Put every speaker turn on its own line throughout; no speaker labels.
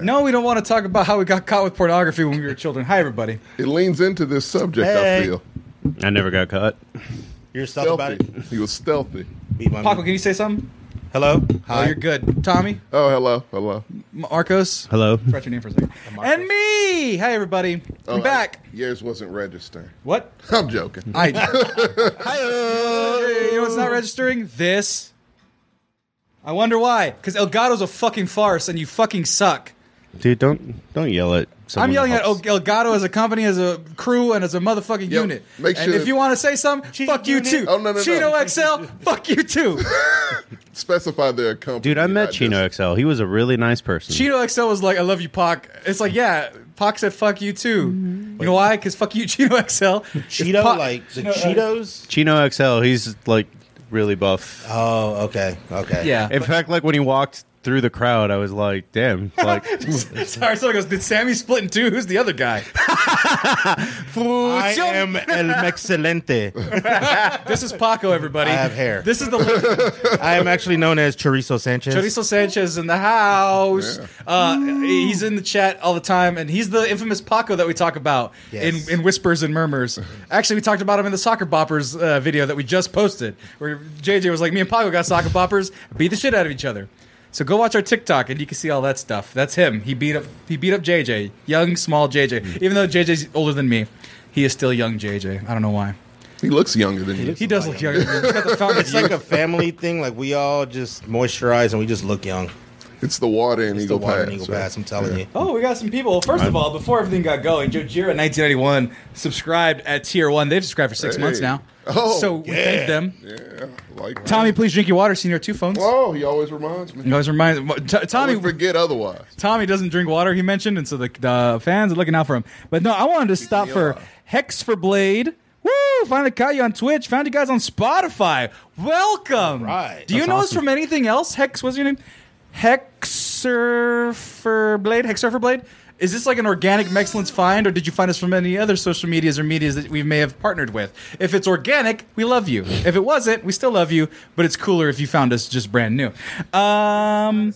No, we don't want to talk about how we got caught with pornography when we were children. Hi, everybody.
It leans into this subject, I
Hey.
feel.
I never got caught.
You're stuff about
Stealthy.
it.
He was stealthy.
Be my
Paco,
man.
can you say something?
Hello.
Oh, you're good. Tommy,
Oh, hello, hello.
Marcos.
Hello.
Forgot your name for a second. And me. Hi, everybody.
Oh,
I'm
I-
back.
yours wasn't registering.
What?
I'm joking.
I. Hey, you know what's not registering? This. I wonder why. Because Elgato's a fucking farce, and you fucking suck.
Dude, don't don't yell at. Someone
I'm yelling at
else.
El- Elgato as a company, as a crew, and as a motherfucking
Yo,
unit.
make
and
sure-
if you want to say something,
Cheat
fuck you
unit?
too.
Oh, no, no, no.
Chino XL, fuck you too.
Specify their company.
Dude, I met
not
Chino XL. He was a really nice person.
Chino XL was like, I love you, Pac. It's like, yeah, Pac said, fuck you too. You know why? Because fuck you, Chino XL.
Cheeto,
Pac-
like the
Chino, uh,
Cheetos.
Chino XL. He's like really buff.
Oh, okay, okay.
Yeah.
In fact, like when he walked through the crowd, I was like, "Damn!" Like,
Sorry, someone goes, did Sammy split in two? Who's the other guy?
I am el excelente.
This is Paco, everybody.
I have hair.
This is the
I am actually known as Chorizo Sanchez.
Chorizo Sanchez in the house.
Yeah.
Uh, he's in the chat all the time, and he's the infamous Paco that we talk about
Yes.
in, in whispers and murmurs. Actually, we talked about him in the soccer boppers uh, video that we just posted, where JJ was like, "Me and Paco got soccer boppers, beat the shit out of each other." So go watch our TikTok, and you can see all that stuff. That's him. He beat up he beat up JJ, young small JJ. Even though JJ's older than me, he is still young JJ. I don't know why.
He looks younger than you.
He does look younger. than me. He's got the fountain of
It's like
youth.
a family thing. Like we all just moisturize and we just look young.
It's the water and
It's
Eagle
the water
Pass.
and Eagle
right?
Pass. I'm telling you.
Oh, we got some people. First of all, before everything got going, Jojira 1981 subscribed at tier one. They've subscribed for six
Hey.
months now.
Oh,
so we thank them.
Yeah, like
Tommy, please drink your water. Senior two phones.
Oh, he always reminds me.
You always remind T-
Tommy,
Tommy.
forget otherwise.
Tommy doesn't drink water. He mentioned, and so the, the fans are looking out for him. But no, I wanted to stop for Hex for Blade. Woo! Finally caught you on Twitch. Found you guys on Spotify. Welcome.
right.
Do you
That's
know us
awesome.
from anything else? Hex, what's your name? Hexer for Blade. Hexer for Blade. Is this like an organic Mexcellence find, or did you find us from any other social medias or medias that we may have partnered with? If it's organic, we love you. If it wasn't, we still love you. But it's cooler if you found us just brand new. Um,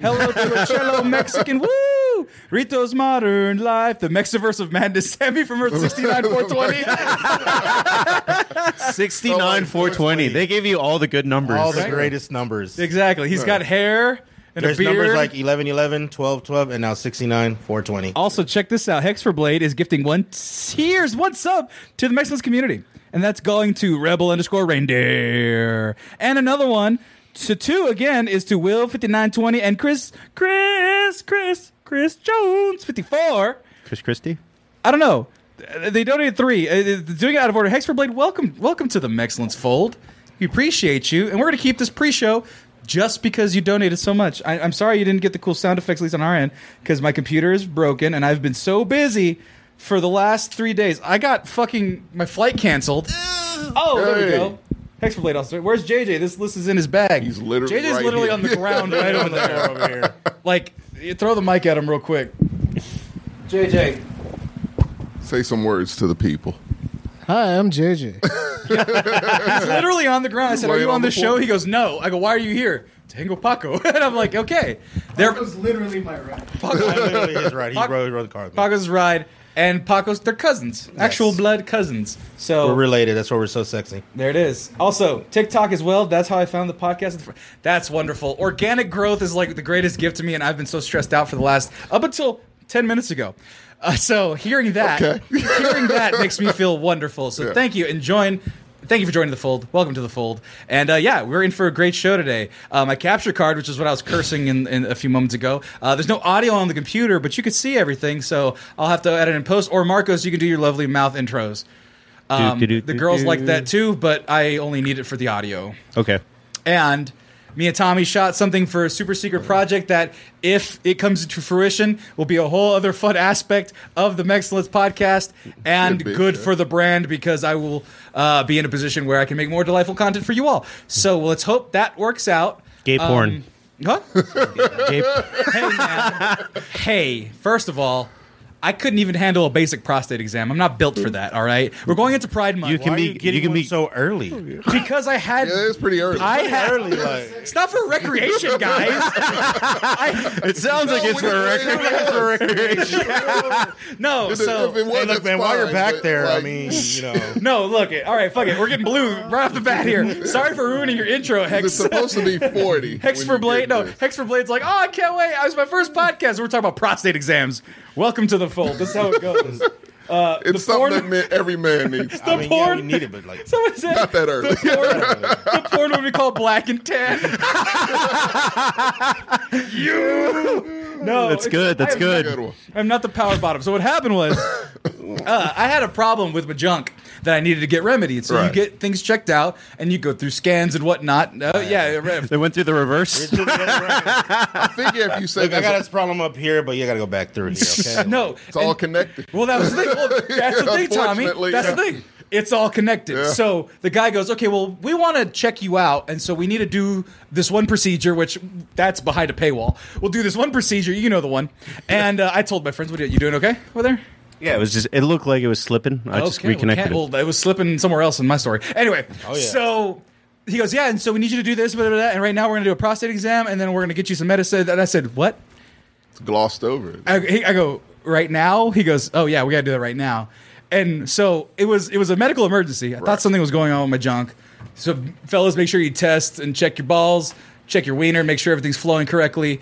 Hello to the cello Mexican. Woo! Rito's Modern Life, the Mexiverse of Madness, Sammy from Earth 69 420.
sixty nine four twenty. They gave you all the good numbers.
All the
Right.
greatest numbers.
exactly. He's got hair and
There's
a beard.
numbers like 11, 11, 12, 12, and now 69, 420.
also, check this out. Hex for Blade is gifting one tears, one sub to the Mexicans community. And that's going to Rebel underscore Reindeer. And another one to two again is to Will 5920 and Chris, Chris, Chris, Chris Jones 54.
Chris Christie.
I don't know. Uh, They donated three. Uh, uh, Doing it out of order. Hex for Blade, welcome, welcome to the Mexcellence fold. We appreciate you, and we're going to keep this pre-show just because you donated so much. I, I'm sorry you didn't get the cool sound effects, at least on our end, because my computer is broken, and I've been so busy for the last three days. I got fucking my flight canceled. Oh, there we
Hey.
go. Hex for Blade also. Where's JJ? This list is in his bag.
He's literally
JJ's
right
literally
here.
on the ground right over there. Like, you throw the mic at him real quick. JJ,
Say some words to the people.
Hi, I'm JJ.
literally on the ground. I said, "Are
Laying
you on
on
the
the
show?"
floor.
He goes, "No." I go, "Why are you here?" Tango Paco, and I'm like, "Okay." There,
was literally my right.
I literally is right. He
Pac-
rode, rode the car. with me.
Paco's ride and Paco's they're cousins, actual blood cousins. So
We're related. That's why we're so sexy.
there it is. Also, TikTok as well. That's how I found the podcast. That's wonderful. Organic growth is like the greatest gift to me, and I've been so stressed out for the last up until ten minutes ago. Uh, so hearing that,
Okay.
hearing that makes me feel wonderful. So
Yeah.
thank you and join. Thank you for joining the fold. Welcome to the fold. And uh, yeah, we're in for a great show today. Uh, my capture card, which is what I was cursing in, in a few moments ago, uh, there's no audio on the computer, but you can see everything. So I'll have to edit and post. Or Marcos, you can do your lovely mouth intros. Um,
Do, do, do,
the
do,
girls
do.
like that too, but I only need it for the audio.
Okay.
And me and Tommy shot something for a super secret project that, if it comes to fruition, will be a whole other fun aspect of the Mexcellence podcast and
Should be,
good
yeah.
for the brand because I will uh, be in a position where I can make more delightful content for you all. So let's hope that works out.
Gay
Um,
porn.
Huh?
Gay-
hey, man. hey, first of all, I couldn't even handle a basic prostate exam. I'm not built for that. All right, we're going into Pride Month.
You can
Why are
be.
you
You,
getting
can
one
be.
so early.
because I had.
Yeah, it's pretty early.
I had.
early, like
It's not for recreation, guys. I,
it sounds like it's for record.
no, so
hey, look, man, while you're back there, I mean, you know,
no. Look, it, all right, fuck it. We're getting blue right off the bat here. Sorry for ruining your intro,
it's
Hex.
supposed to be forty.
Hex
when
for
you
Blade.
get
No,
this.
Hex for Blade's like, oh, I can't wait. It was my first podcast. We're talking about prostate exams. Welcome to the fold. This is how it goes. the
it's something
porn-
that man, every man needs.
The
I mean, yeah,
porn.
we need it, but like,
Someone said
Not that early.
the porn, the porn would be called Black and Tan. you. No,
That's
it's-
good. That's
I am not
good.
Good one.
I'm not the power bottom. So what happened was, uh, I had a problem with my junk that I needed to get remedied. So you
Right.
get things checked out, and you go through scans and whatnot. Uh, yeah, re-
They went through the reverse.
I think if you say
look, I got
that's
this problem up here, but you got to go back through here. Okay?
no.
it's all
and-
connected.
well, that was the thing. Well, that's the thing, Tommy.
Unfortunately,
That's the
yeah.
thing. It's all connected.
Yeah.
So the guy goes, "Okay, well, we want to check you out, and so we need to do this one procedure, which that's behind a paywall. We'll do this one procedure. You know the one." And uh, I told my friends, "What are you doing? Okay over there?"
yeah, it was just. It looked like it was slipping. I just
Okay, well,
reconnected.
can't-
it.
Well, it was slipping somewhere else in my story. Anyway,
yeah.
so he goes, yeah, and so we need you to do this, blah, blah, blah, and right now we're going to do a prostate exam, and then we're going to get you some medicine. And I said, what?
It's glossed over.
I, he, I go, right now? He goes, oh yeah, we got to do that right now. And so it was it was a medical emergency. I thought
Right.
something was going on with my junk. So fellas, make sure you test and check your balls, check your wiener, make sure everything's flowing correctly.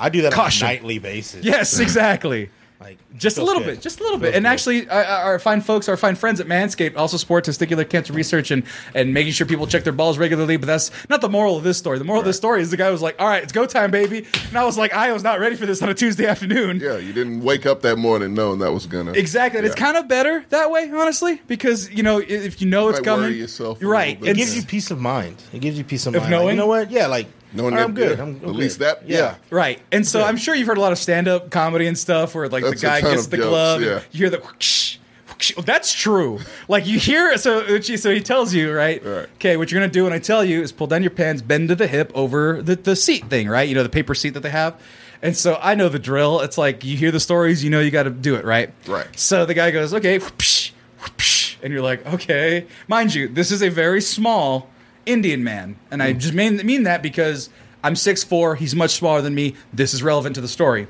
I do that
Caution.
on a nightly basis.
Yes, exactly.
like
Just a
feels
little
good.
bit, just a little bit.
Feels
And
good.
actually, our, our fine folks, our fine friends at Manscaped also support testicular cancer research and, and making sure people check their balls regularly. But that's not the moral of this story. The moral of this story is the guy was like, all right, it's go time, baby. And I was like, I was not ready for this on a Tuesday afternoon.
Yeah, you didn't wake up that morning knowing that was gonna
Exactly. And it's
Yeah.
kind of better that way, honestly, because, you know, i- if you know it's
might
coming.
worry yourself a
you're right.
little bit.
It
It's-
gives you peace of mind. It gives you peace of
Of
mind. Like,
knowing?
you know what? Yeah, like
Knowing
all right, I'm
that- yeah,
good. I'm, I'm
at least
good.
that- yeah.
Right. And so I'm sure you've heard a lot of stand up comedy and stuff where like
That's
the
a
guy
ton
gets
of
the
jokes,
glove.
yeah.
You hear the whoosh, whoosh. Oh, that's true. Like you hear so Uchi- so he tells you, right?
Right.
Okay, what you're gonna do when I tell you is pull down your pants, bend to the hip over the, the seat thing, right? You know, the paper seat that they have. And so I know the drill. It's like you hear the stories, you know you gotta do it, right?
Right.
So the guy goes, Okay, whoosh, whoosh, and you're like, okay. Mind you, this is a very small Indian man. And
Mm.
I just mean, mean that because I'm 6'4, he's much smaller than me. This is relevant to the story.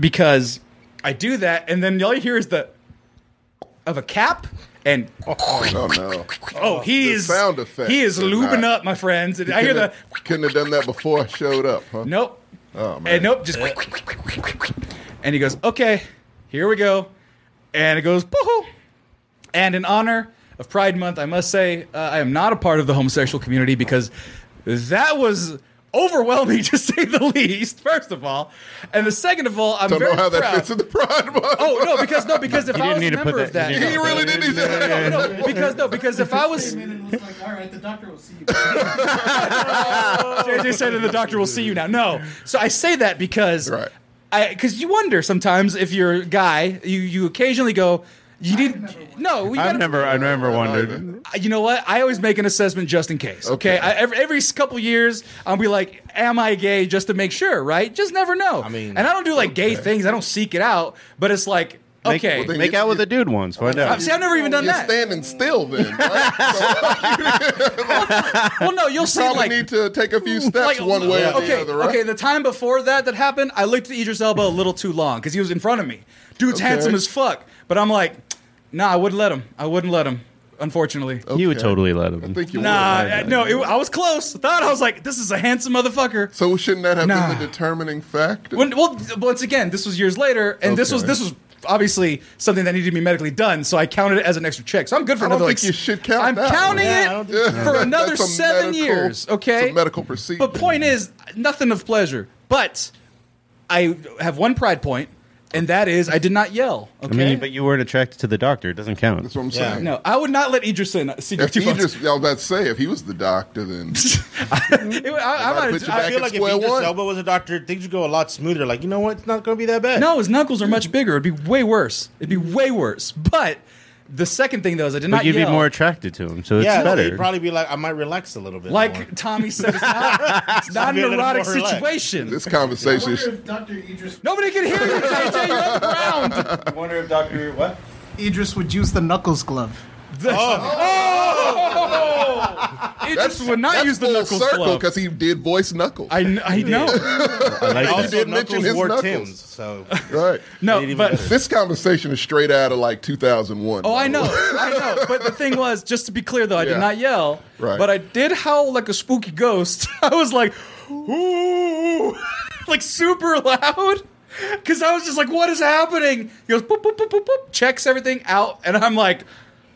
Because I do that, and then all you hear is the of a cap and
Oh no.
oh he
The
is
sound effects
he is
are
lubing
not-
up my friends and I hear the
Couldn't have- couldn't have done that before I showed up, huh?
nope
Oh
and
man.
nope just and he goes okay here we go and it goes Boo-hoo. and in honor of Pride Month I must say uh, I am not a part of the homosexual community because that was overwhelming to say the least first of all and the second of all I'm
Don't
very
know how
proud
that fits in the pride month.
oh no because no because if I
didn't
was a
need to put
member
that-
of that
you
he really did need that.
no, no, because no, because if I was
Came in and was like, all right, the doctor will see you.
JJ said, and the doctor will see you now. No, so I say that because
Right.
I because you wonder sometimes if you're a guy, you you occasionally go, you need no, we
I've
gotta,
never. I've never wondered.
you know what? I always make an assessment just in case. Okay,
Okay.
I, every, every couple years, I'll be like, "Am I gay?" Just to make sure, right? Just never know. I
mean,
and I don't do like gay things. I don't seek it out, but it's like,
Make-
okay,
well, then-
Make out with a dude once. Find
I've,
out.
see, I've never even done
You're
that.
standing still then. Right? So
Well, no, you'll see
probably
like
need to take a few steps one way or the
okay,
other, right?
Okay, the time before that that happened, I looked at Idris Elba a little too long because he was in front of me. Dude's
Okay.
handsome as fuck, but I'm like, nah, I wouldn't let him. I wouldn't let him. Unfortunately,
You would
Okay.
totally let him.
I think you
nah,
would.
uh, no, it, I was close. I thought I was like, this is a handsome motherfucker.
So shouldn't that have
Nah.
been the determining factor?
When, well, th- once again, this was years later, and this was
Okay.
this was obviously something that needed to be medically done, so I counted it as an extra check. So I'm good for
I don't
another.
think
like,
you should count
I'm
that one.
counting
Yeah, I
it
don't think
for another
That's a
seven
medical-
years. Okay,
It's a medical procedure.
But point is, nothing of pleasure. But I have one pride point, and that is I did not yell.
I
Okay.
mean, but you weren't attracted to the doctor. It doesn't count.
That's what I'm
Yeah.
saying.
no, I would not let Idris in. See,
If
two
he
votes.
just, I was about to say, if he was the doctor, then
It- I, I
might
might- I-
put you back
I feel
at
like if
square
Idris
one.
Elba was a doctor, things would go a lot smoother. Like, you know what? It's not going to be that bad.
no, his knuckles are much bigger. It'd be way worse. It'd be way worse. But The second thing though is I did
But
not
you'd
yell.
be more attracted to him, so it's
yeah,
better.
You'd probably be like, I might relax a little bit. more.
like Tommy said, it's not, it's not
Be a
an
little
erotic
more relaxed.
situation.
This
I
conversation
wonder
is
if Dr. Idris,
Nobody can hear you, JJ. You're on the ground.
I wonder if Doctor what?
Idris would use the knuckles glove.
It
Oh. that's
just Oh! would not
that's
use the
full
knuckles
circle
glove.
because he did voice knuckles.
I, kn- I know.
I like
also,
that.
did
Knuckles
mention his
wore
knuckles.
Tims, so
right.
No,
even
but
better.
This conversation is straight out of like 2001.
Oh, I
by the
know,
way.
I know. But the thing was, just to be clear, though, I
Yeah.
did not yell.
Right.
But I did howl like a spooky ghost. I was like, ooh, like super loud. Because I was just like, what is happening? He goes, boop, boop, boop, boop, boop, checks everything out. And I'm like,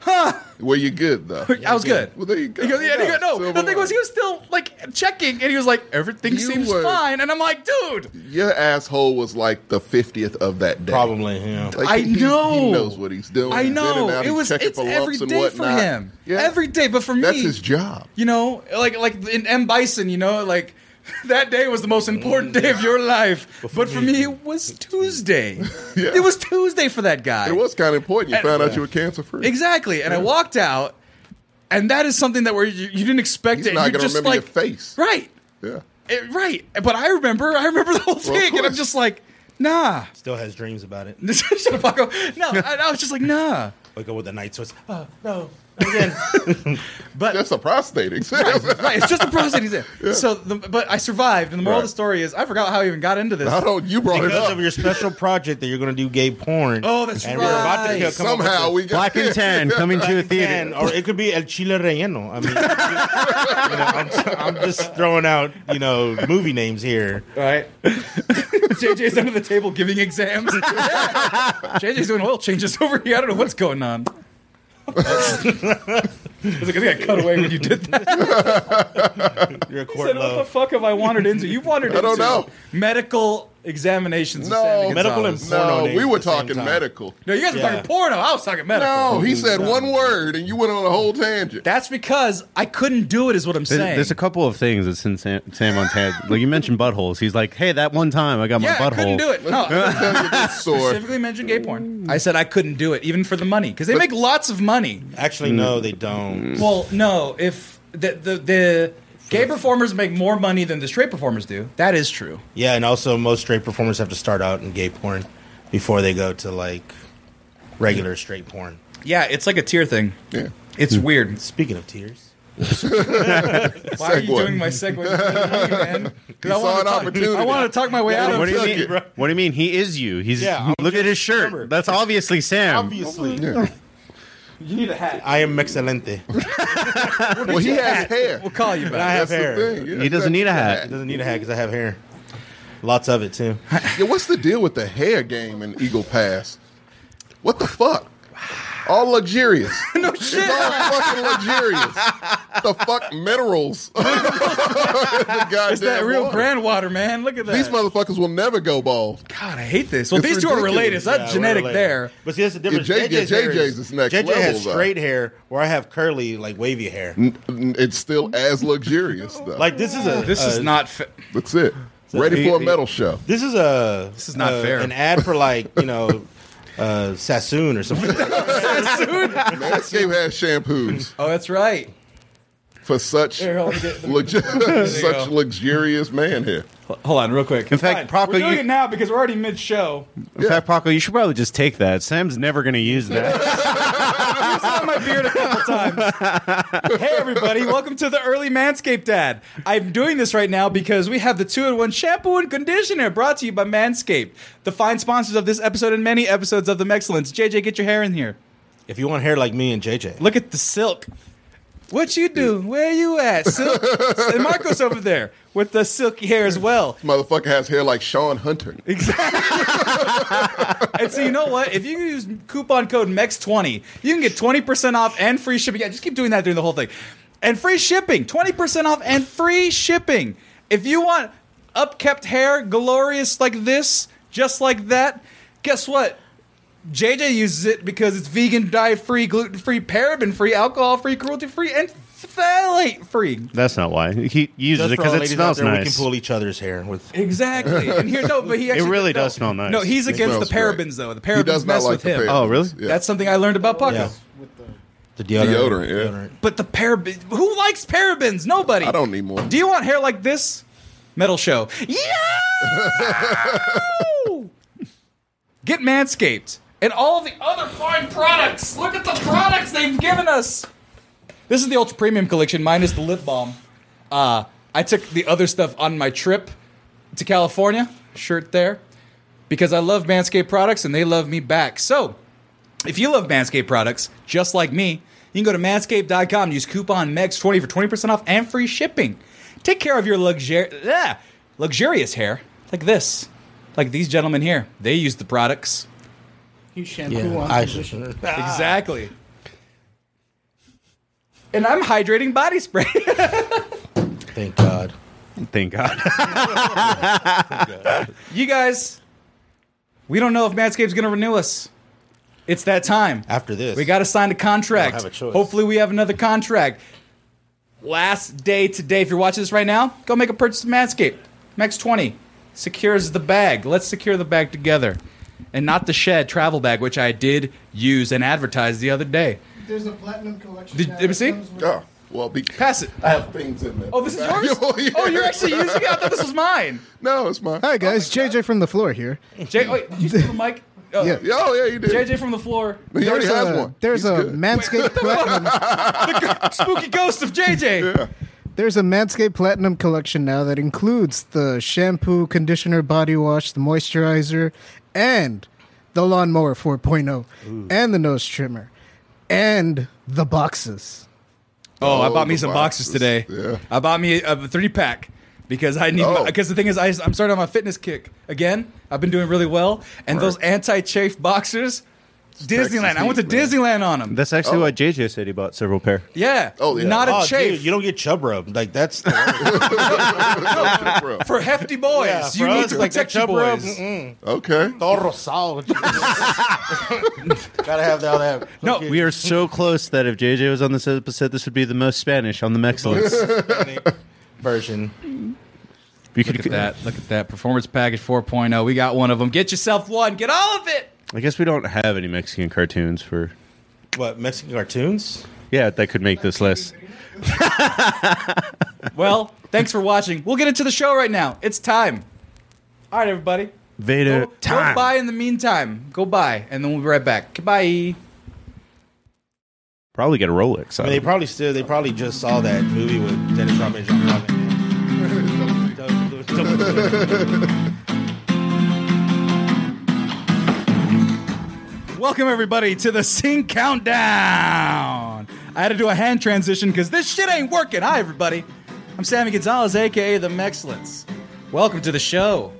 Well, you good though.
I was good.
Well, there you go.
He goes, yeah, and he goes, no.
Silver
the thing was,
lining.
he was still like checking. And he was like, everything
You
seems
were-
fine. And I'm like, dude,
Your asshole was like the 50th of that day.
probably, yeah.
Like,
I
he- he-
know.
He knows what he's doing.
I
He's in
know.
and out,
It
he's
was,
checking
it's
for
every
lumps and
day for
whatnot.
him.
Yeah.
Every day. But for me,
That's his job.
You know, like like in M Bison, you know, like that day was the most important day of your life. But for, me, it was Tuesday.
Yeah.
It was Tuesday for that guy.
It was kind of important. You
And-
found out you were cancer free.
exactly. And I walked out, and that is something that where you, you didn't expect
He's
it.
not
you
gonna
just
remember
like
your face.
right,
Yeah.
It- right. But I remember, I remember the whole
of
thing, and I'm
course.
just like, nah.
Still has dreams about it.
Shut up, Paco. No, I, I was just like, nah.
Wake up with the night sweats. Oh,
But
That's a prostate exam.
right, it's just the prostate. he's in. So, the, but I survived, and the moral of the
Right.
story is I forgot how I even got into this.
I don't. You brought it
because
up.
of your special project that you're going to do gay porn.
Oh, that's
and We're about
right.
to come up with
Somehow we got
Black and tan coming to a
Can,
theater.
or it could be El Chile Relleno. I mean, you know, I'm, I'm just throwing out, you know, movie names here.
All right. JJ's under the table giving exams. JJ's doing oil changes over here. I don't know what's going on. I was like, I think I cut away when you did that.
You're a court
Said, what the fuck have I wandered into? You wandered into
I don't know.
medical examinations. of
No.
Sandy
Medical
Gonzalez.
porno
No,
names
we were
at the same
talking
time.
medical.
No, you guys were
Yeah.
talking porno. I was talking medical.
No, he said one word and you went on a whole tangent.
That's because I couldn't do it, is what I'm
There's,
saying.
there's a couple of things that's in Sam, Sam on Ted. Like you mentioned buttholes. He's like, hey, that one time I got
yeah,
my
I
butthole.
couldn't do it. No, I
Tell you this story.
specifically mentioned gay porn. I said I couldn't do it, even for the money, because they make lots of money.
Actually, no, they don't.
Well, no. If the the, the gay performers make more money than the straight performers do, that is true.
Yeah, and also most straight performers have to start out in gay porn before they go to like regular straight porn.
Yeah, it's like a tier thing.
Yeah.
It's weird.
Speaking of tears,
Why are you
Segue.
doing my segue? man? 'Cause I
saw
wanted
an
to talk-
opportunity.
I want to talk my way out
What
of
do you
Took
it.
mean?
it.
What do you mean? He is you. He's
Yeah, I'm
look at his
just-
shirt.
remember.
That's obviously Sam.
obviously,
Yeah.
Oh You need a hat.
I am excelente.
Well, he has hair.
We'll call you
I
back.
have
That's the
hair.
thing. Yeah,
He doesn't need a
It
hat.
doesn't need a hat because I have hair. Lots of it too.
Yeah, what's the deal with the hair game in Eagle Pass? What the fuck? All luxurious. no shit. It's all fucking luxurious. the fuck minerals. In the goddamn
It's that real
water.
grand water, man. Look at that.
These motherfuckers will never go bald.
God, I hate this. Well,
It's
these two are related. It's
ridiculous.
not
Yeah, we're
genetic
related.
there.
But see, that's the difference.
J-
JJ's,
yeah,
hair
JJ's
is
is next
JJ has
level, though.
straight hair, where I have curly, like wavy hair.
N- It's still as luxurious though.
Like this is a
This is
a-
not. Fa-
that's it. Ready
he-
for a
he-
metal show.
This is a
This is not
a-
fair.
An ad for like you know uh, Sassoon or something.
Manscaped has shampoos
oh, that's right.
for such
Here, hold, it.
luxu- such
go.
luxurious man here.
hold on, real quick.
In fact, Proco,
we're doing
you-
it now because we're already mid-show.
In fact, Paco, you should probably just take that. Sam's never going to use that.
on my beard a couple times. hey, everybody, welcome to the Early Manscaped Dad. I'm doing this right now because we have the two in one shampoo and conditioner brought to you by Manscaped, the fine sponsors of this episode and many episodes of The Mexcellence. JJ, get your hair in here.
if you want hair like me and JJ,
Look at the silk. What you doing? Where you at? Silk. and Marcos over there with the silky hair as well.
Motherfucker has hair like Sean Hunter.
And so you know what? If you use coupon code MEX20, you can get 20% off and free shipping. Yeah, just keep doing that during the whole thing. And free shipping. 20% off and free shipping. If you want upkept hair, glorious like this, just like that, guess what? JJ uses it because it's vegan, dye-free, gluten-free, paraben-free, alcohol-free, cruelty-free, and phthalate-free.
That's not why. He uses
Just
it
for all
because it
ladies out
smells
there,
nice.
We can pull each other's hair with.
Exactly. And here, no, but he actually
really
no.
does smell nice.
No, he's
It
against the
smells great.
parabens though. The
He
parabens
does not
mess
like
with
the
him.
parents.
Oh, really?
Yeah.
That's something I learned about Paco.
Yeah. The deodorant.
Deodorant, yeah.
But the paraben. Who likes parabens? Nobody.
I don't need more.
Do you want hair like this? Metal show. Yeah. Get manscaped and all the other fine products. Look at the products they've given us. This is the ultra premium collection minus the lip balm. Uh, I took the other stuff on my trip to California. Shirt there because I love Manscaped products and they love me back. So, if you love Manscaped products, just like me, you can go to manscaped.com, use coupon MEX20 for 20% off and free shipping. Take care of your luxuri- ah, luxurious hair like this, like these gentlemen here. They use the products.
You shampoo
Yeah.
on
I-
conditioner.
Exactly. And I'm hydrating body spray.
Thank God.
Thank God.
you guys, we don't know if Manscaped's going to renew us. It's that time.
After this,
We got to sign a contract.
have a choice.
Hopefully, we have another contract. Last day today. If you're watching this right now, go make a purchase of Manscaped. Max 20 secures the bag. Let's secure the bag together. And not the shed travel bag, which I did use and advertise the other day.
There's a platinum collection.
Did-
now
did we
that
see?
comes with-
Oh, well, be,
Pass it.
I have things in there.
Oh, this is yours?
yeah.
Oh, you're actually using it? I thought this was mine.
No, it's mine.
Hi
Oh
guys, JJ from the floor here.
Jay, wait, did you steal the mic? Oh,
Yeah.
Oh, yeah, you did.
JJ from the floor.
he already
a,
has one.
There's
He's
a
good.
Manscaped Platinum.
Spooky ghost of JJ.
There's a Manscaped Platinum collection now that includes the shampoo, conditioner, body wash, the moisturizer, and the lawnmower 4.0, and the nose trimmer, and the boxes.
Oh, I
Oh,
bought me
the
some boxes,
boxes.
today.
Yeah.
I bought me a, a three pack because I need.
Oh.
Because the thing is, I, I'm starting on my fitness kick again. I've been doing really well, and those anti-chafe boxers, Disneyland. I went to
heat, man.
Disneyland on them.
That's actually what JJ said. He bought several pair.
yeah.
Oh, yeah.
Not a
Oh,
chafe
dude, you don't get chub rub. Like that's
Bro.
for hefty boys.
Yeah,
you
for
need
us,
to
like the
protect your
chub rub,
boys.
Okay.
Toro sal. Gotta have all that.
No,
We are so close that if JJ was on this episode, this would be the most Spanish on the Mexlins.
version.
You
Look at that. Look at that. Performance package 4.0. We got one of them. Get yourself one. Get all of it.
I guess we don't have any Mexican cartoons for.
What Mexican cartoons?
Yeah, that could make this list.
Well, thanks for watching. We'll get into the show right now. It's time. All right, everybody.
Vader,
Go,
time.
go buy in the meantime. Go buy, and then we'll be right back. Goodbye.
Probably get a Rolex.
I
out
mean, they
of it.
probably still. They probably just saw that movie with Dennis Rodman and John Goodman. Don't- don't- don't-
Welcome everybody to the Sing Countdown. I had to do a hand transition because this shit ain't working. Hi everybody, I'm Sammy Gonzalez, aka the Mexlins. Welcome to the show.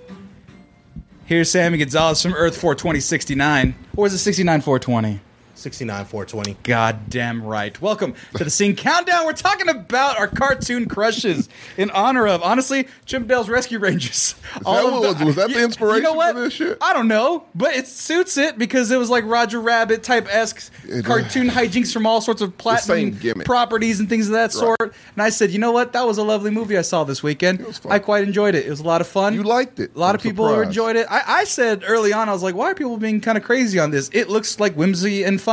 Here's Sammy Gonzalez from Earth 42069, or is it 69420?
69, 420.
God damn right. Welcome to the Scene Countdown. We're talking about our cartoon crushes in honor of, honestly, Jim Dale's Rescue Rangers.
what it was? Was that the
You-
inspiration for this shit?
I don't know, but it suits it because it was like Roger Rabbit type esque
It-
cartoon hijinks from all sorts of platinum
same gimmick.
properties and things of that sort. And I said, you know what? That was a lovely movie I saw this weekend.
was fun.
I quite enjoyed it. It was a lot of fun.
You liked it.
A lot
I'm
of people
surprised.
enjoyed it. I, I said early on, I was like, why are people being kind of crazy on this? It looks like whimsy and fun.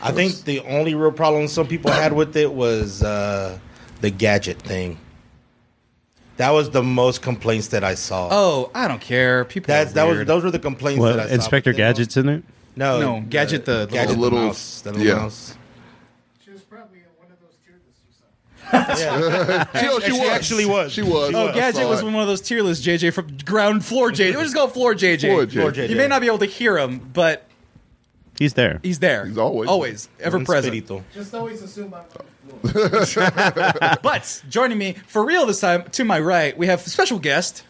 I think the only real problem some people had with it was uh, the gadget thing. That was the most complaints that I saw.
Oh, I don't care. People.
That's
are
that was
weird.
those were the complaints
Well,
that I saw.
Inspector
But then-
Gadget's in it.
No,
No, Gadget the
gadget
little-
the mouse, the little
yeah.
mouse.
She was probably in one of those tier lists you saw.
She, oh, she, was.
actually was.
She was.
Oh,
I
Gadget
saw
was
it.
one of those tier list JJ from ground floor JJ. We'll just call floor JJ.
Floor JJ.
Floor JJ.
You may not be able to hear him, but
He's there.
he's there.
He's always-
always ever
Un
present.
Spirito.
Just always assume I'm on the floor.
But joining me for real this time, to my right, we have a special guest,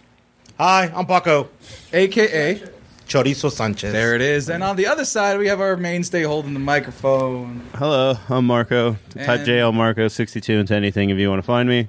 Hi, I'm Paco.
aka
Chorizo Sanchez.
there it is, and on the other side we have our mainstay holding the microphone.
Hello, I'm Marco. Type
And-
JL Marco 62 into anything if you want to find me.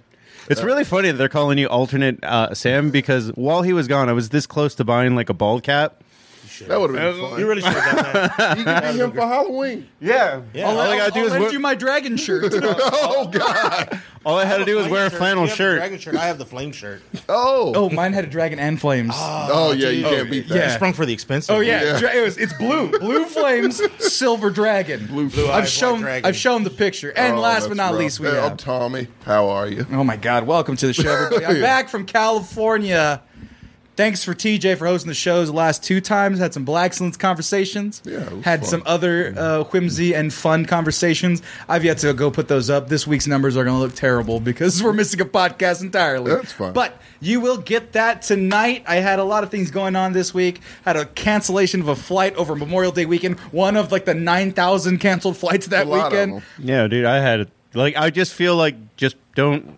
It's really funny that they're uh, calling you alternate uh, Sam because while he was gone, I was this close to buying like a bald cap.
should.
That would have been
You
fun.
really should have done that.
You could be him for Halloween.
Yeah.
Yeah.
All I
I'll,
gotta do
I'll
is
lend
wear-
you my dragon shirt.
Oh God!
All I had to do was
Flame
wear a
shirt.
flannel
You have the
shirt.
Dragon shirt. I have the flame shirt.
Oh,
oh, mine had a dragon and flames.
oh, yeah, you can't beat that.
yeah.
I sprung for the expensive.
Oh yeah,
Yeah.
Dra- it was. It's blue, blue flames, silver dragon. Blue,
eyes,
I've
white
shown.
dragon.
I've shown the picture. And
Oh,
last
that's
but not
rough.
least, we
Hey, I'm
have.
Tommy. How are you?
oh my God! Welcome to the show, everybody. I'm
Yeah.
back from California. Thanks for TJ for hosting the shows the last two times. Had some Black Excellence conversations.
Yeah, it was
had
fun.
some other uh, whimsy and fun conversations. I've yet to go put those up. This week's numbers are going to look terrible because we're missing a podcast entirely.
That's fine.
But you will get that tonight. I had a lot of things going on this week. Had a cancellation of a flight over Memorial Day weekend. One of like the nine thousand canceled flights that
A lot of
weekend.
them.
Yeah, dude, I had it. Like, I just feel like just don't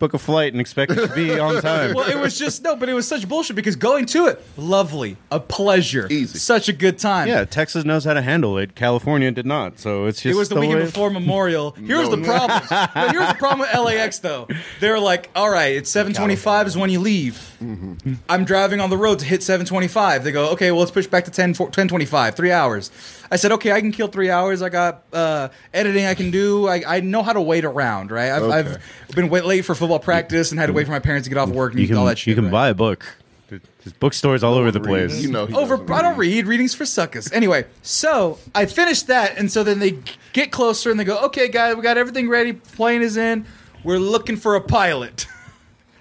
book a flight and expect it to be on time.
well, it was just no, but it was such bullshit because going to it, lovely, a pleasure,
Easy.
such a good time.
yeah, Texas knows how to handle it. California did not, so it's just
It was the, weekend
way-
before Memorial. Here's
No.
the problem. No, here's the problem with LAX though. They're like, all right, it's 7:25 is when you leave.
Mm-hmm.
I'm driving on the road to hit 7:25. They go, okay, well let's push back to 10 10:25, three hours. I said, okay, I can kill three hours. I got uh, editing I can do. I, I know how to wait around. Right, I've,
Okay.
I've been wait late for football practice and had to wait for my parents to get off work and
You can,
all that shit.
you can
right?
buy a book. There's bookstores all over the place.
You know, he
over.
doesn't
I don't read readings for suckers. Anyway, so I finished that, and so then they g- get closer and they go, "Okay, guys, we got everything ready. Plane is in. We're looking for a pilot."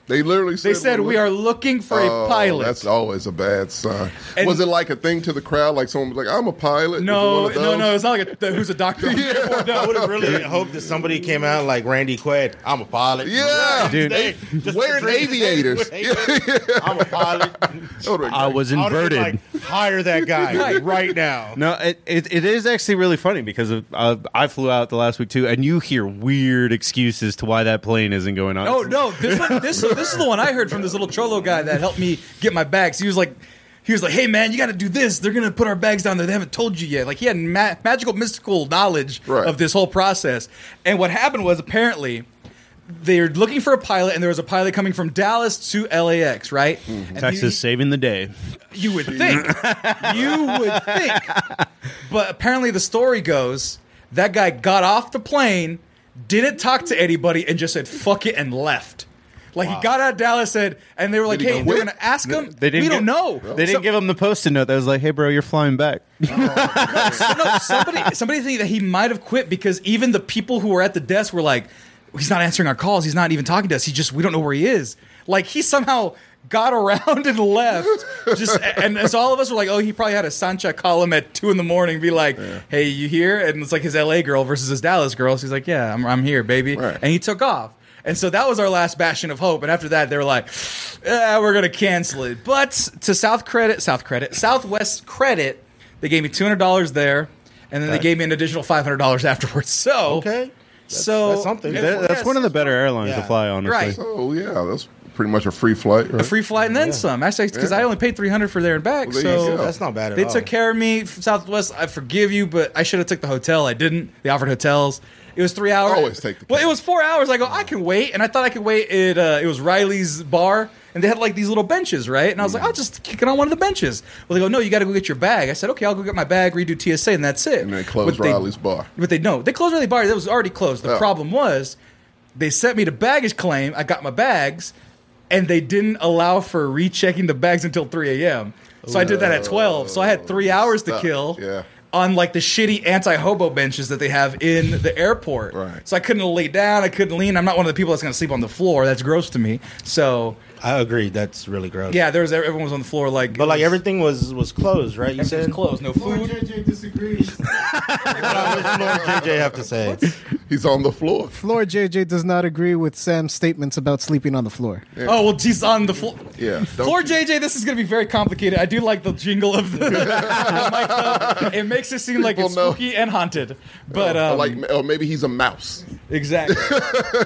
They literally said
They said we are looking for a
Oh,
pilot.
That's always a bad sign.
And-
was it like a thing to the crowd? Like someone was like, "I'm a pilot."
no,
Is it one
no,
of
no.
those?
It's not like a, who's a doctor.
I would have really hoped that somebody came out like Randy Quaid. I'm a pilot.
Yeah,
Dude.
Hey, just
Wearing
pretend to say
aviators.
we're aviators. I'm a pilot.
That would've been
I
great.
was
I would've
inverted.
been like, hire that guy
Right.
right now.
No, it, it, it is actually really funny because of, uh, I flew out the last week too, and you hear weird excuses to why that plane isn't going on.
Oh no, this one, this this is the one I heard from this little cholo guy that helped me get my bags. He was like. He was like, "Hey man, you got to do this. They're gonna put our bags down there. They haven't told you yet." Like he had ma- magical, mystical knowledge
Right.
of this whole process. And what happened was apparently they're looking for a pilot, and there was a pilot coming from Dallas to LAX, right? And he-
Texas saving the day.
you would think. you would think. But apparently, the story goes that guy got off the plane, didn't talk to anybody, and just said "fuck it" and left. Like he got out of Dallas, said, and they were like,
Did he
"Hey,
quit?
we're gonna ask him."
They didn't
we don't
give-
know.
They didn't
So-
give him the post-it note that was like, "Hey, bro, you're flying back."
so, no, somebody somebody think that he might have quit because even the people who were at the desk were like, he's not answering our calls. He's not even talking to us. He just we don't know where he is. Like he somehow got around and left. Just and as all of us were like, oh, he probably had a Sancha call him at two in the morning, be like, hey, you here? And it's like his LA girl versus his Dallas girl. She's like, yeah, I'm I'm here, baby.
Right.
And he took off. And so that was our last bastion of hope. And after that, they were like, eh, we're going to cancel it. But to South Credit, South Credit, Southwest Credit, they gave me $200 there. And then they gave me an additional $500 afterwards. So,
Okay.
so
that's something.
Yeah,
That- that's
yes.
one of the better airlines to
Yeah.
fly, honestly.
Right.
Oh yeah, that's pretty much a free flight. Right?
A free flight and then some. Actually, because I only paid 300 for there and back.
Well, there you
so
go.
That's not bad at
They
all.
took care of me. Southwest, I forgive you, but I should have took the hotel. I didn't. They offered hotels. It was three hours.
Always take the
Well, it
cab.
was four hours. I go, I can wait, and I thought I could wait. It uh, it was Riley's bar, and they had like these little benches, right? And I was
Mm.
like, I'll just kick it on one of the benches. Well, they go, no, you got to go get your bag. I said, okay, I'll go get my bag, redo TSA, and that's it.
And they closed
But they-
Riley's bar.
But they no, they closed Riley bar. That was already closed. The
Oh.
problem was, they sent me to baggage claim. I got my bags, and they didn't allow for rechecking the bags until 3 a.m. So I did that at 12. So I had three hours to
Stuck.
kill.
Yeah.
On like the shitty anti hobo benches that they have in the airport.
Right.
So I couldn't lay down. I couldn't lean. I'm not one of the people that's going to sleep on the floor. That's gross to me. So
I agree. That's really gross.
yeah, there was everyone was on the floor like.
But like
it was-
everything was was closed, right? You
everything
said
was closed. No
Lord
food.
JJ disagrees.
JJ have to say.
He's on the floor.
Floor JJ does not agree with Sam's statements about sleeping on the floor.
Oh well, he's on the floor.
Yeah, don't
Floor
you-
JJ, this is going to be very complicated. I do like the jingle of the. mic, though. it makes it seem like it's
People know.
spooky and haunted, but
Or
um,
like, or maybe he's a mouse.
exactly.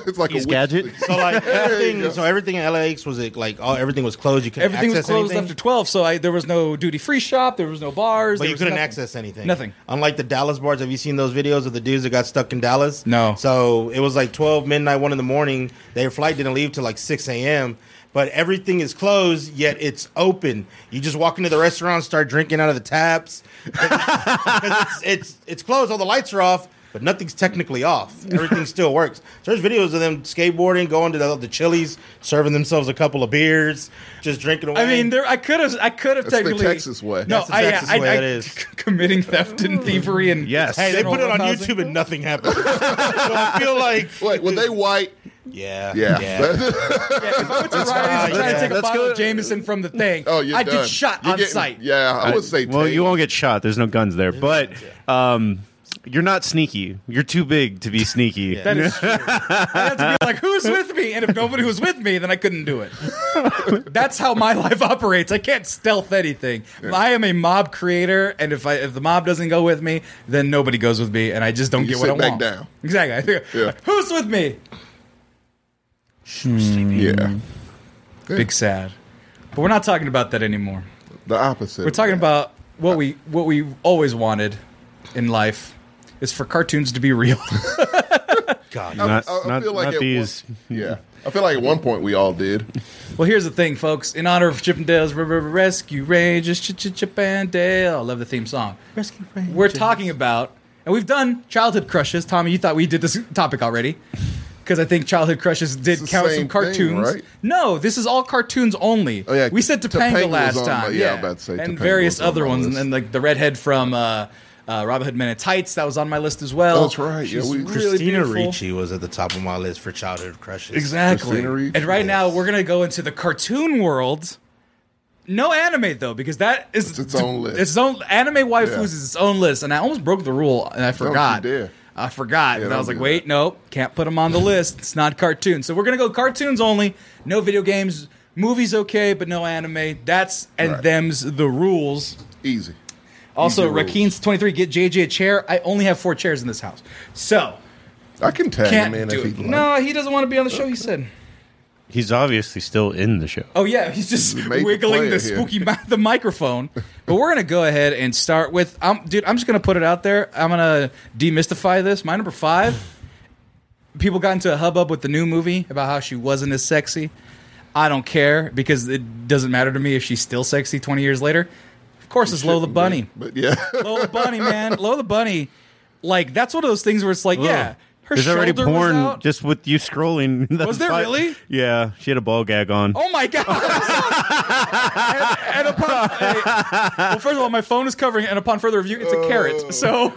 it's like
He's
a
gadget.
So like
go.
everything, so everything at LAX was it like all everything was closed. You couldn't
Everything was
access
closed
anything?
after twelve, so I, there was no duty free shop. There was no bars.
But
there
you
was
couldn't
nothing.
access anything.
Nothing.
Unlike the Dallas bars, have you seen those videos of the dudes that got stuck in Dallas?
No.
So it was like twelve midnight, one in the morning. Their flight didn't leave till like six a.m. But everything is closed, yet it's open. You just walk into the restaurant, start drinking out of the taps. 'Cause it's, it's it's closed. All the lights are off, but nothing's technically off. Everything still works. So there's videos of them skateboarding, going to the, the Chili's, serving themselves a couple of beers, just drinking away.
I mean, there. I could have. I could have
That's the
technically
Texas way.
No,
That's the
I,
Texas
I,
way,
I,
it is.
committing theft and thievery and
Yes.
hey, they
general
put it on
roughhousing.
YouTube and nothing happened. so I feel like
Wait, were they white?
yeah,
Yeah.
Yeah, if I went to Ryan's and
right.
tried to take a
Let's
bottle
go-
of Jameson from the thing,
oh, you're
I
done.
get shot
You're
on
getting-
site.
Yeah, I would say.
Well,
tame.
you won't get shot. There's no guns there, but um, you're not sneaky. You're too big to be sneaky.
That is true. I had to be like, who's with me? And if nobody was with me, then I couldn't do it. That's how my life operates. I can't stealth anything. I am a mob creator, and if I if the mob doesn't go with me, then nobody goes with me, and I just don't
You
get what
sit
I
back
want.
down.
Exactly. I think,
Yeah.
Who's with me?
Yeah,
Big sad. But we're not talking about that anymore.
the opposite.
We're talking about what we what we always wanted in life is for cartoons to be real.
God,
Not,
I- I
not,
feel like
not
it
these.
Yeah, I feel like at one point we all did.
Well, here's the thing, folks. In honor of Chippendales R- R- Rescue Rangers, Ch- Ch- Chippendale. I love the theme song. Rescue Rangers. We're talking about, and we've done childhood crushes. Tommy, you thought we did this topic already. Because I think childhood crushes did count
the same
some
thing,
cartoons.
right?
No, this is all cartoons only.
Oh, yeah,
we said Topanga,
Topanga was
last
on
time.
my- yeah,
yeah,
I'm about to say
and
Topanga
various
was on
other
my
ones,
list.
and like the redhead from uh, uh, Robin Hood Men in Tights that was on my list as well.
That's right. Yeah,
She's
we-
really
Christina
beautiful.
Ricci was at the top of my list for childhood crushes.
Exactly.
Christina Ricci.
And right now we're gonna go into the cartoon world. No anime though, because that is
It's its own list.
It's its own anime waifus
Yeah.
is its own list, and I almost broke the rule and I forgot.
dare.
I forgot, and
Yeah,
I
don't
was like,
do
"Wait,
that.
nope, can't put them on the list. It's not cartoons." So we're gonna go cartoons only. No video games, movies okay, but no anime. That's and
Right.
them's the rules.
Easy.
Also,
rules.
Rakeen's twenty three. Get JJ a chair. I only have four chairs in this house, so
I can tag
can't
him in
do
if
it.
he'd like.
No, he doesn't want to be on the show. He said.
He's obviously still in the show.
Oh yeah, he's just
He's a major
wiggling the
player here.
spooky mi- the microphone. But we're gonna go ahead and start with, um, dude. I'm just gonna put it out there. I'm gonna demystify this. My number five. People got into a hubbub with the new movie about how she wasn't as sexy. I don't care because it doesn't matter to me if she's still sexy 20 years later. Of course, it's Lola Bunny.
But yeah,
Lola Bunny, man, Lola Bunny. Like that's one of those things where it's like, yeah, her
There's already
shoulder was
porn
out.
just with you scrolling. That's
Was there
fi-
really?
Yeah, she had a ball gag on.
Oh my god! and, and upon hey, well, first of all, my phone is covering, it, and upon further review, it's a
Oh.
carrot. So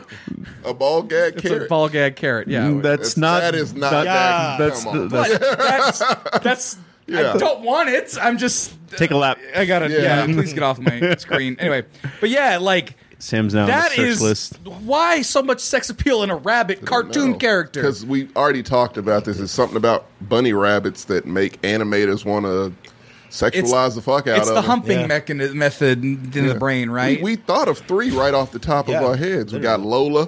a ball gag
it's a
carrot.
ball gag carrot. Yeah,
Mm, that's
That's-
not.
that is not
that-
that's
come on.
that's-
but that's that's. I
Yeah.
don't want it. I'm just
take a lap.
I gotta. Yeah.
Yeah.
please get off my screen. Anyway, but yeah, like
Sam's now on
that
the search
is
list.
why so much sex appeal in a rabbit cartoon character.
Because we already talked about this. It's something about bunny rabbits that make animators want to sexualize the fuck out
It's
of
the
them.
humping
Yeah.
mechani- method in the brain, right?
We, we thought of three right off the top
Yeah,
of our heads. We got Lola,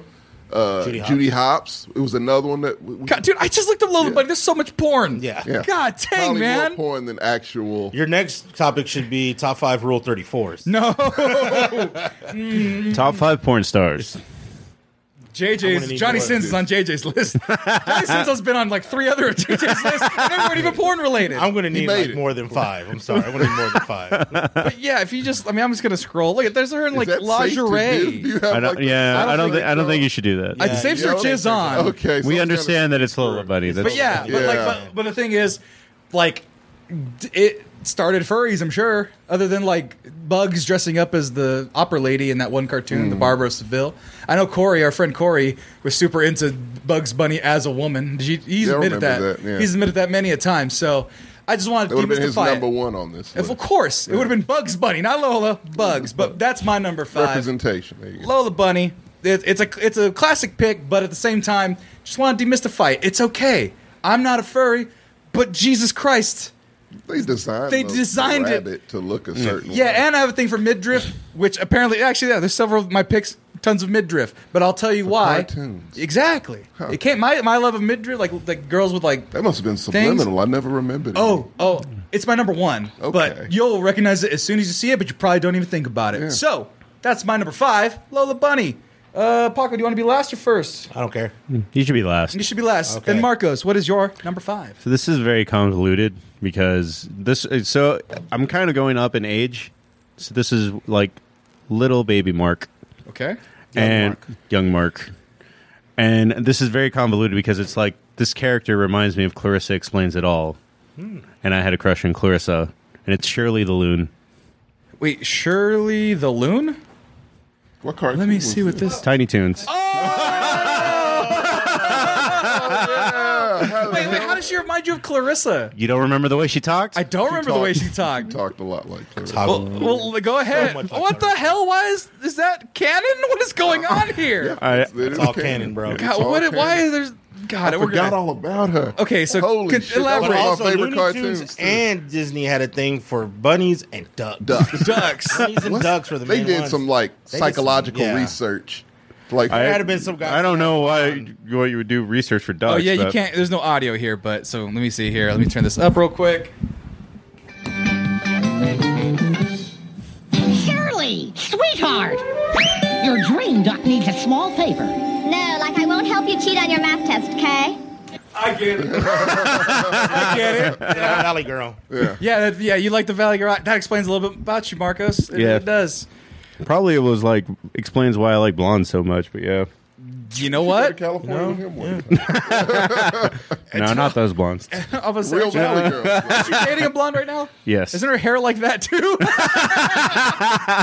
uh,
Judy
Judy,
Hopps.
Hops. It was another one that. We, we-
God, dude, I just looked up Lola Bunny. There's so much porn.
Yeah.
Yeah.
God dang,
probably
man.
more porn than actual.
Your next topic should be top five rule thirty fours.
No,
Top five porn stars.
I'm gonna
JJ's
need
Johnny
more.
Sins is on JJ's list. Johnny Sins has been on like three other JJ's lists. and They weren't even porn related.
I'm gonna need
made
like
it.
more than five. I'm sorry, I'm gonna need more than five.
But yeah, if you just, I mean, I'm just gonna scroll. Look, at there's her in
Is
like
that safe to
lingerie.
do? Do you have,
I don't.
like, the-
yeah, I don't.
think
Think, I don't
so.
think you should do that.
I safe
Yeah,
search
okay,
is
so-
on.
Okay, so
we
it's
understand
kinda-
that it's Lola Bunny. That's
But yeah, but like, but, but the thing is, like, d- it started furries. I'm sure, other than like Bugs dressing up as the opera lady in that one cartoon,
Hmm.
the Barber of Seville. I know Corey, our friend Corey, was super into Bugs Bunny as a woman. Did you- He's
Yeah, I
admitted that.
remember that, yeah.
He's admitted that many a time. So I just wanted to
That would have been his
demystify it.
number one on this.
If,
List.
of course, it would have been Bugs Bunny, not Lola. Bugs, but that's my number five.
Representation. There you go.
Lola Bunny. It, it's a it's a classic pick, but at the same time, just want to demystify it. It's okay. I'm not a furry, but Jesus Christ,
They designed.
They
the-
designed
the
it.
rabbit to look a certain. way.
yeah. And I have a thing for midriff, which apparently, actually, yeah, there's several of my picks, tons of midriff. But I'll tell you why.
cartoons.
Exactly. It can't. My my love of midriff, like like girls with like.
that must have been
Things-
subliminal. I never remembered. it.
Oh, oh, it's my number one.
Okay.
But you'll recognize it as soon as you see it, but you probably don't even think about it.
Yeah.
So that's my number five, Lola Bunny. Uh, Paco, do you want to be last or first?
I don't care.
Mm-hmm.
You should be last.
You should be last.
Okay.
Then Marcos, what is your number five?
So this is very convoluted because this. So I'm kind of going up in age. So this is like little baby Mark
Okay.
and young Mark, and this is very convoluted because it's like this character reminds me of Clarissa Explains It All,
Hmm.
and I had a crush on Clarissa, and it's Shirley the Loon,
Wait, Shirley the Loon?
What cartoon?
Let me
was
see what
it?
this. Oh.
Tiny Toons.
Wait, wait, how does she remind you of Clarissa?
You don't remember the way she talked?
I don't remember the way she talked.
Talked a lot like Clarissa.
Well, well, go ahead.
much like
what the hell? Why is is that canon? What is going on here?
I-
It's all canon, bro.
It's
God,
all
what?
canon.
Why is there's God?
I
we're
forgot
gonna-
all about her.
Okay, so
Holy
can-
shit, that was
elaborate.
one of
Also,
my favorite
Looney Tunes
cartoons. too.
and Disney had a thing for bunnies and ducks.
Ducks.
ducks.
Bunnies and
What's-
ducks were the
They
main
did
ones.
some like
They did some-
psychological
yeah.
research. Like
I-
There had to been some guys.
I don't know why what you would do research for dogs.
Oh yeah, you
but-
can't. There's no audio here, but so let me see here. Let me turn this up real quick.
Shirley, sweetheart, your dream duck needs a small favor.
No, like I won't help you cheat on your math test, okay?
I get it. I get it.
Yeah, Valley Girl.
Yeah, that, yeah. You like the Valley Girl? That explains a little bit about you, Marcos. It,
Yeah.
it does.
Probably it was like explains why I like blondes so much, but yeah.
You know
Go to
what?
California with him one time.
No, not those blondes.
I was
Real
saying,
Valley girl
She's dating a blonde right now.
Yes.
Isn't her hair like that too?
with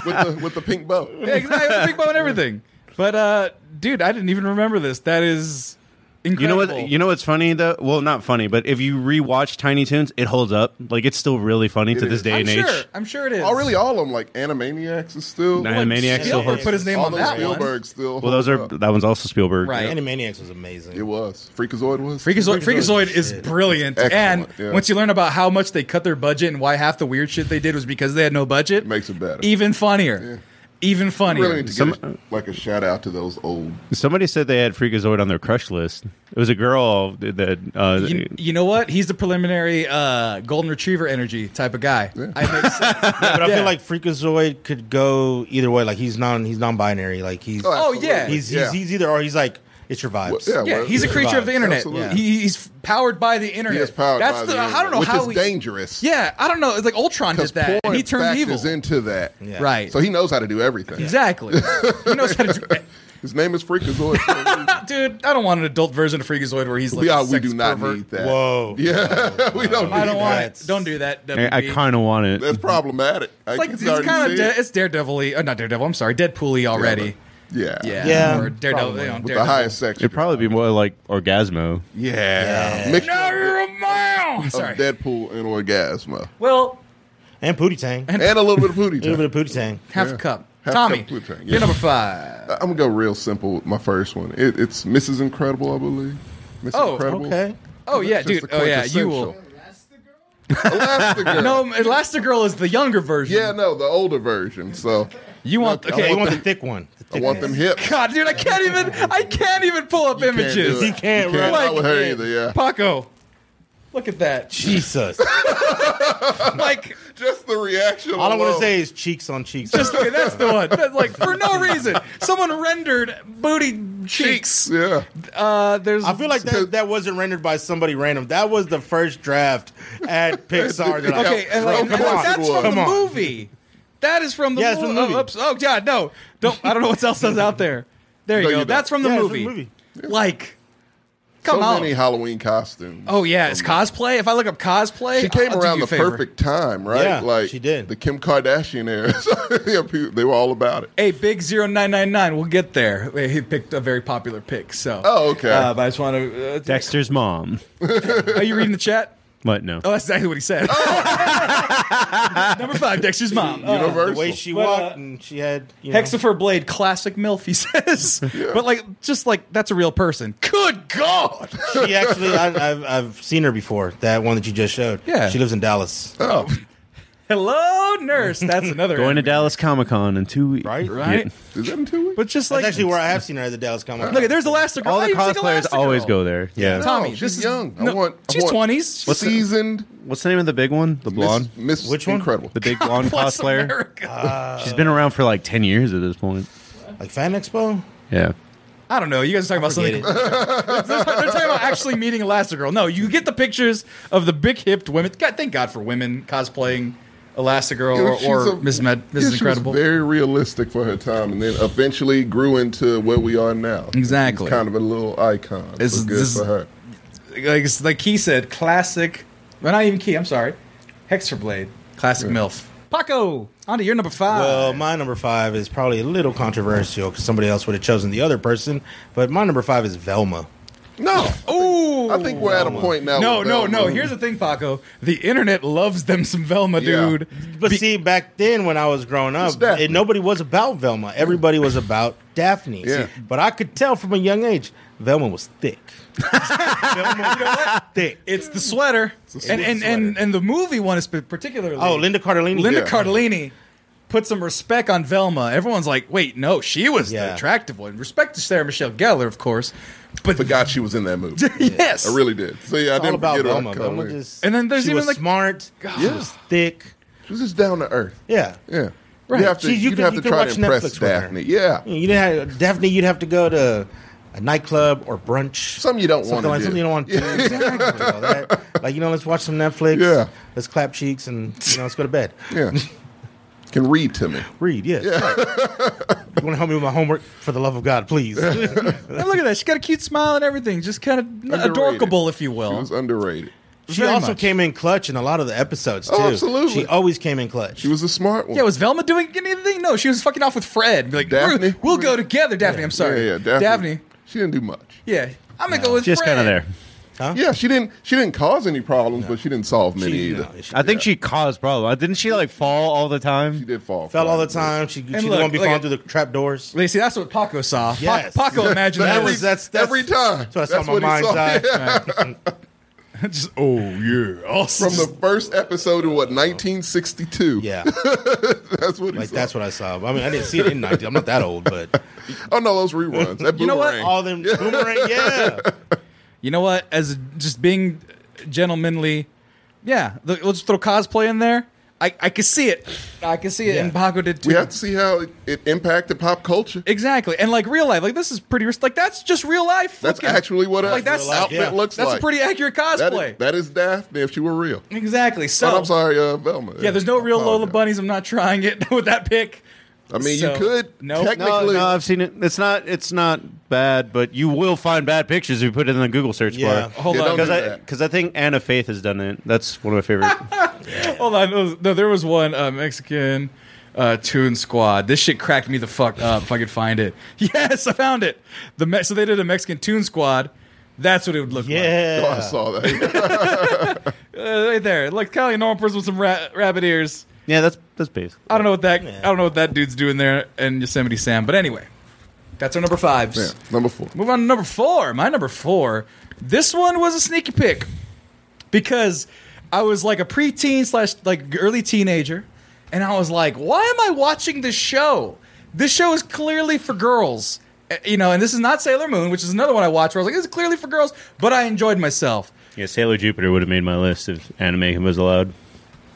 the with the pink bow.
yeah, exactly. Big bone and everything. But uh, dude, I didn't even remember this. That is
You know
incredible.
what? You know what's funny though? Well, not funny, but if you rewatch Tiny Toons, it holds up. Like it's still really funny to
It
this
is.
day
I'm
and
sure.
age.
I'm sure it is.
Oh, really? All of them, like Animaniacs, is still
Nah, Animaniacs still
Spielberg
holds.
put his name
all
on
those
that
Spielberg
one.
still.
Well, those
hold
are
up.
that one's also Spielberg.
Right.
Animaniacs was amazing.
It was Freakazoid was
Freakazoid, Freakazoid
Freakazoid
is
shit.
brilliant,
Excellent,
and
yeah.
once you learn about how much they cut their budget and why half the weird shit they did was because they had no budget,
It makes it better.
Even funnier, even
We
funnier.
really need to
Some-
give a- like a shout out to those old.
Somebody said they had Freakazoid on their crush list. It was a girl that. Uh,
you, you know what? He's the preliminary uh, golden retriever energy type of guy. I make sense.
Yeah, but I
Yeah.
feel like Freakazoid could go either way. Like he's non he's non binary. Like he's
Oh,
Oh,
absolutely.
yeah.
he's,
yeah.
he's he's either or he's like it's your
Well,
vibes.
yeah,
well,
he's a creature of the internet.
Absolutely.
He, he's powered by the internet.
He is powered
That's
by
the,
the
I don't know
which
how he-
is dangerous.
Yeah, I don't know. It's like Ultron did
because
that. and he turned evil.
is into that.
Yeah.
Right.
So he knows how to do everything.
exactly. he knows how to do. Ah,
His name is Freakazoid. for a reason.
Dude, I don't want an adult version of Freakazoid where he's like.
we
a
are, we
sex
do not
pervert.
need that.
Whoa.
Yeah, we don't. Need
I don't want it.
That's-
Don't do that.
I, I
WB.
kind of want it.
That's problematic.
It's like it's kind of de- it's Daredevil-y. Oh, not Daredevil. I'm sorry, Deadpool-y already.
Yeah.
Yeah,
Yeah,
or Daredevil. You know,
With
Daredevil.
the highest section.
It'd probably be more like Orgasmo.
Yeah. Mixture
No, you're a male.
of
Sorry.
Deadpool and Orgasmo.
Well,
And Pootie Tang. A
And a little bit of Pootie. Tang.
little bit of Pootie Tang.
half a cup.
Half
Tommy,
cup Pluto, yeah.
you're number five.
I'm going to go real simple with my first one. It, it's Mrs. Incredible, I believe. Mrs.
Oh,
Incredible.
okay.
Oh yeah,
That's just
dude.
the
Oh yeah, you will.
quintessential. Elastigirl.
No, Elastigirl is the younger version.
Yeah, no, the older version. So
You want
Okay,
okay?
you want the thick one. The
I
thick
want
one.
them hips.
God, dude, I can't even. I can't even pull up
Can't do
images.
it.
He can't,
You
bro.
can't
Like-
not with her either, yeah.
Paco, look at that.
Jesus.
Like,
Just the reaction.
All I want to
alone.
say is cheeks on cheeks.
just look at that's the one. That's like for no reason. Someone rendered booty cheeks.
Yeah.
Uh, there's.
I feel like that, that wasn't rendered by somebody random. That was the first draft at Pixar. They're like,
Okay, and,
Bro,
and
come
that's-
on.
that's from
Come
the
on.
movie. That is from the,
Yeah, it's from the
oh,
movie.
oops. Oh, God, no. Don't I don't know what else is out there. There you
No,
go.
you don't.
that's from the
Yeah, it's
movie.
from the movie.
Like come
so
on.
many Halloween costumes.
oh yeah, it's cosplay. If I look up cosplay,
She came
I'll do
around
you a
the
favor.
perfect time, right?
Yeah,
like
she did.
The Kim Kardashian era. So, yeah, people- they were all about it.
Hey, big 0999, we'll get there. He picked a very popular pick, so.
Oh, okay.
Uh, but I just want to.
Dexter's mom.
are you reading the chat?
What? No.
Oh, that's exactly what he said. Number five, Dexter's mom. Uh,
Universal.
the way she
But,
walked
uh,
and she had you know,
Hexifer Blade, classic MILF, he says. But, like, just like, that's a real person. Good God!
She actually, I, I've I've seen her before. That one that you just showed.
Yeah.
she lives in Dallas.
oh,
Hello, nurse. That's another
Going to
anime.
Dallas Comic Con in two weeks.
Right?
Right?
Yeah.
is that in two weeks?
But just
That's
like,
actually where I have seen her at the Dallas Comic. Con.
look, there's Elastigirl.
All the
I even think
cosplayers
Elastigirl.
always go there. Yeah.
uh, Tommy,
she's
this is
young.
no,
I want. I
she's
want
20s. What's the-
seasoned.
What's the name of the big one? The blonde.
Miss, Miss
Which one?
Incredible.
The big blonde
Plus
cosplayer.
America.
She's been around for like ten years at this point.
like Fan Expo.
Yeah.
I don't know. You guys are talking about
Forget
something.
it.
They're talking about actually meeting Elastigirl. No, you get the pictures of the big-hipped women. God, thank God for women cosplaying Elastigirl
She's
or, or
a-
Miss Med-
yeah,
Mrs.
she was
Incredible.
very realistic for her time, and then eventually grew into where we are now.
Exactly.
She's kind of a little icon.
This
so
is-
good
this is-
for her.
like like Key said, classic. Well, not even Key. I'm sorry. Hexerblade, classic milf. Paco, onto your number five.
Well, my number five is probably a little controversial because somebody else would have chosen the other person, but my number five is Velma.
No,
Ooh.
I think we're at a point now.
no,
with
no,
Velma.
no. Here's the thing, Paco. The internet loves them some Velma,
Yeah.
dude.
But see, back then when I was growing up,
It's Daphne.
it, nobody was about Velma. Everybody was about Daphne.
Yeah.
But I could tell from a young age, Velma was thick. Velma was thick.
It's the sweater,
It's a
and and, and
sweater.
and the movie one is particularly.
Oh, Linda Cardellini.
Linda
Yeah.
Cardellini put some respect on Velma. Everyone's like, wait, no, she was the
Yeah.
attractive one. Respect to Sarah Michelle Gellar, of course, but
Forgot she was in that movie.
yes,
I really did. So yeah, I didn't
It's all about
forget her.
Velma.
I
Velma
kinda-
just,
And then there's
she
even,
was
like-
smart. She
Yeah.
was thick.
She was just down to earth.
Yeah.
Yeah.
Right.
You have to,
She- you
you'd
could-
have
you
to
could
try to
watch
impress
Netflix with her.
Daphne. Yeah.
You know, how- Daphne, you'd have to go to a nightclub or brunch.
Something you don't
Something
wanna
like
do.
something you don't want to do. Exactly. All that. Like you know, let's watch some Netflix.
Yeah.
Let's clap cheeks and you know, let's go to bed.
Yeah. Can read to me.
Read, yes. you want to help me with my homework? For the love of God, please.
And look at that. She got a cute smile and everything. Just kind of
Underrated.
adorable, if you
She
will.
was underrated.
she
Very
also
much.
came in clutch in a lot of the episodes too.
Oh, absolutely.
She always came in clutch.
She was a smart one.
Yeah, was Velma doing anything? No, she was fucking off with Fred. Be like,
Daphne?
"We're- we'll go together, Daphne. I'm
yeah,
sorry.
yeah, Daphne.
Daphne.
She didn't do much.
Yeah. I'm going to go with
Just
Fred.
kind of there.
Yeah, she didn't. She didn't cause any problems, but she didn't solve many
She-
either.
no, she
I think she caused problems. Didn't she like fall all the time?
She did fall.
fell all the
flat,
time. She, she the
look,
one be
look
falling
at-
through the trap doors.
Like, see, that's what Paco saw. Pa-
Yes.
Paco imagined
That
that.
was-
was,
that's,
but- Every time.
That's what I saw in my
he
mind's
saw.
eye.
Yeah.
just, oh, yeah. Awesome.
From the first episode of what 1962.
Yeah,
that's what he
like
saw.
that's what I saw. I mean, I didn't see it in 90. I'm not that old, but
Oh no, those reruns. That
You know what?
boomerang.
all them boomerang. Yeah,
you know what? As just being gentlemanly, yeah, th- we'll just throw cosplay in there. I, I could see it. I could see it.
Yeah.
And Paco did too.
we have to see how it, it impacted pop culture.
Exactly, and like real life, like this is pretty. Like that's just real life.
That's
looking.
actually what
Like,
like
that's-
that's outfit
yeah.
looks
That's
like.
a pretty accurate
That
cosplay.
is, that is Daphne if she were real.
exactly. So
Oh, I'm sorry, uh, Velma.
Yeah, there's no
I
real Lola
apologize.
bunnies. I'm not trying it with that pick.
I mean,
So,
you could
no.
No,
technically.
no, I've seen it. It's not. It's not bad, but you will find bad pictures if you put it in the Google search
Yeah.
bar.
Hold
Yeah,
on,
don't
Because
do
I,
that.
because I think Anna Faith has done it. That's one of my favorite.
hold on. There was- No, there was one uh, Mexican uh, Toon Squad. This shit cracked me the fuck up. If I could find it, yes, I found it. The Me- so they did a Mexican Toon Squad. That's what it would look like.
Oh, I
yeah.
saw that.
Uh, right there, like kind of like a normal person with some ra- rabbit ears.
yeah, that's that's basically.
I don't know what that.
Yeah.
I don't know what that dude's doing there in Yosemite Sam. But anyway, that's our number fives.
Yeah, number four.
Move on to number four. My number four. This one was a sneaky pick because I was like a preteen slash like early teenager, and I was like, why am I watching this show? This show is clearly for girls, Eh, you know. And this is not Sailor Moon, which is another one I watched. Where I was like, this is clearly for girls, but I enjoyed myself.
Yeah, Sailor Jupiter would have made my list if anime was allowed.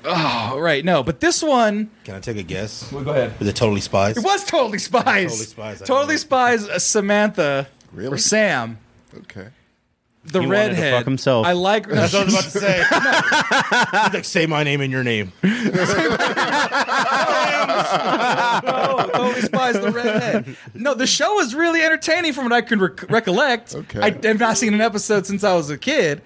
Oh.
All right, no, but this one
Can I take a guess?
go ahead.
Is it totally spies?
It was totally spies.
Totally Spies, I
Totally
know.
spies. uh, Samantha or
Really?
Sam,
Okay.
the
He wanted to
redhead.
fuck himself.
I like. no,
That's what I was about to say. He's like, say my name and your name.
Oh, Totally Spies the Redhead. No, the show was really entertaining from what I can rec- recollect.
Okay.
I have not seen an episode since I was a kid,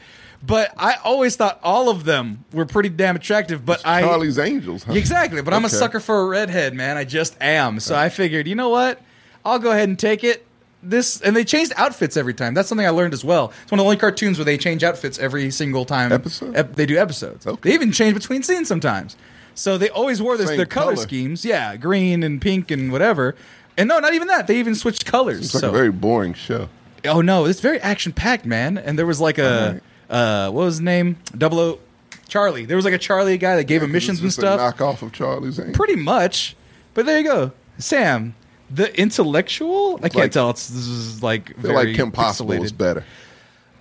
but I always thought all of them were pretty damn attractive. But I
Charlie's Angels. Huh?
exactly, but I'm a
Okay.
sucker for a redhead, man. I just am. So I figured, you know what? I'll go ahead and take it. This and they changed outfits every time. That's something I learned as well. It's one of the only cartoons where they change outfits every single time
Episode?
ep- they do episodes.
Okay.
They even change between scenes sometimes. So they always wore this,
Same
their color,
color.
schemes. Yeah, green and pink and whatever. And no, not even that. They even switched colors.
It's like
so
a very boring show.
oh no, it's very action packed, man. And there was like a uh, what was his name? Double O Charlie. There was like a Charlie guy that gave him missions and
It's just
stuff.
A knockoff of Charlie's Angels.
Pretty much. But there you go. Sam, the intellectual? I can't
Like-
tell. It's this is like
I feel
very
like Kim Possible
pixelated.
is better.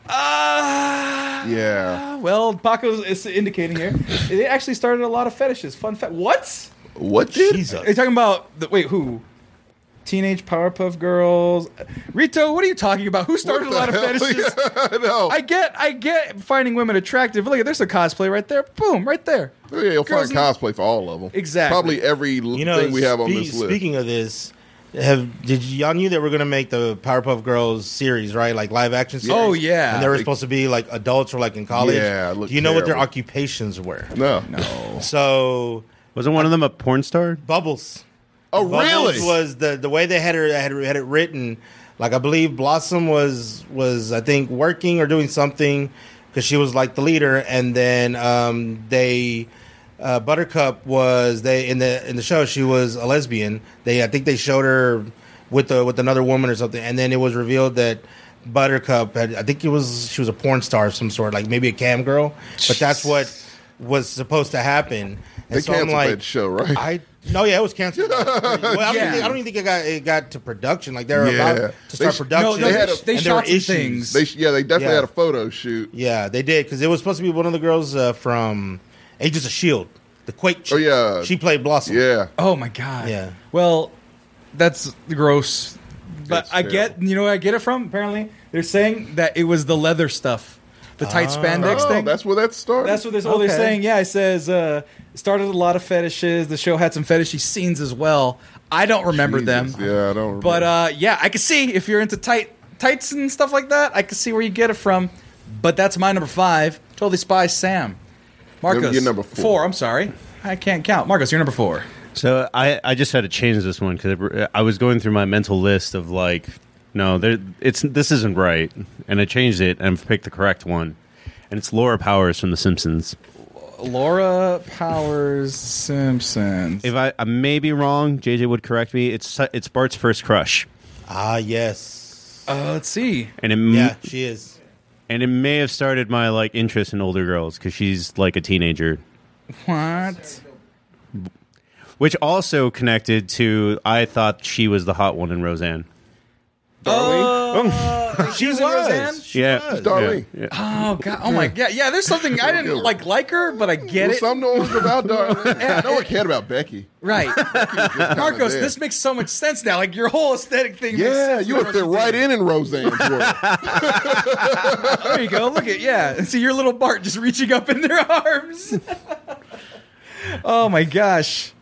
Ah.
Yeah.
Well, Paco's is indicating here. It actually started a lot of fetishes. Fun fact. What?
What? Did?
Are you
Jesus.
talking about the, wait, who? Teenage Powerpuff Girls. Rito, what are you talking about? Who started a lot of fetishes?
no.
I get, I get finding women attractive. Look, there's a cosplay right there. Boom, right there.
yeah, you'll
Girls
find
in-
cosplay for all of them.
Exactly.
Probably every l-
You know,
thing we have on
spe-
this list.
speaking of this, have did y- y'all knew they were going to make the Powerpuff Girls series, right? Like live action series.
Oh, yeah.
and they were
They-
supposed to be like adults or like in college.
Yeah, it
do you
looked
know what their
terrible.
occupations were?
no, no.
So
Wasn't one of them a porn star?
Bubbles.
Oh,
Bubbles
really?
Was the the way they had her had, had it written? Like I believe Blossom was was I think working or doing something because she was like the leader, and then um, they uh, Buttercup was they in the in the show she was a lesbian. They I think they showed her with the with another woman or something, and then it was revealed that. Buttercup, had, I think it was she was a porn star of some sort, like maybe a cam girl, but that's what was supposed to happen. And
They
I'm
canceled that show, right?
I no, yeah, it was canceled. well, I, don't
Yeah.
think, I don't even think it got it got to production. Like they're
Yeah.
about to
They
start
sh-
No,
production.
no,
They had
they,
a-
they
and there
shot
were
some
issues.
things.
They, sh- yeah, they definitely
Yeah.
had a photo shoot.
Yeah, they did because it was supposed to be one of the girls uh, from Agents of Shield, E the Quake.
Oh,
chick.
yeah.
she played Blossom.
Yeah.
Oh my god.
Yeah.
Well, that's gross. But
It's
I get you know where I get it from? Apparently, they're saying that it was the leather stuff. The tight spandex
Oh,
thing.
that's where that started.
That's what they're, oh, they're
Ah. Okay.
saying. Yeah, it says uh, started a lot of fetishes. The show had some fetishy scenes as well. I don't remember
Jesus.
them.
Yeah, I don't.
But
remember.
uh, yeah, I can see if you're into tight tights and stuff like that, I can see where you get it from. But that's my number five. Totally spy Sam. Marcos,
You're number four.
Four. I'm sorry, I can't count. Marcos, you're number four.
So I, I just had to change this one because I was going through my mental list of like, no, there, it's this isn't right, and I changed it and picked the correct one, and it's Laura Powers from The Simpsons.
Laura Powers Simpsons.
If I, I may be wrong, JJ would correct me. It's it's Bart's first crush,
Ah, yes.
Uh, let's see.
and it m-
yeah,
Mm.
she is.
and it may have started my like interest in older girls because she's like a teenager,
What?
which also connected to I thought she was the hot one in Roseanne.
uh, She was, in
was.
Roseanne.
yeah,
Darlene.
Yeah, yeah.
Oh god. Oh my god. Yeah. There's something I didn't like like her, but I get
well,
it.
some know it was about Darlene. no one cared about Becky.
Right. Marcos,
there.
this makes so much sense now. Like your whole aesthetic thing. makes
Yeah,
sense
you
now.
would fit right in in Roseanne's world.
There you go. Look at yeah. See your little Bart just reaching up in their arms. oh my gosh.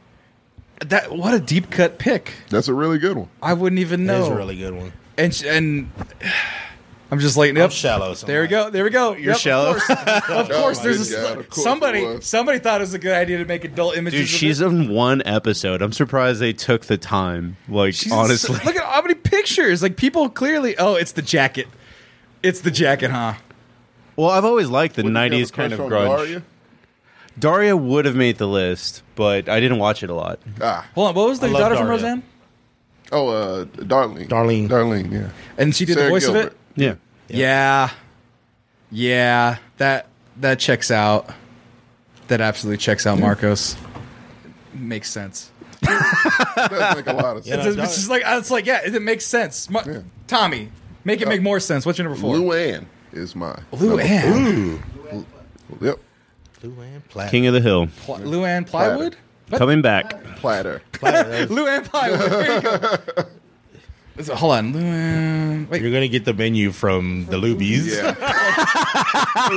That what a deep cut pick.
That's a really good one.
I wouldn't even
That
know.
is a really good one.
and sh- and I'm just lighting
I'm
up.
shallow. so I'm
There we
like-
go. There we go. You're
shallow.
Of course, Of course
my
there's a
God,
sli-
of course it
somebody.
was.
Somebody thought it was a good idea to make adult images.
Dude,
of
she's
it.
in one episode. I'm surprised they took the time. Like,
She's-
honestly,
look at how many pictures. Like people clearly. Oh, it's the jacket. It's the jacket, huh?
Well, I've always liked the
Wouldn't you have a
'90s kind of
crush on
grunge. Daria?
Daria?
would have made the list, but I didn't watch it a lot.
Ah.
Hold on. What was the
love
daughter from
Daria.
Roseanne?
Oh, uh, Darlene.
Darlene.
Darlene, yeah.
And she did the
Sarah
voice of
Gilbert.
it.
Yeah,
Yeah. Yeah. That that checks out. That absolutely checks out, Marcos. Makes sense.
That does make a lot of sense.
Uh,
It's, it's just like it's like yeah, it, it makes sense. Ma- Tommy, make it
Uh,
make more sense. What's your number four?
Lou Ann is my
Lou
number
Ann.
four. Yep.
Blue and platinum.
King of the Hill
Pl- Lou Ann Plywood?
coming back.
Platter.
Lou Ann Plywood. There you go. Is it- Hold on. Lou Ann. Wait,
You're gonna get the menu from the Lubies.
Yeah.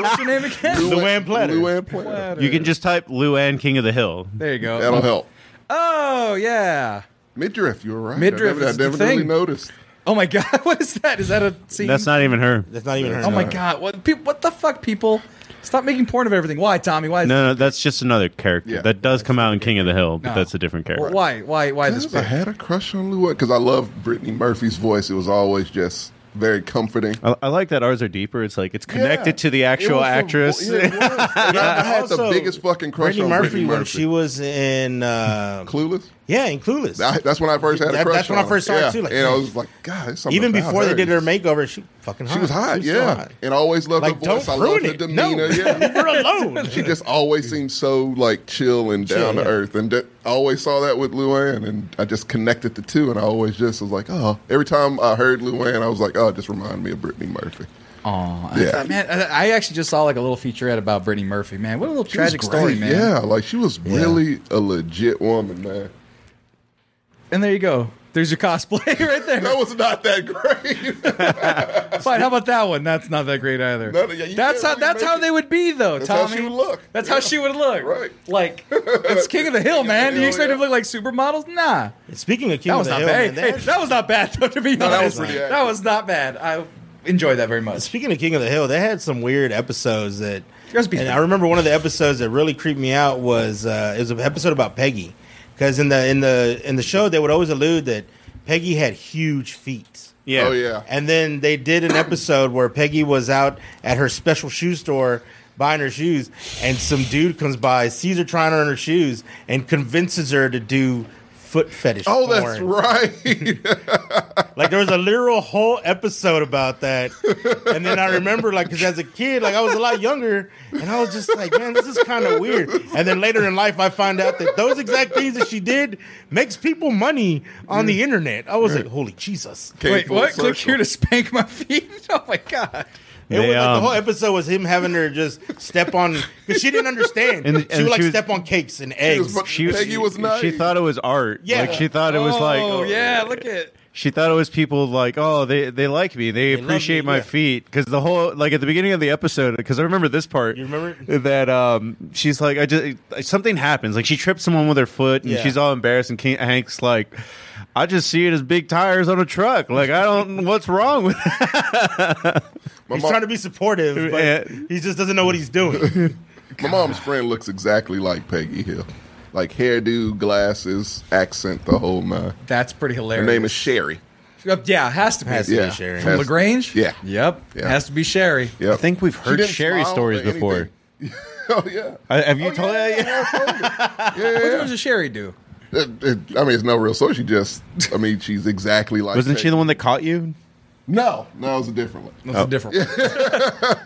what's your name again?
Lou Ann Platter.
Lou Ann Platter.
You can just type Lou Ann King of the Hill.
There you go.
That'll help.
Oh, yeah.
Midriff, you were right.
Midriff
I never, I
is the
never
thing.
really noticed.
Oh, my God. What is that? Is that a scene?
That's not even her.
That's not even her.
Oh, my
name.
God. What, peop what the fuck, people? Stop making porn of everything. Why, Tommy? Why? Is
No, no, that's just another character
Yeah.
that does come out in King of the Hill, but
No.
that's a different character.
Why? Why? Why this?
Because I
pick?
had a crush on Lou Ann because I love Brittany Murphy's voice. It was always just very comforting.
I, I like that ours are deeper. It's like it's Uh, connected to the actual actress.
I had the
Also,
biggest fucking crush
Brittany
on
Murphy
Brittany
when
Murphy.
she was in uh,
Clueless.
yeah in Clueless.
I- that's when I first had a
That-
crush.
that's when
on
I first
her.
saw her,
Yeah.
too, like-
and I was like, God, there's something
Even
about
before they did her
It's-
makeover, she fucking hot.
She was hot,
so
yeah.
hot.
And I always loved
Like,
her voice.
don't
I
ruin
loved
it.
her demeanor.
No.
Yeah.
We're alone.
she just always seemed so like chill and
Chill,
down
yeah.
to earth. And that- I always saw that with Luann, and I just connected the two. And I always just was like, oh. Every time I heard Luann, I was like, oh, it just remind me of Brittany Murphy.
Aw,
Yeah.
I- man, I I actually just saw like a little featurette about Brittany Murphy. Man, what a little
She was
tragic
great.
story, man.
Yeah, like she was really a legit woman, man.
And there you go. There's your cosplay right there.
That was not that great.
Fine. How about that one? That's not that great either.
No, no, yeah, you
that's how
can't really
that's
make
how
it.
they would be though.
That's how
Tommy.
she would look.
That's
Yeah.
how she would look.
Right.
Like it's King of the Hill, man. Do you
Hell,
expect
yeah.
him to look like supermodels? Nah.
Speaking of King
That
of
was
the
not
Hill,
bad.
man,
Hey,
that-
that was not bad though. To be
No,
honest,
that was pretty accurate.
That was not bad. I enjoyed that very much.
Speaking of King of the Hill, they had some weird episodes that.
There's been-
And I remember one of the episodes that really creeped me out was uh, it was an episode about Peggy, because in the in the in the show they would always allude that Peggy had huge feet.
Oh yeah.
And then they did an episode where Peggy was out at her special shoe store buying her shoes, and some dude comes by, sees her trying on her shoes, and convinces her to do foot fetish.
Oh, that's
porn.
right.
Like there was a literal whole episode about that, and then I remember like because as a kid, like I was a lot younger, and I was just like, man, this is kind of weird. And then later in life, I find out that those exact things that she did makes people money on the internet. I was like, holy Jesus!
Came
Wait,
full
what? Click
circle.
here to spank my feet. Oh my god.
It was
They,
like the
um,
whole episode was him having her just step on because she didn't understand.
And-
she
and
would like
she was-
step on cakes and eggs.
was-
She
Peggy was nice.
She thought it was art.
Yeah.
Like she thought it was like
oh yeah, look at.
She thought it was people like, oh, they they like me, they,
love
appreciate
me,
my
yeah.
feet, because the whole like at the beginning of the episode, because I remember this part.
You remember?
that um, she's like, I just something happens, like she trips someone with her foot, and
Yeah.
she's all embarrassed, and King, Hank's like. I just see it as big tires on a truck. Like I don't, what's wrong with? That?
My,
he's
mom-
trying to be supportive, but
Yeah.
he just doesn't know what he's doing.
my mom's friend looks exactly like Peggy Hill. Like hairdo, glasses, accent, the whole nine.
That's pretty hilarious.
Her name is Sherry.
Uh, yeah, it has to be.
Has to be
Yeah.
Sherry.
From
Has-
Lagrange.
Yeah.
Yep.
Yeah.
Has to be Sherry.
Yep.
I think we've
She
heard
didn't
Sherry
smile or
stories
anything.
before.
oh yeah.
I, have you
Oh,
told?
yeah,
Yeah,
yeah, I told her. Yeah,
What
yeah.
does Sherry do?
It- it- I mean, it's no real soul. She just, I mean, she's exactly like.
Wasn't she
Peggy.
the one that caught you?
No, no, it was a different one.
That's a different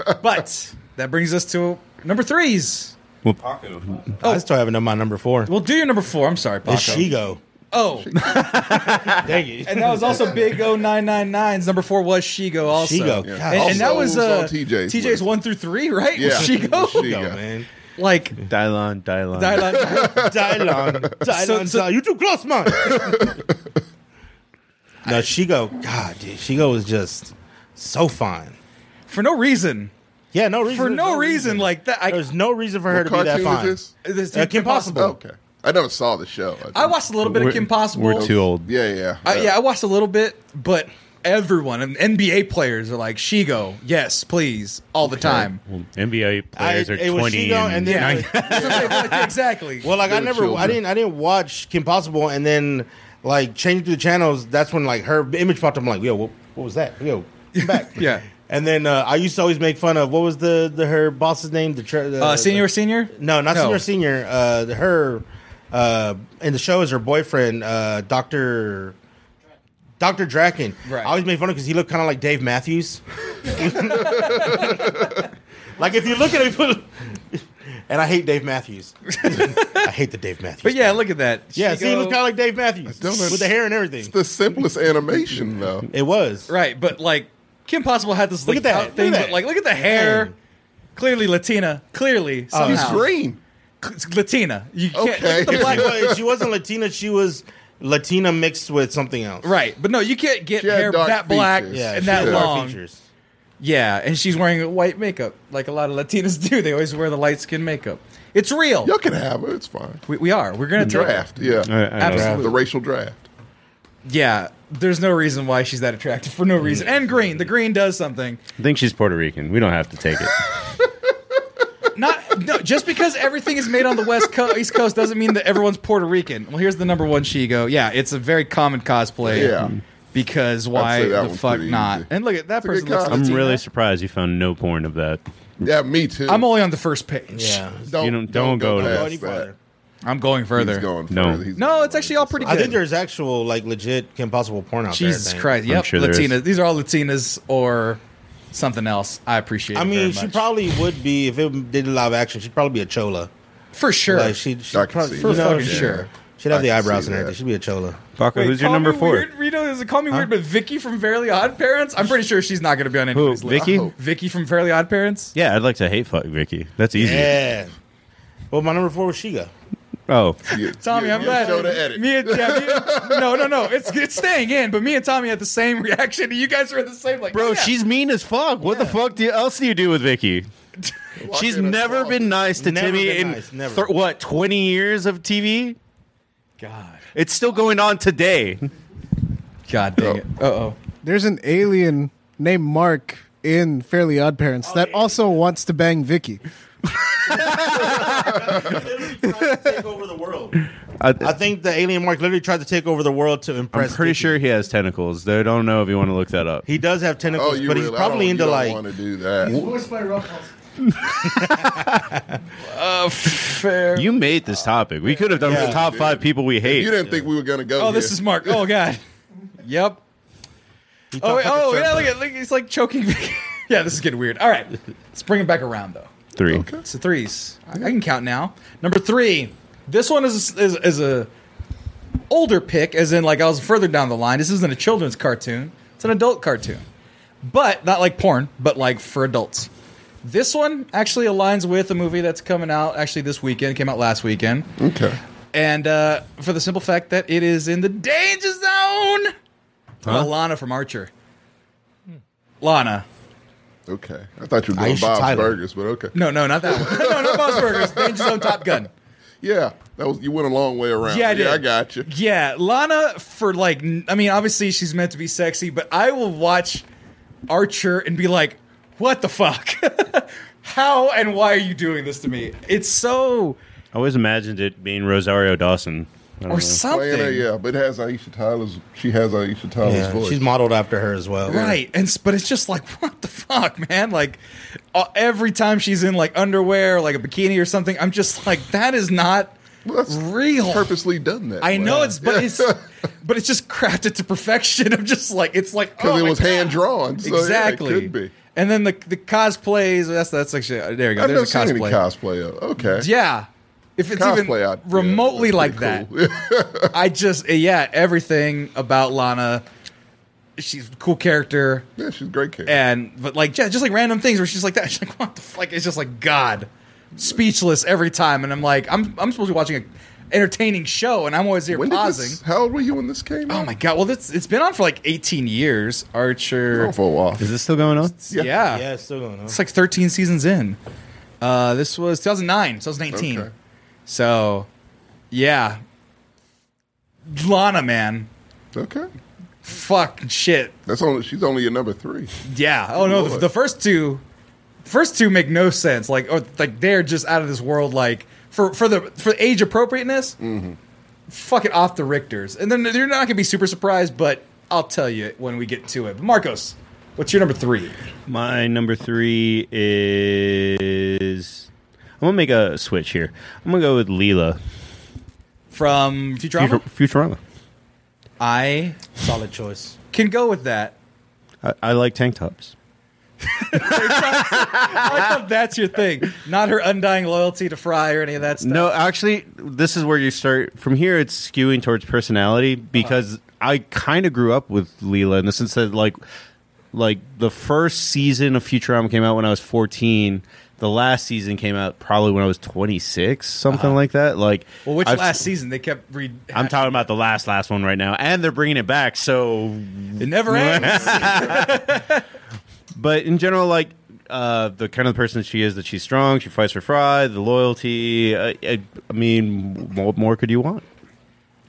one. but that brings us to number threes.
I still haven't done my number four.
We'll do your number four. I'm sorry, Paco.
It's Shigo.
Oh,
Thank you.
and that was also Big O 999's number four was Shigo also.
Shigo.
And,
Yeah.
and that
Also
was,
was on
uh,
TJ's list.
one through three, right?
Yeah.
Was Shigo.
Was Shigo.
Go,
Yeah.
man.
Like,
Dylon, Dylon.
dialogue-
Dylan, Dylan,
So- so-
Dylan. you too close, man. no, Shigo. God, dude, Shigo was just so fine.
for no reason.
Yeah, no reason
For no reason like that. I,
There's no reason for her to be that
cartoon is
fine.
this?
this-
Uh, Kim Possible.
Oh, okay, I never saw the show.
I watched a little bit
We're-
of Kim Possible.
We're too old.
Yeah, yeah,
I, yeah, I watched a little bit, but everyone and NBA players are like Shigo, yes, please, all the time.
Well, NBA players
I-
are
it was
twenty.
Shigo and then-
Yeah, exactly.
Well, like I
Little
never, I
children.
didn't, I didn't watch Kim Possible, and then like changing through the channels. That's when like her image popped up. I'm like, yo, what, what was that? Yo, come back.
Yeah.
And then uh, I used to always make fun of what was the, the her boss's name? The, tra- the
uh, senior,
the-
senior?
No, not senior senior. Uh, her uh, in the show is her boyfriend, uh, Doctor Doctor Draken.
Right.
I always made fun of because he looked kind of like Dave Matthews. like if you look at him, you put- and I hate Dave Matthews. I hate the Dave Matthews.
But yeah, look at that.
yeah,
Shigo-
see, he looked kind of like Dave Matthews
don't know.
with the hair and everything.
It's the simplest animation though.
It was
right. But like Kim Possible had this
Look
like,
at that.
out
Look at
thing,
that.
but like look at the hair.
Dang.
Clearly Latina. Clearly,
Oh,
She's
somehow.
green.
It's Latina. You can't look
Okay.
at the black.
She was- she wasn't Latina. She was Latina mixed with something else.
Right, but no, you can't get
She had
hair
dark
that black
features.
Yeah.
and
she
that
had dark
long.
features.
Yeah, and she's wearing white makeup like a lot of Latinas do. They always wear the light skin makeup. It's real.
Y'all can have her. It's fine.
We, we are. We're gonna take it.
Draft. Yeah.
I- I don't know.
Absolutely.
The racial draft.
Yeah, there's no reason why she's that attractive for no reason. And green, the green does something.
I think she's Puerto Rican. We don't have to take it.
Not no, just because everything is made on the west co- east coast doesn't mean that everyone's Puerto Rican. Well, here's the number one Shigo. Yeah, it's a very common cosplay.
Yeah.
Mm-hmm.
because why
that
the
one's
fuck
pretty
not?
easy.
And look at that
a
person.
good
Looks
cos.
I'm
Latina.
really surprised you found no porn of that.
Yeah, me too.
I'm only on the first page.
Yeah.
Don't,
You don't- don't go to
Go
past
any farther.
I'm going further.
He's going
No.
further. He's
No,
going
it's actually all pretty
I
good.
think there's actual like legit Kim Possible porn out there. I
Jesus
think.
Christ. Yep,
sure there is.
Latinas. These are all Latinas or something else. I appreciate.
I
it very
mean, she
much.
probably would be if it did live action. She'd probably be a chola.
for sure.
Like she, she'd
I can
probably,
see
for
that.
fucking
Yeah.
sure. She'd have
I
the
can see
eyebrows and
that.
everything. She'd be a chola.
Baca,
Wait,
who's your
Call
number
Me
four?
Weird, Rito is it Call Me Weird, but Vicky from Fairly Odd Parents. I'm pretty sure she's not going to be on
Who,
anybody's list.
Vicky?
Oh.
Vicky from Fairly Odd Parents.
Yeah, I'd like to hate fuck Vicky. That's easy.
Yeah. Well, my number four was Shiga.
Oh,
Tommy, I'm
you
glad.
showed the edit.
Me and yeah, me and- no, no, no. It's it's staying in. But me and Tommy had the same reaction. You guys were the same. Like,
bro,
yeah.
she's mean as fuck. What the fuck do you, else do you do with Vicky? she's
in and
never
swallow.
been nice to
Never
Timmy
been
in
nice, never.
thir- what twenty years of TV.
God.
It's still going on today.
God dang it. Uh oh.
There's an alien named Mark in Fairly Odd Parents that also wants to bang Vicky.
take over the world.
I,
I think the alien Mark literally tried to take over the world to
I'm
impress.
pretty
Vicky.
sure he has tentacles. Though I don't know if you want to look that up.
he does have
Oh,
tentacles,
you
but
really,
he's probably
I
into
don't,
like
want to do that.
Voiced by Rob Paulson.
Uh, Fair.
You made this topic. We could have done
Yeah.
the top five people we hate.
You didn't think we were gonna go?
oh, this
here.
is Mark. Oh God. Yep.
he
Oh, wait,
talked like a
oh yeah.
serpent.
Look at look. It's like choking. Vicky. yeah, this is getting weird. All right, let's bring it back around though.
Three.
It's the threes. I I can count now. Number three. This one is is, is a older pick, as in like I was further down the line. This isn't a children's cartoon. It's an adult cartoon, but not like porn, but like for adults. This one actually aligns with a movie that's coming out actually this weekend. It came out last weekend,
okay.
and uh, for the simple fact that it is in the danger zone.
Huh?
Lana from Archer. Lana.
Okay, I thought you were doing
Aisha
Bob's
Tyler.
Burgers, but okay.
No, no, not that one. no, not Boss Burgers. Danger Zone Top Gun.
Yeah, that was you went a long way around.
Yeah, I did.
I got you.
Yeah, Lana for like n- I mean, obviously she's meant to be sexy, but I will watch Archer and be like, "What the fuck? How and why are you doing this to me?" It's so
I always imagined it being Rosario Dawson. I
Mm-hmm.
don't know.
or something.
Atlanta, yeah, but it has Aisha Tyler's. She has Aisha Tyler's
Yeah,
voice.
she's modeled after her as well.
Right. And s- but it's just like what the fuck, man? Like uh, every time she's in like underwear, or, like a bikini or something, I'm just like that is not
Well, that's
real.
Purposely done that.
I know it's but
Yeah.
it's but it's just crafted to perfection. I'm just like it's like
because
oh
it
my
was
God.
hand drawn. So
exactly.
Yeah, it could be.
And then the the cosplays. That's that's actually uh, there. You go.
I've never
There's a
seen any
cosplay.
cosplay of. Okay.
yeah, if it's
Cosplay
even
out yeah,
remotely
that's
like
pretty
that,
cool.
I just eh, yeah everything about Lana. She's a cool character,
yeah, she's a great character.
and but like yeah, just like random things where she's like that. She's like what the f-? like it's just like God, speechless every time. And I'm like I'm I'm supposed to be watching an entertaining show, and I'm always here
When did
pausing.
this? How old were you when this came?
Oh my god! Well, that's it's been on for like 18 years. Archer,
god, for a while.
Is this still going on?
Oh, Yeah.
yeah,
Yeah, it's still going on.
It's like 13 seasons in. Uh, this was 2009, so I was 19.
Okay.
So, yeah. Lana, man.
Okay.
Fuck shit.
That's only. She's only your number three.
Yeah. Oh, no. The,
Lord.
the first two, first two make no sense. Like, or, like they're just out of this world. Like, for, for the for age appropriateness, fucking off the Richters. And then you're not going to be super surprised, but I'll tell you when we get to it. Marcos, what's your number three?
My number three is. I'm gonna make a switch here. I'm gonna go with Leela.
From Futurama?
Futur- Futurama.
I
Solid choice.
can go with that.
I, I like tank tops.
I
Ah.
thought that's your thing, not her undying loyalty to Fry or any of that stuff.
No, actually, this is where you start. From here, it's skewing towards personality because I kind of grew up with Leela in the sense that, like, like the first season of Futurama came out when I was 14. The last season came out probably when I was 26, something like that. Like,
Well, which
I've-
last season they kept re-
I'm talking about the last last one right now, and they're bringing it back. So,
it never ends.
but in general, like uh, the kind of person she is, that she's strong, she fights for Fry, the loyalty. Uh, I, I mean, what more could you want?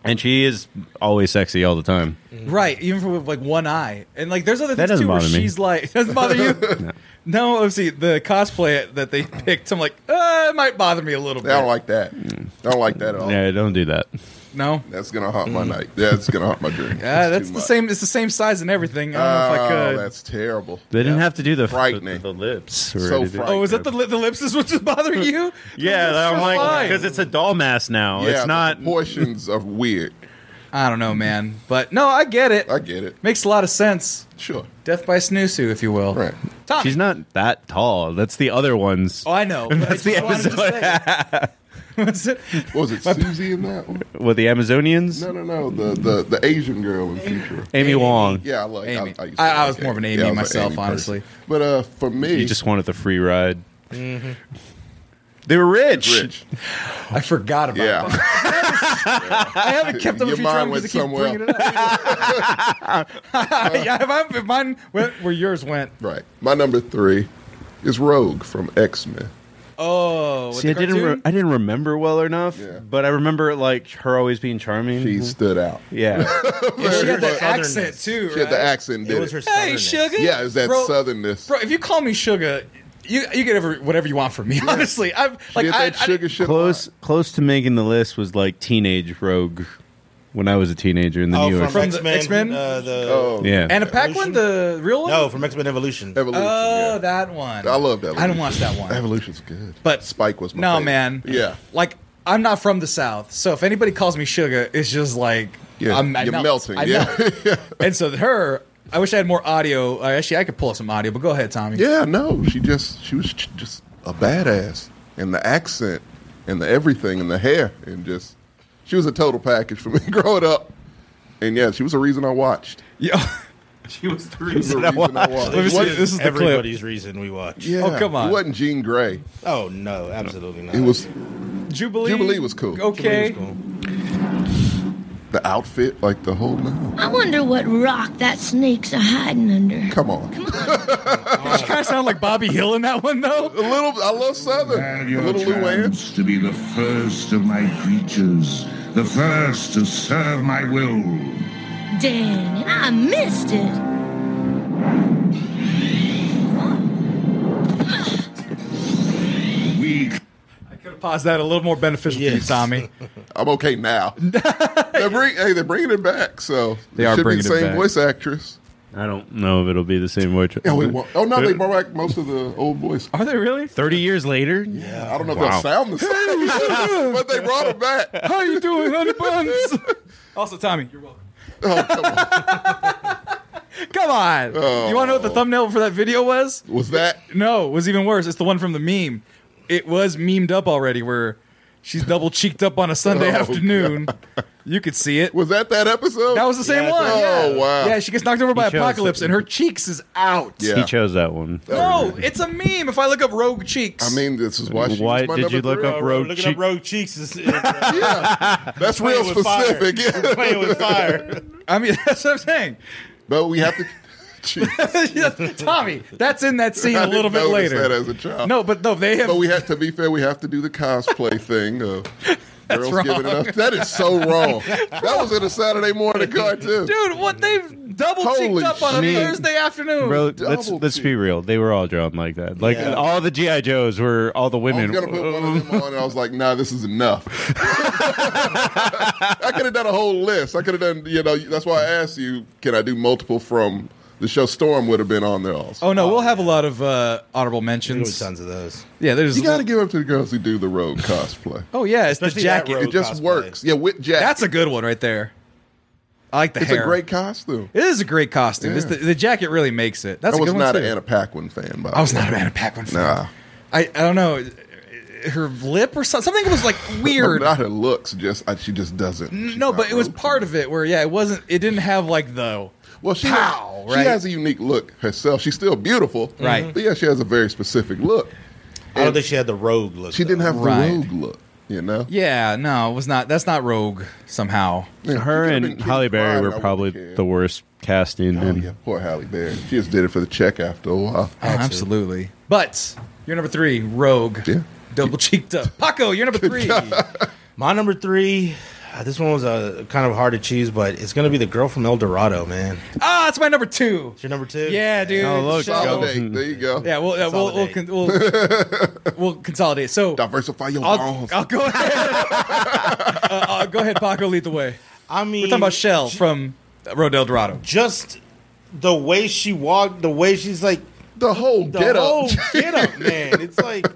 And she is always sexy all the time.
Mm-hmm.
right, even from like one eye, and like there's other
That
things
doesn't
too where
bother me.
she's like, doesn't bother you. no. see the cosplay that they picked, I'm like, uh, it might bother me a little
I
bit.
don't like that. I don't like that at all.
Yeah, don't do that.
no.
That's gonna haunt my night. That's gonna haunt my dream.
Yeah, Mm. Ah,
It's
that's
too
the
much.
same. It's the same size and everything. I
Oh,
don't know if I could.
that's terrible.
They didn't have to do the
Frightening.
the, the lips.
So
already, did they?
frightening.
Oh, is that the li- the lips is what's bothering you?
Yeah, that I'm like
fine.
because it's a doll mask now.
Yeah,
it's not.
Portions are weird.
I don't know, man. But no, I get it.
I get it.
Makes a lot of sense.
Sure.
Death by Snoosu, if you will.
Right.
Tommy.
She's not that tall. That's the other ones.
Oh, I know. but I
That's the
just wanted to say it. Was it?
What was it Susie in that one?
With the Amazonians,
No, no, no. The the, the Asian girl in future.
Amy Wong.
Yeah, I like
Amy.
I, used to
I- I
like
was more of an
Yeah,
Amy
I was an
myself,
person.
honestly.
But uh, for me,
You just wanted the free ride. They were rich.
Rich.
I forgot about
Yeah.
that. I haven't kept up
Your
with you
mind
because I
went
keep
somewhere
bringing it up. yeah, if, I, if mine went where yours went.
Right. My number three is Rogue from X Men.
Oh, with
See, I
the
didn't. Re-
cartoon?
I didn't remember well enough,
Yeah.
but I remember like her always being charming.
Mm-hmm.
She stood out.
yeah,
And she had that
Southern-
accent too,
She had the
right?
accent.
It
Did
was her
Hey,
southernness.
sugar.
Yeah, is that
Bro-
southernness?
Bro, if you call me sugar, you you get ever, whatever you want from me. Honestly, I've like
did
I,
that sugar shit. a lot.
close. Close to making the list was like teenage rogue when I was a teenager in the
Oh,
New York.
from,
From
X
the
Men.
X-Men?
Uh, the
Oh,
yeah,
I, Anna Paquin,
Evolution?
the real one.
no, from X Men Evolution.
Evolution.
oh,
yeah.
that one.
I love that.
I didn't watch that one.
Evolution's good.
But
Spike was my
no
favorite.
man.
Yeah.
like I'm not from the South, so if anybody calls me sugar, it's just like
Yeah,
I'm, I
you're
melt.
melting,
I
yeah.
melt. and so her, I wish I had more audio. Uh, actually, I could pull up some audio, but go ahead, Tommy.
Yeah, no, she just she was j- just a badass, and the accent, and the everything, and the hair, and just she was a total package for me growing up. And yeah, she was the reason I watched.
Yeah.
She was the reason I watched.
Let me see.
It
This is the clip.
everybody's reason we watch.
wasn't-
Oh, come on.
It wasn't Jean Grey.
Oh no, absolutely not.
It was
Jubilee.
Jubilee was cool.
Okay.
the outfit, like the whole. No.
I wonder what rock that snake's a hiding under.
Come on,
She kind of sounded like Bobby Hill in that one, though.
a little. I love
have
Southern.
your
A little Luann.
chance to be the first of my creatures, the first to serve my will.
Dang, and I missed it.
We
Pause that a little more beneficial for you,
Yes.
Tommy.
I'm okay now. they're bring, hey, they're bringing it back. So
They
it
are
should
bringing
be
it
the same
back.
voice actress.
I don't know if it'll be the same voice.
Oh, it, won't- oh no, they brought back most of the old voice.
Are they really?
Thirty years later,
I don't know if
Wow.
they'll sound the same, but they brought it back.
How are you doing, honey buns? also, Tommy, you're welcome.
Oh, come on. Oh.
Come on. You want to know what the thumbnail for that video was?
Was that?
No, it was even worse. It's the one from the meme. It was memed up already where she's double cheeked up on a Sunday
Oh,
afternoon. You could see it.
Was that that episode?
That was the same
Yeah,
one.
oh,
yeah.
wow.
Yeah, she gets knocked over by
chose
apocalypse
it.
and her cheeks is out.
Yeah.
he chose that one.
Oh,
No, it's a meme. If I look up rogue cheeks,
I mean, this is why. She
Why
was my
did
number
you look
three.
Uh,
up- Rogue
looking
cheek-
up rogue cheeks is is, uh,
Yeah, that's real
playing with fire.
specific.
We're
Yeah.
playing with fire.
I mean that's what I'm saying.
But we have to. Jeez.
Tommy, that's in that scene
I
a little bit
didn't notice
later.
That as a child.
no, but no, they have.
But we have to be fair. We have to do the cosplay thing of girls
wrong.
giving it up. That is so wrong. that was in a Saturday morning cartoon.
dude, what they've double
Holy
cheeked up on a
shit.
Thursday afternoon.
Bro, let's
double
let's be real. They were all drawn like that. Like
Yeah.
all the GI Joes were all the
I was
women.
gonna put one of them on, and I was like, "Nah, this is enough." I could have done a whole list. I could have done, you know. That's why I asked you, can I do multiple from the show? Storm would have been on there also.
oh no, we'll have a lot of uh, honorable
There was
mentions.
tons of those.
Yeah, there's.
you got to give up to the girls who do the road cosplay.
oh yeah, it's the
Especially that
jacket.
rogue
it just
cosplay.
works. Yeah, with Jack,
That's a good one right there. I like the
it's
hair.
a great costume.
It is a great costume. It's the,
Yeah.
the jacket really makes it. That's
I
a
was
good
not
one
an
too.
Anna Paquin fan, by
I was
the way.
not a Anna Paquin fan.
Nah,
I, I don't know. Her lip or something, something was like weird.
not her looks. Just I, she just doesn't. She's
no,
not
but it was
road
part of it where yeah, it wasn't. It didn't have like the
Well, she
Pow,
has,
right?
she has a unique look herself. She's still beautiful, Mm-hmm.
Right.
But yeah, she has a very specific look.
I don't think she had the rogue look.
She didn't have
Right.
the rogue look, you know.
yeah. No, it was not. That's not rogue somehow.
Yeah,
Her
she could've been
and
Kitty
Holly Berry
Pryde, I
were
wouldn't
probably
care.
the worst casting.
Oh,
and
yeah, poor Halle Berry. She just did it for the check after a while.
Oh, absolutely. But you're number three, rogue.
Yeah.
Double cheeked up. Paco, you're number three.
My number three. uh, This one was uh, kind of hard to choose, but it's gonna be the girl from El Dorado, man.
ah, it's my number two.
It's your number two.
Yeah, dude.
Oh, look,
So-
go.
Consolidate. There you go.
Yeah, we'll, yeah, we'll, we'll, con- we'll, we'll consolidate. So
Diversify your
I'll,
bones.
I'll go ahead. uh, uh, go ahead, Paco, lead the way.
I mean,
We're talking about Shell from Road El Dorado.
Just the way she walked, the way she's like
the whole
the
Oh, get
whole
up.
get up, man. It's like,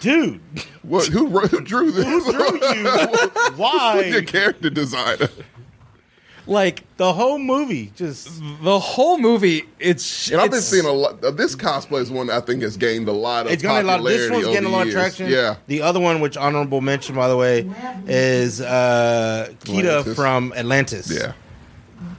dude,
What, who, wrote- who drew this?
who drew you?
Your
Why?
character designer.
Like
The whole movie just
the whole movie, it's.
And I've been
it's-
seeing a lot. uh, This cosplay is one I think has gained a lot of.
It's gonna a lot. This
popularity
one's
over
getting a lot of
years.
traction.
Yeah,
The other one, which honorable mention by the way, is uh, Kita
Atlantis.
from Atlantis.
yeah.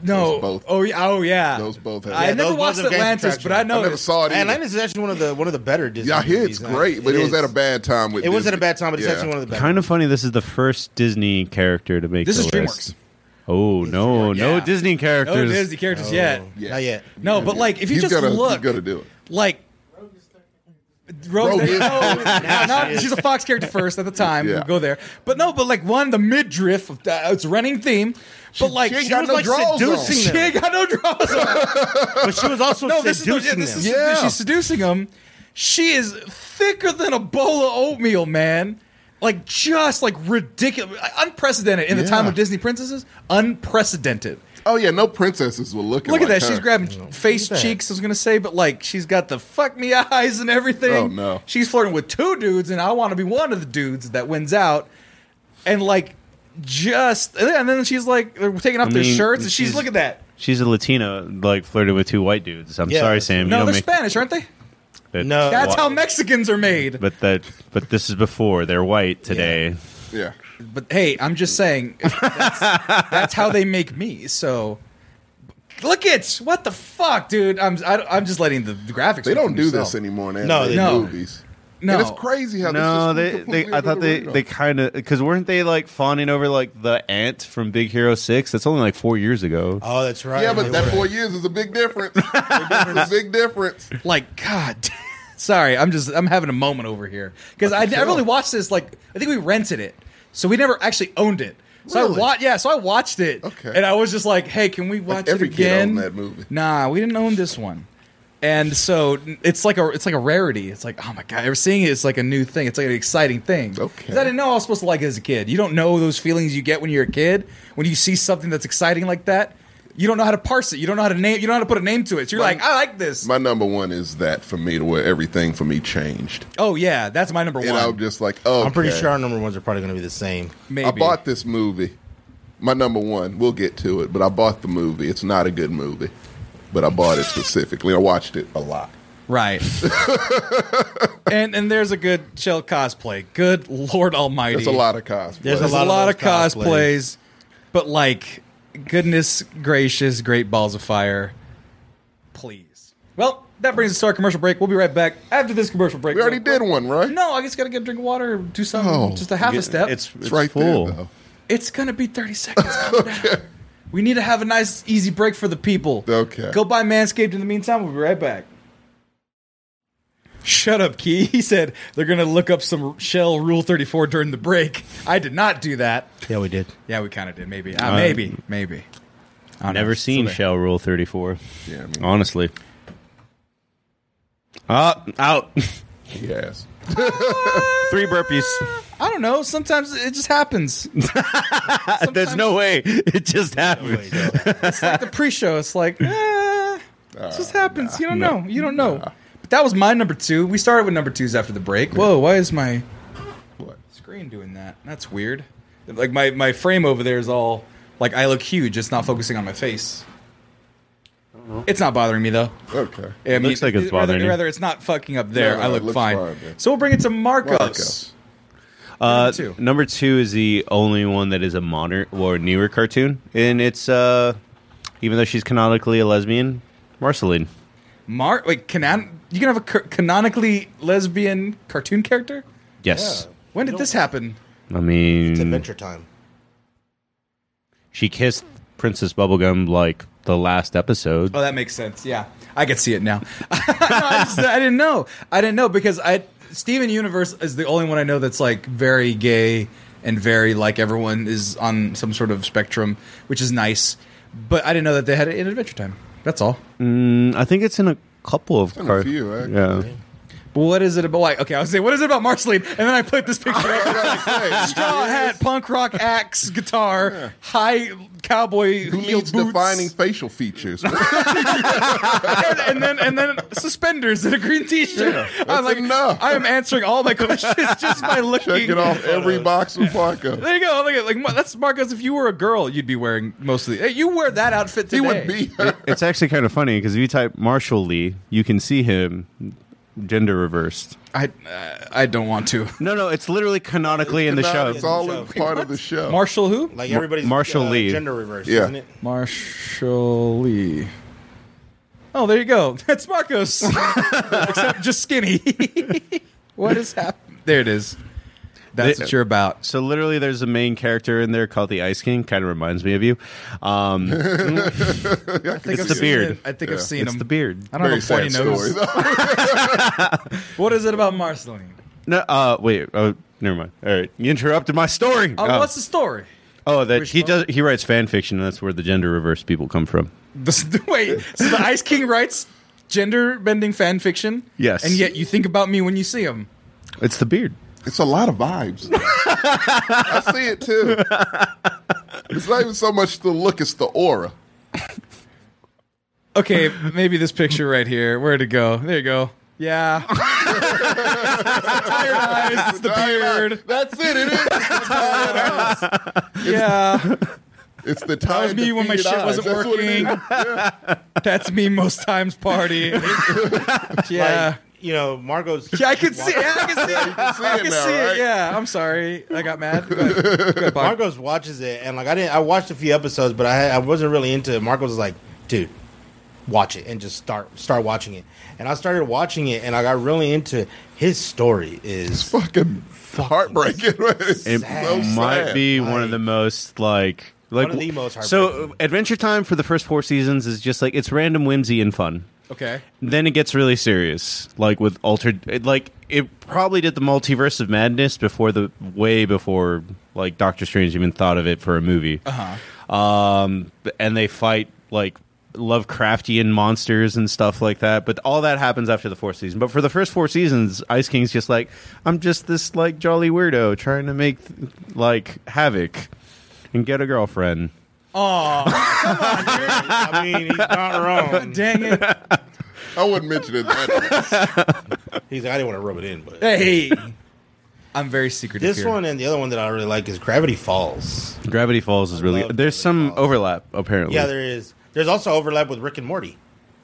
No.
both.
Oh yeah. Oh yeah.
Those both have-
I
Yeah,
never
those
watched
both have gas
Atlantis, but I
attraction.
know
I never saw it. Either.
Atlantis is actually one of the one of the better Disney.
Yeah, I hear it's
movies, huh?
great, but it, was
is.
at a bad time. With
It was at a
Disney.
bad time, but it's
Yeah.
actually one of the better.
Kind of funny. This is the first Disney character to make
This
the
is
list.
DreamWorks.
Oh no, no
Yeah.
Disney
No
characters.
Disney characters yet.
Oh. Yeah.
Not yet.
No, but like if you
He's
just
gonna,
look,
he's gonna do it.
like Rose,
Rogue is-
no,
Now
not,
she is.
she's a Fox character first at the time.
Yeah.
We'll go there, but no, but like one the midriff, uh, it's a running theme, but like
she ain't
she
got
was
no
like
draws on.
seducing them. She ain't got no draws. on.
but she was also
no, this is, the, yeah,
seducing
this is
them.
Yeah.
she's seducing him. She is thicker than a bowl of oatmeal, man. Like just like ridiculous, unprecedented in the time
Yeah.
of Disney princesses. Unprecedented.
Oh yeah, no princesses were looking.
Look at
like
that.
her.
She's grabbing face
that.
cheeks, I was going to say, but like she's got the fuck me eyes and everything.
Oh, no.
She's flirting with two dudes, and I want to be one of the dudes that wins out. And like just, and then she's like, they're taking off
I
their
mean,
shirts, and she's,
she's-
look at that.
She's a Latina, like flirted with two white dudes. I'm
Yeah.
sorry, Sam.
No,
you
they're
don't make
Spanish, aren't they?
that-
No.
That's
why-
how Mexicans are made. But,
But that, but this is before they're white today.
Yeah.
hey, I'm just saying, that's, that's how they make me. So. Look at what the fuck, dude. I'm I, am i am just letting the, the graphics.
They
speak
don't
for
do
themselves.
this anymore in
No,
animated
they
don't.
movies.
No,
And it's crazy how
No,
this
they, they I thought they, they kind of because weren't they like fawning over like the ant from Big Hero Six? That's only like four years ago.
Oh, that's right.
Yeah, but
They
that
were.
four years is a big difference. it's a big difference.
like god sorry i'm just i'm having a moment over here because I, I really watched this like i think we rented it so we never actually owned it so
Really?
i watched yeah so i watched it
Okay.
and i was just like hey can we watch
every
it
kid
again
owned that movie.
nah we didn't own this one and so it's like a it's like a rarity it's like oh my god ever seeing it it's like a new thing it's like an exciting thing 'Cause
Okay.
i didn't know i was supposed to like it as a kid you don't know those feelings you get when you're a kid when you see something that's exciting like that you don't know how to parse it you don't know how to name you don't know how to put a name to it so you're
My-
like i like this
My number one is that for me to where everything for me changed.
Oh yeah, that's my number one.
And I'm just like, oh,
I'm pretty sure our number ones are probably going to be the same.
Maybe.
I bought this movie. My number one. We'll get to it, but I bought the movie. It's not a good movie, but I bought it specifically. I watched it a lot.
right. and and there's a good shell cosplay. Good Lord Almighty,
That's a lot of cosplay.
There's
There's a lot, of,
those
cosplays, but like, goodness gracious, great balls of fire, please. Well, that brings us to our commercial break. We'll be right back after this commercial break.
we already did one, right?
No, I just gotta get a drink of water, or do something,
Oh,
just a half a step.
It's,
it's right
full.
there. Though.
It's gonna be 30 seconds. Calm down. We need to have a nice, easy break for the people.
Okay.
Go buy Manscaped in the meantime. We'll be right back. Shut up, Key. He said they're gonna look up some Shell Rule 34 during the break. I did not do that.
Yeah, we did.
Yeah, we kind of did. Maybe. Ah,
Uh,
maybe. Maybe. I don't know.
Never
It's
seen
okay.
Shell Rule Thirty Four.
Yeah, I mean-
honestly. Uh, out.
Yes.
Three burpees.
I don't know. Sometimes it just happens.
There's no way. It just happened.
it's like the pre-show. It's like, eh, it just happens. you don't know. You don't know. But that was my number two. We started with number twos after the break. Whoa, why is my
What?
screen doing that? That's weird. Like my my frame over there is all like I look huge. It's not focusing on my face. It's not bothering me though. I
Okay.
mean,
Uh-huh. looks like it's
rather-
bothering you.
rather, it's not fucking up there.
No,
I
no, it
look
looks
fine.
fine, yeah.
so we'll bring it to Marcos.
Marcos.
Uh,
Number two.
number two is the only one that is a modern or newer cartoon, and it's uh, even though she's canonically a lesbian, Marceline.
Mar, wait, canon. You can have a ca- canonically lesbian cartoon character.
Yes,
When did this happen?
I mean
It's Adventure Time.
she kissed Princess Bubblegum like the last episode.
Oh, that makes sense. Yeah, I could see it now. No, I, just- I didn't know. I didn't know because I Steven Universe is the only one I know that's like very gay and very like everyone is on some sort of spectrum, which is nice. But I didn't know that they had it in Adventure Time. That's all.
Mm, I think it's in a couple of
in a
car-
few, actually.
Yeah,
But what is it about? Like, okay, I was saying, what is it about Marceline? And then I put this picture. up. Straw hat, punk rock axe, guitar, high cowboy
Who
heel
needs
boots,
defining facial features?
and, and then and then suspenders and a green t-shirt. I'm
that's
like,
enough.
I am answering all my questions just by looking.
Checking off every box with Marco.
There you go. Look at like Mar- that's Marcos. If you were a girl, you'd be wearing most of the. Hey, You wear that outfit today.
He would be.
it's actually kind of funny because if you type Marshall Lee, you can see him gender reversed.
I uh, I don't want to.
No, no, it's literally canonically in the show.
It's all in part of the show.
Marshall who?
Like everybody's
Marshall
uh,
Lee.
gender reverse,
Yeah.
isn't it?
Marshall Lee. Oh, there you go. That's Marcos. Except just skinny. what is happening? There it is. That's
They-
what you're about.
So literally, there's a main character in there called the Ice King. Kind of reminds me of you. Um,
I think
It's
I've
the
seen
beard.
it. I think I've seen
it's
him.
the beard.
I don't
Very
have a pointy
sad story.
nose. What is it about Marceline?
No, uh, wait. Oh, never mind. All right, you interrupted my story.
Oh,
Uh,
what's the story?
oh, that
which
he
one?
does. He writes fan fiction, and that's where the gender reverse people come from.
The, wait, so the Ice King writes gender bending fan fiction?
Yes.
And yet you think about me when you see him.
It's the beard.
It's a lot of vibes. I see it too. It's not even so much the look; it's the aura.
Okay, maybe this picture right here. Where'd it go? There you go. Yeah. It's the tired eyes. It's the beard.
That's it. It is. It's the tired eyes.
Yeah.
It's the
That was
tired
me when my
defeated
shit
eyes.
wasn't
That's what it
working.
is.
That's me most times party. yeah.
Like, you know, Margot's.
yeah, I can see it. I can see it. I
it
can
now,
see it.
right?
Yeah, I'm sorry. I got mad. Go ahead. Go ahead, Bob.
Margot's watches it, and like I didn't. I watched a few episodes, but I I wasn't really into it. Margot's was like, dude, watch it and just start start watching it. And I started watching it, and I got really into it. His story is
Fucking heartbreaking.
It
It's so
might
sad.
be
Like-
one of the most like like
of the most
so
heartbreaking.
Adventure Time for the first four seasons is just like it's random whimsy and fun.
Okay.
Then it gets really serious, like with altered. It, like it probably did the multiverse of madness before the way before like Doctor Strange even thought of it for a movie. Uh-huh. Um, and they fight like Lovecraftian monsters and stuff like that. But all that happens after the fourth season. But for the first four seasons, Ice King's just like I'm just this like jolly weirdo trying to make like havoc and get a girlfriend.
I mean, he's not wrong.
Dang it.
I wouldn't mention it. That
He's like, I didn't want to rub it in, but
Hey. I'm very secretive.
this
here.
one and the other one that I really like is Gravity Falls.
Gravity Falls is really
love
there's
Gravity
some
Falls.
overlap apparently.
Yeah, there is. There's also overlap with Rick and Morty.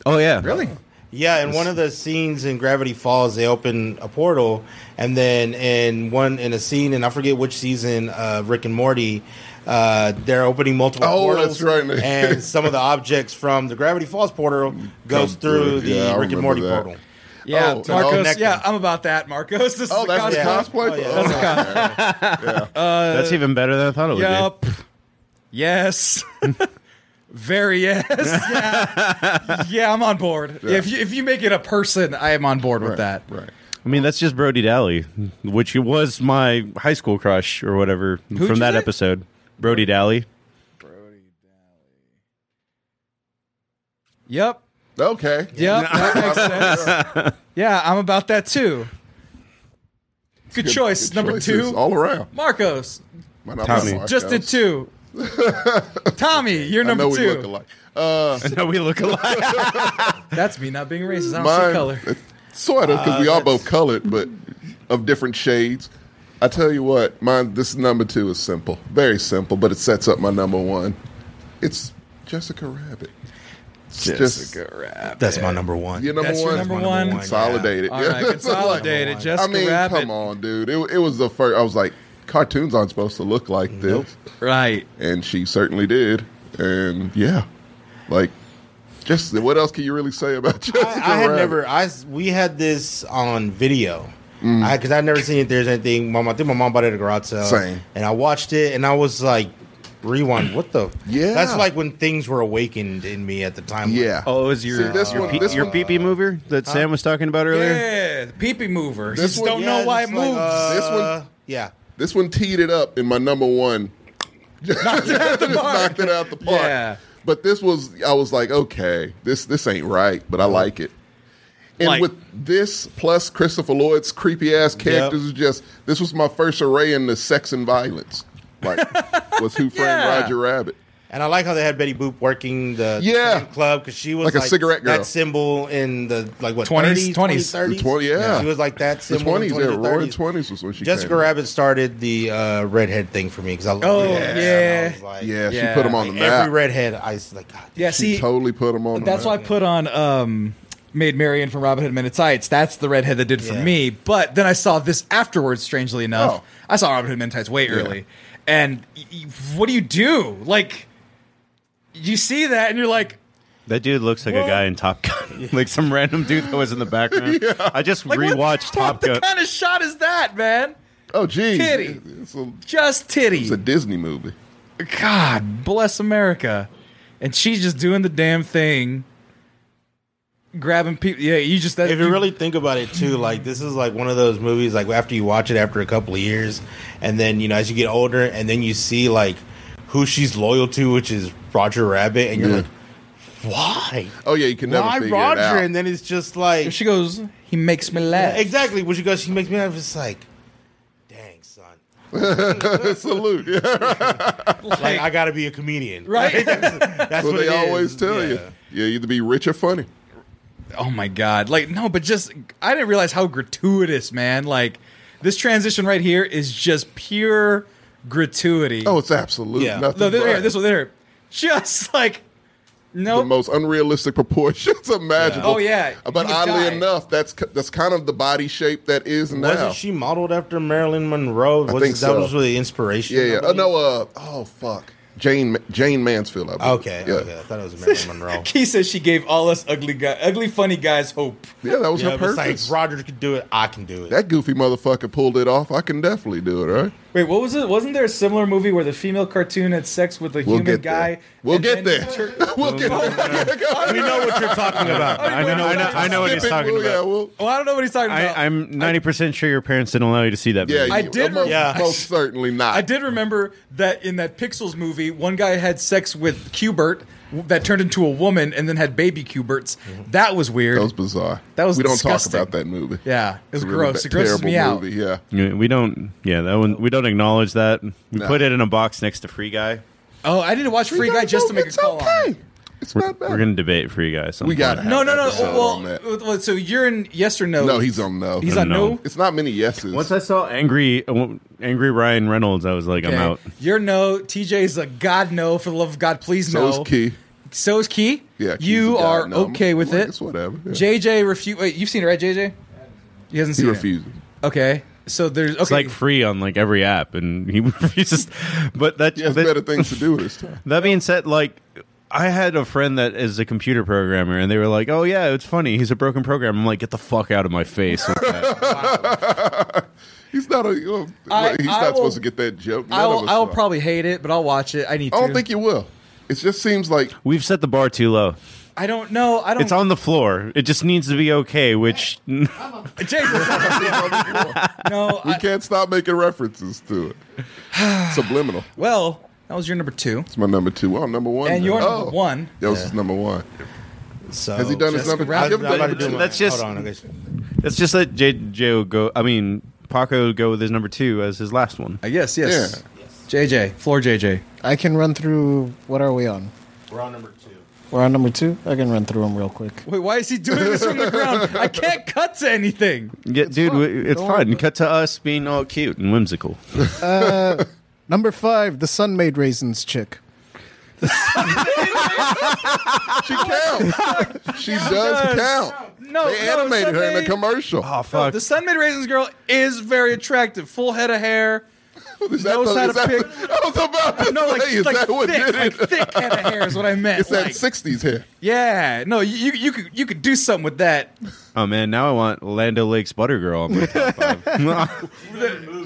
oh yeah,
Really?
Yeah, in one of the scenes in Gravity Falls, they open a portal, and then in one in a scene, and I forget which season of Rick and Morty, uh, they're opening multiple
Oh,
portals,
that's right.
and some of the objects from the Gravity Falls portal goes
Come through.
through the
Yeah, I
Rick and
remember
Morty
that.
portal.
Yeah,
Oh, to
Marcos.
connect
Yeah,
them.
I'm about that, Marcos. This is
oh,
a
that's
cosplay.
the cosplay.
Oh, yeah.
Oh,
That's even better than I thought it would
Yup.
be.
Yes. Very yes. Yeah. yeah, I'm on board. If you if you make it a person, I am on board with that.
Right.
I mean, that's just Brody Daly, which was my high school crush or whatever
you
from that
say?
episode. Brody Daly.
Yep.
Oh, Okay.
Yep. That makes sense. Yeah, I'm about that too. Good, choice.
Good
Number
choices
two.
all around.
Marcos.
Might not
Tommy.
be Marcos.
Just did two. Tommy, you're
I
number
know we look
two.
alike. Uh,
no, we look alike.
That's me not being racist. I don't
mine,
see color. Uh,
Sort of, because we all both colored, but of different shades. I tell you what, mine. This number two is simple, very simple, but it sets up my number one. It's Jessica Rabbit. It's just
Rabbit.
That's my number one.
your number
That's your
one.
number
my
one.
Consolidated.
All right, consolidated. Jessica
I mean,
Rabbit.
come on, dude. It, it was the first. I was like, cartoons aren't supposed to look like this,
Right.
and she certainly did. And yeah, like, just what else can you really say about Jessica
I, I had
Rabbit?
never. I s- we had this on video.
Mm.
I because I'd never seen it. There's anything. Mom, I think my mom bought it at a garage sale.
Same.
And I watched it, and I was like, rewind. What the?
Yeah.
That's like when things were awakened in me at the time. Like,
Yeah.
Oh, it was your
See, this
your,
one-
pee-
this
your
one-
pee-pee mover that Sam was talking about earlier.
Yeah, the peepee mover. You
This
just
one-
don't
yeah,
know why it
it's
moves.
like, uh,
This one-
Yeah.
This one teed it up in my number one. knocked it out the
park.
Knocked it out the park.
Yeah.
But this was I was like, okay, this this ain't right, but I like it. And
Like-
with this plus Christopher Lloyd's creepy ass characters is just this was my first array into sex and violence. Like was Who Framed
Yeah.
Roger Rabbit?
And I like how they had Betty Boop working the
Yeah.
same club because she was
Like
like,
a cigarette girl.
That symbol in the like what
20s, 20s.
20s, 20s,
The
30s.
20 yeah.
She was like that
The
symbol. in
twenties, yeah,
20s,
roaring
30s.
twenties was when she
Jessica
came.
Rabbit started the uh, redhead thing for me because I loved
Oh,
it.
yeah.
And I was like-
Yeah,
Yeah.
she put him on the
Like,
map.
every redhead, I was like, God,
Yeah,
she
see,
totally put him on.
that's
the
why I
map.
put on um, made Marion from Robin Hood Men at Tights. That's the redhead that did it for
Yeah.
me. But then I saw this afterwards. Strangely enough,
Oh.
I saw Robin Hood Men at Tights way early. And y- y- what do you do? Like, you see that and you're like,
That dude looks like a guy in Top Gun, like some random dude that was in the background. I just
like what
rewatched
the-
Top Gun.
What kind of shot is that, man?
Oh, geez.
Titty.
It's a,
Just titty.
it's a Disney movie.
God bless America. And she's just doing the damn thing, grabbing people. Yeah, you just that.
if you really think about it too like this is like one of those movies like after you watch it after a couple of years and then you know as you get older and then you see like who she's loyal to which is roger rabbit and you're
Yeah.
like why
Oh yeah, you can never
why
figure
roger
it out.
and then it's just like
she goes, he makes me laugh.
exactly when she goes she makes me laugh it's like dang son
Salute. Yeah.
like i gotta be a comedian
Right?
that's
Well,
what
they
it is.
always tell you.
Yeah.
You either be rich or funny.
oh my god! Like no, but just I didn't realize how gratuitous, man. Like this transition right here is just pure gratuity.
Oh, it's absolute
Yeah.
nothing.
no, this,
but
here, this one, there, just like no.
the most unrealistic proportions imaginable.
Oh, yeah.
But
You would
oddly
die.
enough, that's k- that's kind of the body shape that is now.
wasn't she modeled after marilyn monroe was
think
that
so.
was really inspiration
yeah, yeah.
I
Oh, no,
believe?
uh, oh fuck, Jane Jane Mansfield. I believe.
okay
yeah,
okay i thought it was marilyn monroe
He says she gave all us ugly guy, ugly funny guys hope.
yeah, that was
Yeah,
her
but it's like,
purpose.
if Roger could do it, I can do it.
that goofy motherfucker pulled it off. I can definitely do it, right?
Wait, what was it? Wasn't there a similar movie where the female cartoon had sex with a
We'll
human
get
guy?
there. We'll
and
get
then
there.
tur-
we'll get there.
we know what you're talking about.
I know, I know, I know what he's
Skip it,
talking
we'll- Yeah,
about.
we'll,
oh, I don't know what he's talking about.
I, I'm 90% sure your parents didn't allow you to see that
yeah,
movie.
I
you- uh,
did
Most,
remember-
most certainly not.
I did remember that in that Pixels movie, one guy had sex with Cubert w- that turned into a woman and then had baby Cuberts.
Mm-hmm.
That was weird.
That was bizarre.
That was
we don't
disgusting.
talk about that movie.
yeah, it was
It's a really
gross.
ba-
It grosses
terrible
me out.
movie, Yeah.
Yeah, we don't. Yeah, that one. We don't acknowledge that. We
No.
put it in a box next to Free Guy.
Oh, I need to watch Free Guy just to make a
it's
call
okay.
on. it.
It's
We're,
not bad.
we're gonna debate Free Guy. at some
We
point.
got it.
No, no, no.
Episode
Well,
on that.
well, so you're in yes or no?
No, he's on no.
He's
I'm
on no.
no.
It's not many yeses.
Once I saw angry, uh, angry Ryan Reynolds, I was like,
Okay.
I'm out.
You're no. TJ's a god no. For the love of God, please
so
no.
is Key.
So is Key.
Yeah, Key's
you
a guy.
are
No, I'm-
okay with
like,
it.
It's whatever. Yeah.
JJ refuse. Wait, you've seen it, right, JJ? He hasn't
he
seen
refuses.
it. Okay, so there's okay.
It's like free on like every app, and he refuses. But that,
He has
that
better things to do with his time.
that being said, like I had a friend that is a computer programmer, and they were like, "Oh yeah, it's funny. He's a broken programmer." I'm like, "Get the fuck out of my face!" with that."
He's not a. well,
I-
he's
I
not
will-
supposed to get that joke. None
I
of
will,
us
I will
are.
probably hate it, but I'll watch it. I need.
I
to.
don't think you will. It just seems like
We've set the bar too low.
I don't know. I don't.
It's on the floor. It just needs to be okay. Which
JJ. no.
we
I,
can't stop making references to it. Subliminal.
well, that was your number two.
It's my number two. Oh, number one.
And
then.
your
oh.
number one.
Yours is number one.
So
Has he done his
Jessica
number?
Rabbit.
give him
I'm about to
number
do
two.
my-
That's just-
Hold on, okay.
let's just let J- Jo go. I mean, Paco go with his number two as his last one.
I guess. Yes. JJ. Floor JJ.
I can run through. What are we on?
We're on number two.
We're on number two. I can run through them real quick.
Wait, why is he doing this from the ground? I can't cut to anything.
Yeah, dude,
fun.
we- it's
Don't worry
fun.
about
Cut to us being all cute and whimsical.
Number five, the sun made raisins chick.
She counts. she does count.
No,
they
no,
animated her in
Sunday-
a commercial.
Oh
No,
fuck!
the Sun Made Raisins girl is very attractive. Full head of hair.
is that
knows
the,
how
is
to
that
pick-
the- I was about to
No, like,
say, is
like
that what
thick,
did
like
it?
thick head of hair is what I meant.
it's that
Like,
60s hair.
yeah, no, you you could you could do something with that.
oh man, now I want Lando Lake's Butter Girl on my top five.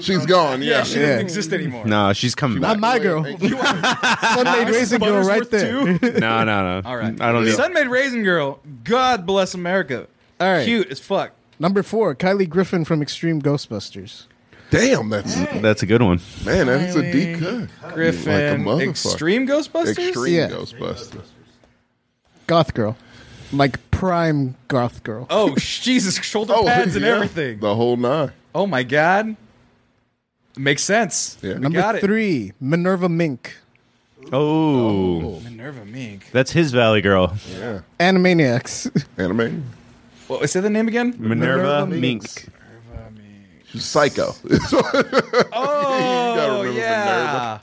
She's gone.
Yeah,
Yeah.
she doesn't
Yeah.
exist anymore.
no, she's coming back.
Not my girl. sun made raisin girl right
Buttersworth
there.
too?
No, no, no.
All right.
I don't need.
Sun Made Raisin Girl. God bless America.
All right.
Cute as fuck.
Number four, Kylie Griffin from Extreme Ghostbusters.
Damn, that's
That's a good one.
man. That is a D cut.
Griffin.
Like a motherfucker.
Extreme Ghostbusters?
Extreme
Yeah.
Ghostbusters.
Goth girl. Like prime goth girl.
Oh, Jesus. Shoulder pads and
Oh, yeah.
everything.
The whole nine.
Oh, my God. Makes sense.
Yeah.
We
Number
got it.
three, Minerva Mink.
Oh,
Minerva Mink.
that's his Valley Girl,
Yeah.
Animaniacs.
Anime.
What, say the name again?
Minerva,
Minerva
Mink.
She's psycho.
Oh,
remember
yeah.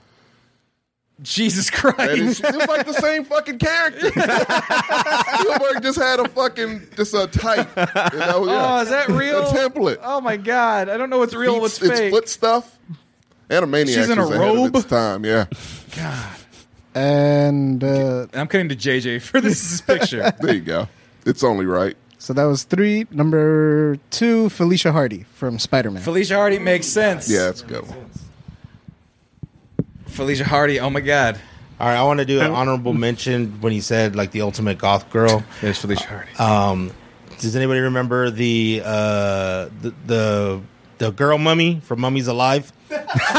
Jesus Christ.
And it's just like the same fucking character. Spielberg just had a fucking just a type. And that was- yeah.
Oh, is that real?
A template.
Oh my god, I don't know what's real, and what's
Feet- it's
fake.
foot stuff. Animaniacs
She's in a
was ahead of
robe?
its time, yeah.
And uh,
I'm cutting to JJ for this picture.
There you go. It's only right.
so that was three. Number two, Felicia Hardy from Spider Man.
Felicia Hardy makes sense.
Yeah, it's a good one.
Felicia Hardy. Oh my god.
All right, I want to do an honorable mention when he said like the ultimate goth girl.
There's Felicia Hardy.
Um, does anybody remember the uh, the, the the girl mummy from Mummies Alive?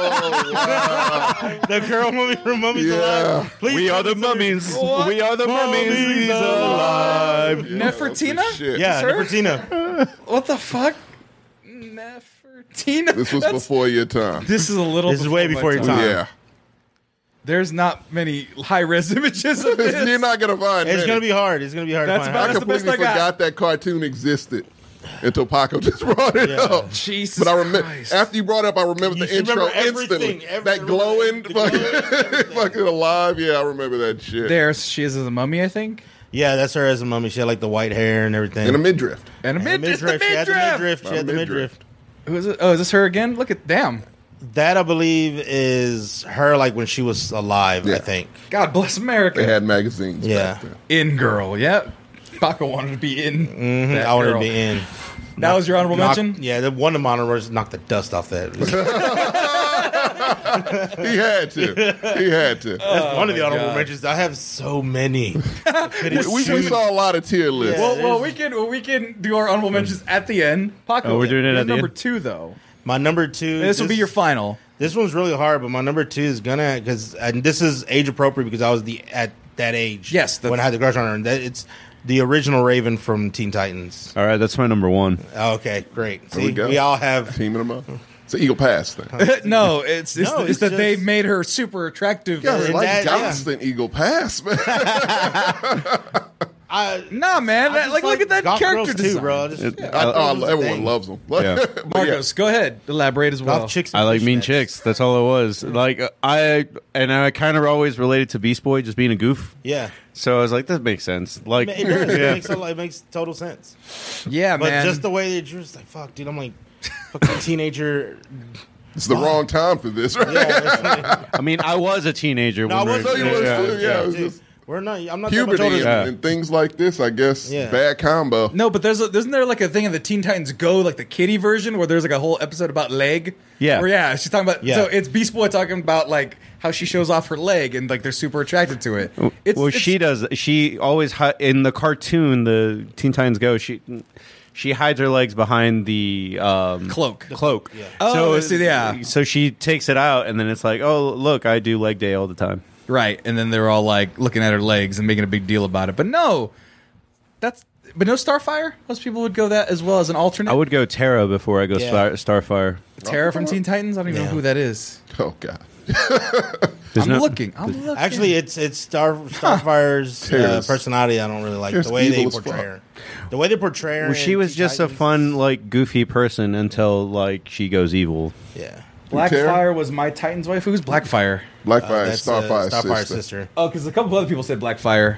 Oh,
the girl mummy from Mummies
Yeah.
Alive. Please
We are the
consider-
mummies.
What?
We are the
Mummies
mummies alive.
Nefertina?
that was the shit.
Yeah,
Sir?
Nefertina.
What the fuck? Nefertina.
This was
That's-
before your time.
This is a little.
This is way before
my
your time.
Yeah.
There's not many high res images of this.
You're not gonna find
It's
many.
gonna be hard. It's gonna be hard.
That's
to
about-
I
find.
that's the
completely
best I got.
forgot that cartoon existed until Paco just brought it
Yeah.
up.
Jesus.
But I remember
Christ.
after you brought it up, I remembered
You
the
should
intro
remember everything,
instantly.
every-
that
remember
glowing,
the glowing,
fucking, fucking alive. Yeah, I remember that shit.
There she is as a mummy, I think.
Yeah, that's her as a mummy. She had like the white hair and everything.
In a midriff.
And a
And the
mid- it's the
midriff. She had the
midriff.
midriff. She had the
Midriff.
midriff.
Who is it? Oh, is this her again? Look at damn.
That I believe is her, like when she was alive.
Yeah.
I think.
God bless America.
They had magazines.
Yeah.
Back then.
in girl, yep. Baca wanted to be in. that
Mm-hmm, I wanted
girl.
to be in.
That was your honorable
Knock-
mention.
Yeah, the one of my honorables knocked the dust off that. That's
He had to. He had to.
one of the honorable
Oh God.
mentions. I have so many. I couldn't
we, we
choose.
saw a lot of tier lists.
Well,
Yeah,
well, we
there's-
can well, we can do our honorable mentions at the end. Paco,
Oh, we're doing it
you're
at the
number
end?
two though.
my number two.
this, will be your final.
This one's really hard, but my number two is gonna because and this is age appropriate because I was the at that age.
Yes, that's-
when I had the crush on her, and that, it's the original Raven from Teen Titans. Oh,
All right, that's my number one.
Okay, great.
There we
See,
go.
we, all have.
Teaming them up. It's an Eagle Pass thing.
no, it's it's,
No,
it's
it's
that they
just-
made her super attractive. Uh,
Yeah, it's
And
like
that-
Johnston Eagle Pass, man.
I,
nah, man,
I
that,
just
like, look at that
goth
character
girls
design.
too, bro. I just-
It-
I,
thought it
oh,
was a
everyone
thing.
loves them. But-
Yeah.
but yeah.
Marcos, go ahead, elaborate as well.
Goth chicks.
I
and
like mean
fishnets.
chicks. That's all it was. Like uh, I and I kind of always related to Beast Boy just being a goof.
Yeah.
So I was like, that makes sense.
It
Like,
does. It,
yeah.
makes, a lot- it makes total sense.
yeah,
But
man.
just the way that you're just like, fuck, dude, I'm like, fucking teenager.
It's the wrong time for this, right?
Yeah, it's like-
I mean, I was a teenager.
No, I
when we-
was.
No, you
yeah,
was
yeah.
too. Yeah, it was
dude,
just-
we're not. I'm not that much
Puberty
older.
and,
Yeah.
and things like this, I guess,
Yeah.
bad combo.
no, but there's a, isn't there like a thing in the Teen Titans Go, like the kitty version, where there's like a whole episode about leg.
Yeah.
Where, yeah, she's talking about.
Yeah.
So it's Beast Boy talking about like how she shows off her leg and like they're super attracted to it. It's,
well,
it's-
she does. She always hi- in the cartoon, the Teen Titans Go. She she hides her legs behind the um,
Cloak. The
Cloak.
Oh, I see, yeah.
So she takes it out, and then it's like, oh, look, I do leg day all the time.
Right. And then they're all like looking at her legs and making a big deal about it. But no, that's. But no Starfire? Most people would go that as well as an alternate.
I would go Terra before I go
Yeah.
Star- Starfire.
Tara from Teen Titans? I don't even know
Yeah.
who that is.
Oh God,
There's
I'm
no-
looking. I'm looking.
Actually, it's it's Star Starfire's uh,
Terrorist.
personality. I don't really like
Terrorist
the way they
evil as
portray
fuck.
her. The way they portray her.
Well, she
in
was
Teen
just a
Titans-
fun, like, goofy person until like she goes evil.
Yeah.
Blackfire was my Titans wife. Who's Blackfire?
Uh,
Blackfire,
that's, uh,
Starfire,
Starfire
sister.
sister.
Oh, because a couple other people said Blackfire.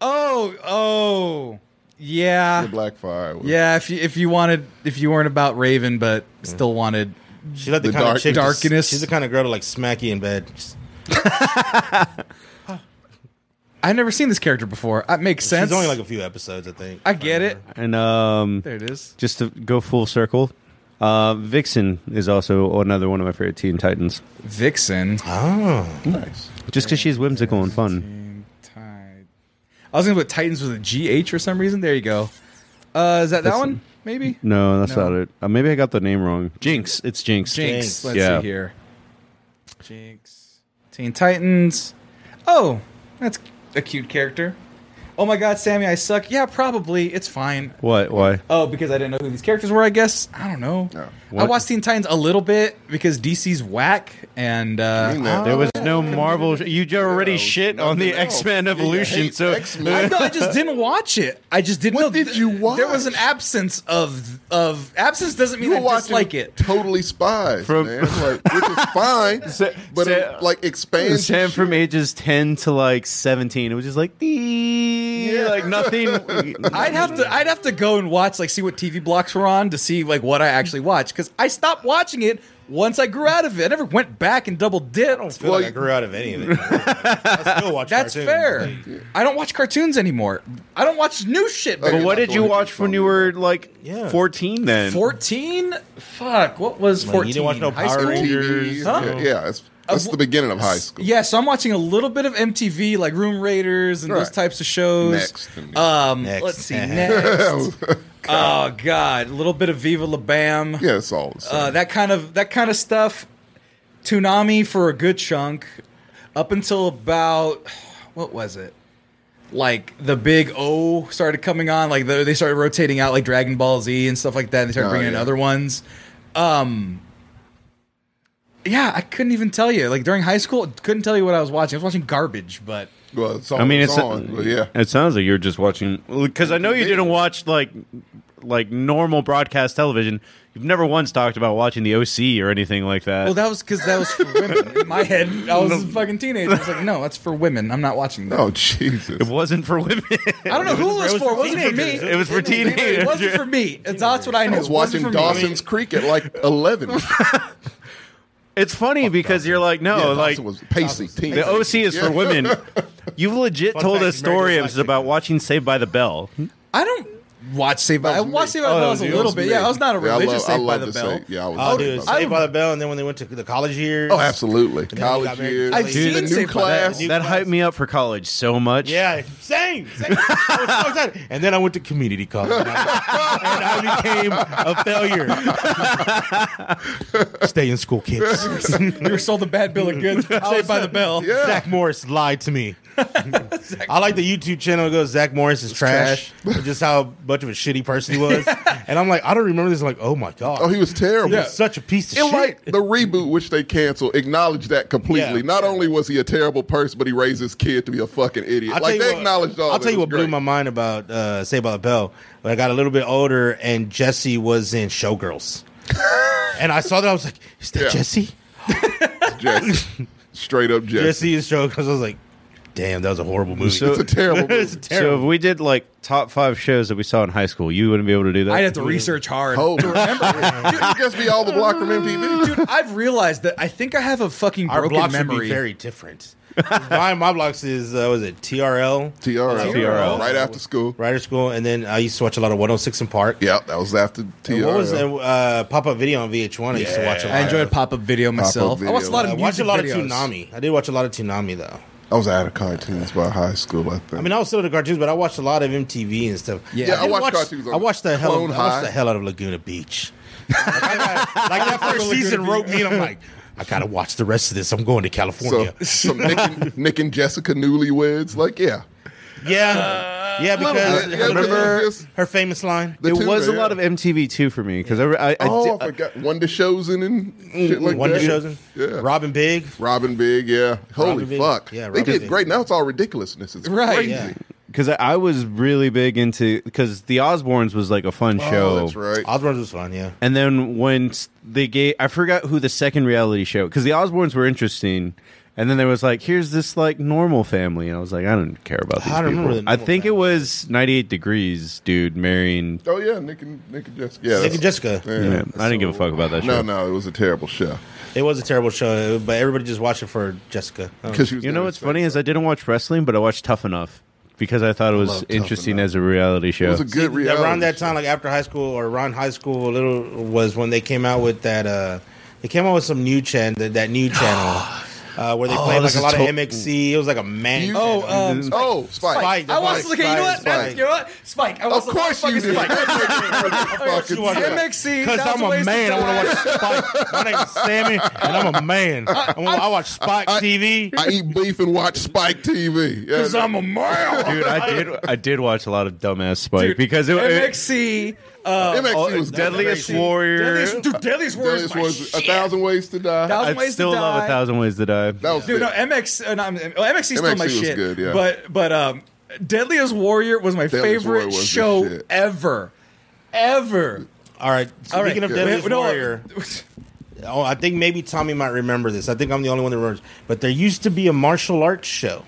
Oh, oh, yeah,
The Blackfire, was
yeah. If you if you wanted, if you weren't about Raven, but still wanted,
She's like the,
The
kind
dark-
of chick. to-
darkness.
She's the kind of girl to like smack you in bed. Just-
I've never seen this character before. That makes sense.
She's only like a few episodes, I think.
I get it.
And um,
There it is.
just to go full circle, uh, Vixen is also another one of my favorite Teen Titans.
Vixen.
Oh,
nice.
Just because she's whimsical and fun.
I was gonna put Titans with a GH for some reason. There you go. Uh, is that that one? Maybe.
No, that's
No.
not it. Uh, maybe I got the name wrong. Jinx. It's Jinx.
Jinx.
Jinx.
Let's
Yeah.
see here. Jinx. Teen Titans. Oh, that's a cute character. oh my god, Sammy, I suck. Yeah, probably. It's fine.
What? Why?
Oh, because I didn't know who these characters were. I guess I don't know. I
Oh. What?
watched Teen Titans a little bit because DC's whack, and uh,
There was no Marvel. sh- You j- already shit on the X Men evolution. So
I, know, I just didn't watch it. I just didn't know. Did you watch? There was an absence of of absence doesn't mean
You were
I
watching
dislike it.
Totally spies, man. Like, which is fine, but it, like expands.
Sam from ages ten to like seventeen. It was just like yeah. like nothing.
I'd have to I'd have to go and watch like see what TV blocks were on to see like what I actually watched because I stopped watching it once I grew out of it. I never went back and double dipped.
feel like I grew out of any of it. I still watch
That's
cartoons.
fair. I don't watch cartoons anymore. I don't watch new shit.
But what did you watch when you were like
Yeah.
fourteen? Then
Fourteen? Fuck. What was
Like, you
fourteen?
didn't watch no
High
Power
school?
Rangers,
Huh? Uh,
Yeah, yeah, that's, that's the beginning of high school.
Yeah, so I'm watching a little bit of MTV, like Room Raiders and those
Right.
types of shows.
Next.
Um, Let's see. Next. oh God, a little bit of Viva La Bam.
Yeah, it's all. the
Uh, that kind of that kind of stuff. Toonami for a good chunk, up until about what was it? Like the big O started coming on. Like the, they started rotating out like Dragon Ball Z and stuff like that. And they started
Oh,
bringing in
yeah.
other ones. Um, yeah, I couldn't even tell you. Like during high school, couldn't tell you what I was watching. I was watching garbage, but
well, it's
I mean, it's
yeah.
It sounds like you're just watching because I know you didn't watch like like normal broadcast television. You've never once talked about watching the OC or anything like that.
Well, that was because that was for women. In my head, I was a fucking teenager. I was like, no, that's for women. I'm not watching that.
Oh Jesus!
It wasn't for women.
I don't know who it was, for. It wasn't for me.
It was for teenagers.
It wasn't for me. It's, that's what I
I
knew.
was
It wasn't
watching
for me.
Dawson's Creek at like eleven.
It's funny because you're like, no,
Yeah, Dawson
like
was Pacey. Teen
the OC is
Yeah.
for women. You've legit
Fun
told
fact,
us
you married
story
a black
was about watching Saved by the Bell.
I don't watch Saved by. I watched Saved by the
Oh, that
Bell
was
a
you.
little
That was
bit. Yeah,
me.
I was not a
Yeah, I
religious
love- I
Saved by
love
the
to
Bell.
say- yeah, I was
Oh,
Saved
dude,
by the
Saved by the Bell, and then when they went to the college years.
Oh, absolutely.
then we got
College
married
years.
I've seen
the new
Saved by the Bell.
class.
New
That
class.
hyped me up for college so much.
Yeah, same. same. I was so excited. And then I went to community college, and I became a failure. Stay in school, kids.
you were sold a bad bill of goods. for Saved by the Bell.
Zach Morris lied to me. I like the YouTube channel. It goes, Zach Morris is trash. and just how much of a shitty person he was. and I'm like, I don't remember this. I'm like, oh my god.
Oh, he was terrible.
He was such a piece of
And
shit.
like the reboot, which they canceled, acknowledged that completely.
Yeah.
Not only was he a terrible person, but he raised his kid to be a fucking idiot.
I'll
like
tell you
they
what-
acknowledged all.
I'll
that.
tell
It
you
was
what blew
great.
my mind about uh, Saved by the Bell when I got a little bit older and Jesse was in Showgirls, and I saw that I was like, "Is that
Yeah.
Jesse?
Jesse. Straight up Jesse.
Jesse is Showgirls." I was like, "Damn, that was a horrible movie."
So- It's a
terrible
It's
movie.
So
terrible.
if we did like top five shows that we saw in high school, you wouldn't be able to do that.
I'd have to research hard
Hold
to
on.
remember.
It just be all the block from MTV.
Dude, I've realized that I think I have a fucking
Our
broken
blocks would be
memory.
very different. my my blocks is uh, was it TRL
TRL.
TRL.
Right after school.
Writer School, and then I used to watch a lot of 106 in Park.
Yep, that was after
And
TRL.
What was uh, Pop Up Video on VH1? I used to watch a lot.
I enjoyed
of.
pop up video myself.
video.
I watched a lot of
I
music
watched a lot of
videos.
Toonami. I did watch a lot of Toonami though.
I was out of cartoons by high school, I think.
I mean, I was still into cartoons, but I watched a lot of MTV and stuff.
Yeah, I
did
watched
watch-
cartoons on
I watched the hell.
Clone
I watched
High.
the hell out of Laguna Beach. like, I got- like, that first season wrote me, and I'm like, I gotta watch the rest of this. I'm going to
so
California.
some Nick and, Nick and Jessica newlyweds, like yeah,
yeah, yeah, because
bit, yeah,
remember
because it's-
her famous line.
The
it
two,
was a
yeah.
lot of MTV too for me because I, I, I
oh,
di-
I forgot Wonder Chosen and shit like
uh, Mm, Wonder
that.
Chosen,
yeah,
Robin Big.
Robin Big, yeah, holy
Robin Big.
fuck,
Yeah,
they
Robin
did
Big.
great. Now it's all ridiculousness. It's
Right.
crazy.
Yeah.
because I, I was really big into because the Osbournes was like a fun show.
Oh, that's right.
Osborne was fun. Yeah,
And then when s- they gave, I forgot who the second reality show because the Osbournes were interesting. And then there was like, here's this like normal family, and I was like, I don't care about these
I don't remember
people.
the
I
normal
think it
family.
was 98 Degrees, dude, marrying.
Oh yeah, Nick and Nick and Jessica. Yeah, that's-
Nick and Jessica. Oh.
yeah.
Yeah, I didn't give a fuck about that
No,
show.
no, it was a terrible show
It was a terrible show, but everybody just watched it for Jessica. Oh.
because she was.
You know
never
what's
safe.
funny is I didn't watch wrestling, but I watched Tough Enough because I thought it was
Tough
interesting
Enough.
as a reality
It
show.
was a good reality.
around that
show.
time, like after high school or around high school, a little was when they came out with that. uh They came out with some new channel, that, that new channel uh, where they
Oh,
played like
this
a
is
lot
to-
of MXC. It was like a man.
Oh, um, Spike.
Oh, Spike.
Spike.
I watched.
Spike,
Okay, you know what?
Spike,
That's-
Spike.
You know what? Spike. I watched
Of course
the
you did.
fucking Spike.
Oh,
Fucking Spike.
MXC.
Because
that was
I'm
a
a
waste of
man. I want to
time.
watch Spike. My name's Sammy, and I'm a man. I, wanna- I watch Spike
I-
TV.
I eat beef and watch Spike TV. Yeah,
Because I'm a man.
Dude, I did. I did watch a lot of dumbass Spike
Dude,
because it, it,
MXC. Uh,
MXC
oh,
was
Deadliest
great.
Warrior.
Deadliest, dude, Deadliest Warrior is
Deadliest
my
was a
shit.
thousand ways to die.
That was-
I
Ways to
still love
Die.
a thousand ways to die.
that was
Dude,
it.
no, MX, uh, not, oh, MXC still
MXC
my
was
shit.
good, yeah.
But but um, Deadliest Warrior was my
Deadliest
favorite
Warrior was the
show
shit.
ever, ever.
All right.
All right.
Speaking of
Good.
Deadliest
Wait, no,
Warrior, oh, I think maybe Tommy might remember this. I think I'm the only one that remembers. But there used to be a martial arts show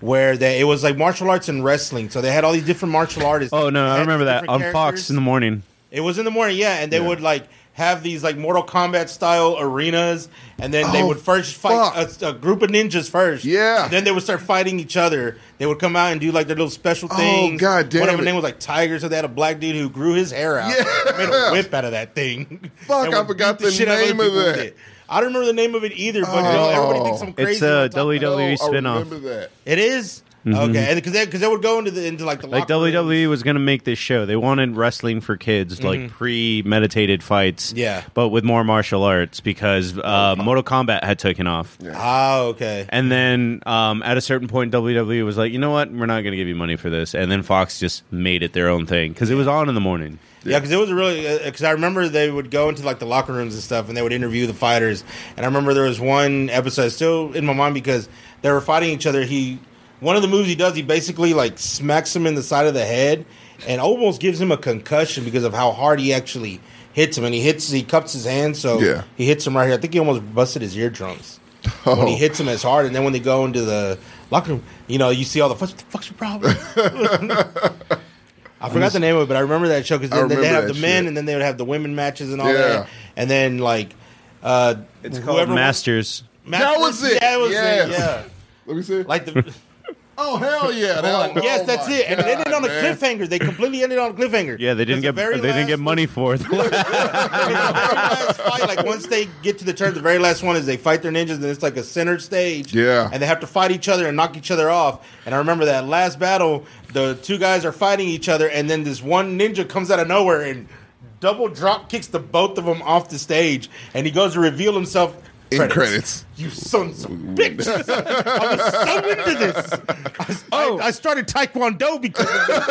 where they, it was like martial arts and wrestling. So they had all these different martial artists.
Oh no,
They
I
had
remember that on
different
Fox
characters.
in the morning.
It was in the morning, yeah, and they would like have these like Mortal Kombat style arenas, and then they
Oh,
would first fight
fuck.
a, a group of ninjas first.
Yeah.
And then they would start fighting each other. They would come out and do like their little special
Oh,
things.
God damn
One of
it.
them name was like Tiger, so they had a black dude who grew his hair out.
Yeah.
made a whip out of that thing.
Fuck,
And
I
would
forgot
beat
the
shit out other
name of Oh.
people with
that.
it. I don't remember the name of it either, but you know, everybody thinks I'm crazy.
It's uh,
when I
a
talk about
WWE
it.
I
spinoff.
remember that.
It is? okay, and because they because they would go into the into like the
Mm-hmm. Like
locker rooms.
WWE was going to make this show. They wanted wrestling for kids, like premeditated fights.
Mm-hmm. Yeah.
but with more martial arts because uh, Mortal Kombat had taken off.
Ah, okay.
And then um, at a certain point, WWE was like, you know what? We're not going to give you money for this. And then Fox just made it their own thing because it was on in the morning.
Yeah, because it was a really because I remember they would go into like the locker rooms and stuff, and they would interview the fighters. And I remember there was one episode still in my mind because they were fighting each other. He one of the moves he does, he basically like smacks him in the side of the head and almost gives him a concussion because of how hard he actually hits him. And he hits, he cups his hand, so
Yeah.
he hits him right here. I think he almost busted his eardrums. When he
Oh.
hits him as hard, and then when they go into the locker room, you know, you see all the "What the fuck's your problem?" I forgot the name of it, but I remember that show because
I
then they
remember
have
that
the men,
shit.
and then they would have the women matches and all
Yeah.
that, and then like uh,
It's called Masters.
That was it.
Yeah, was
Yes.
it. Yeah,
Let me see.
like the
oh hell yeah! That-
yes,
oh
that's
my
it. And it ended
God,
on a
man.
cliffhanger. They completely ended on a cliffhanger.
Yeah, they didn't
Because
get
the very
they didn't
last-
get money for it.
the very last fight, like once they get to the turn, the very last one is they fight their ninjas, and it's like a centered stage.
Yeah.
and they have to fight each other and knock each other off. And I remember that last battle, the two guys are fighting each other, and then this one ninja comes out of nowhere and double drop kicks the both of them off the stage, and he goes to reveal himself.
In credits.
you sons of bitches! I was so into this. I,
Oh.
I, I started Taekwondo because of this.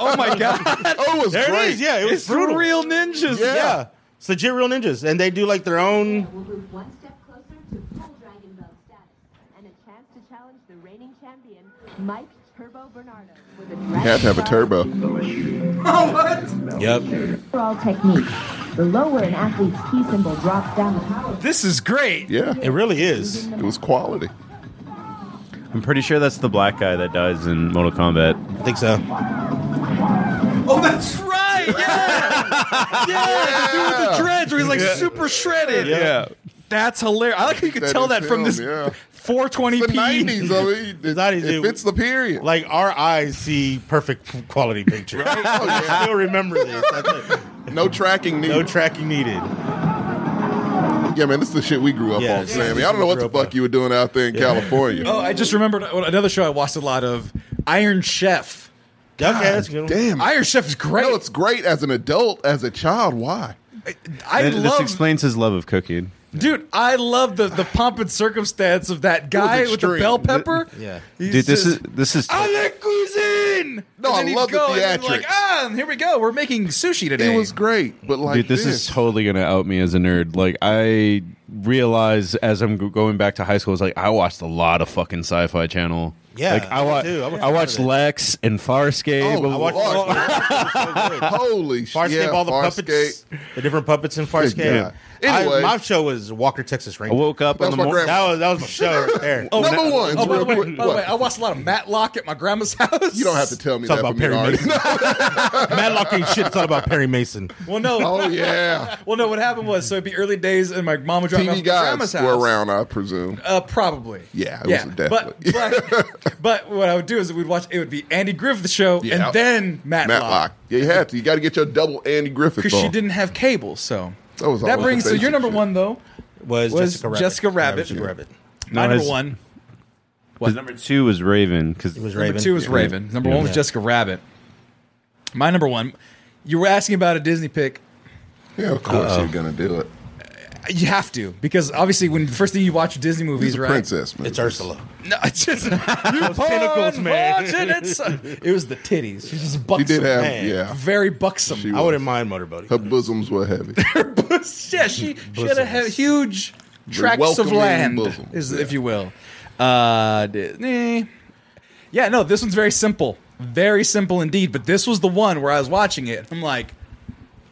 Oh my god,
Oh, it was
there
great.
it is. Yeah, it was
it's
brutal.
real ninjas.
Yeah. It's legit real ninjas. And they do like their own.
will move one step closer to full Dragon Ball status and a chance to challenge the reigning champion, Mike Turbo Bernardo, with a
You had to have a turbo.
Oh,
Yep.
All technique. The lower an athlete's key symbol drops down,
This is great.
Yeah,
It really is.
it was quality.
I'm pretty sure that's the black guy that dies in Mortal Kombat.
I think so.
Oh, that's right. Yeah, yeah. The dude with the dreads, where he's like super shredded.
Yeah.
That's hilarious. I like how you could
That
tell
is
that from
him,
this
yeah. The
420p.
nineties. I mean, it,
That
it,
is it.
fits the period.
Like our eyes see perfect quality picture.
Oh,
I
yeah.
still remember this. That's it.
No tracking
No
needed.
tracking needed.
yeah, man, this is the shit we grew up
Yeah,
on,
this is
Sammy.
the
I don't know
shit
what
we
the
grew up
fuck you were doing out there in California.
Oh, I just remembered another show I watched a lot of, Iron Chef.
okay, that's a good. one.
Damn.
Iron Chef is great.
No, it's great as an adult. As a child, why?
I
Th- this
love
explains his love of cooking.
Dude, I love the the pomp and circumstance of that guy with the
extreme.
bell pepper.
Yeah.
He's
Dude, this
just,
is this is
I like cuisine.
No,
And
I
then he'd
love the
go, and then Like,
theatrics.
ah, and here we go. We're making sushi today.
It was great, but like
Dude, this, is totally gonna out me as a nerd. Like, I realize as I'm go- going back to high school, it's like I watched a lot of fucking Sci-Fi Channel.
Yeah,
like I,
me
wa-
too. I watched
I
a lot
watched
of it.
Lex and Farscape.
Oh,
I watched
Oh,
Farscape. It was so good.
holy shit.
Farscape,
yeah,
all the
Farscape.
puppets, the different puppets in Farscape.
God.
I-
Anyway. Oh,
my show was Walker Texas
I
Ranger.
woke up
That
on
was
the
my
morning.
grandma.
That was that was my show right there. oh,
Number one.
Oh, by the
real
way,
quick.
by the way,
What?
I watched a lot of Matlock at my grandma's house.
You don't have to tell me that
Talk about
from
Perry
me already.
Mason. Madlock ain't shit. It's all about Perry Mason.
Well, no.
Oh yeah.
Well, no. What happened was, so it'd be early days, and my mom would drive me off at
TV
my grandma's
guys
house.
were around, I presume.
Uh, probably.
Yeah, it
yeah.
was definitely-
But, but but what I would do is we'd watch. It would be Andy Griffith show,
Yeah.
and then
Matlock.
Matlock.
Yeah, you have to. You got to get your double Andy Griffith
because she
on.
didn't have cable. So
That was always
brings.
the
So you're
basic
number
shit.
one though.
Was,
Was
Jessica Rabbit.
Jessica Rabbit.
Jessica Rabbit.
My
No,
number
his-
one.
His number two was Raven because
Number two was Raven. Number one was Jessica Rabbit. My number one. You were asking about a Disney pick.
Yeah, of course you're gonna do it.
You have to because obviously when the first thing you watch Disney movies,
These are
right?
princess movies.
It's Ursula.
No, it's just you
tentacles,
porn
man.
fortunate son. It was the titties. She just buxom.
She did have,
man.
yeah.
Very buxom.
She
I wouldn't mind motorboating.
Her bosoms were heavy.
yeah, she, she had a he- huge tracts of
welcoming
land,
bosom.
is, if you will. Uh, Disney. Yeah, no, this one's very simple. Very simple indeed. But this was the one where I was watching it. I'm like,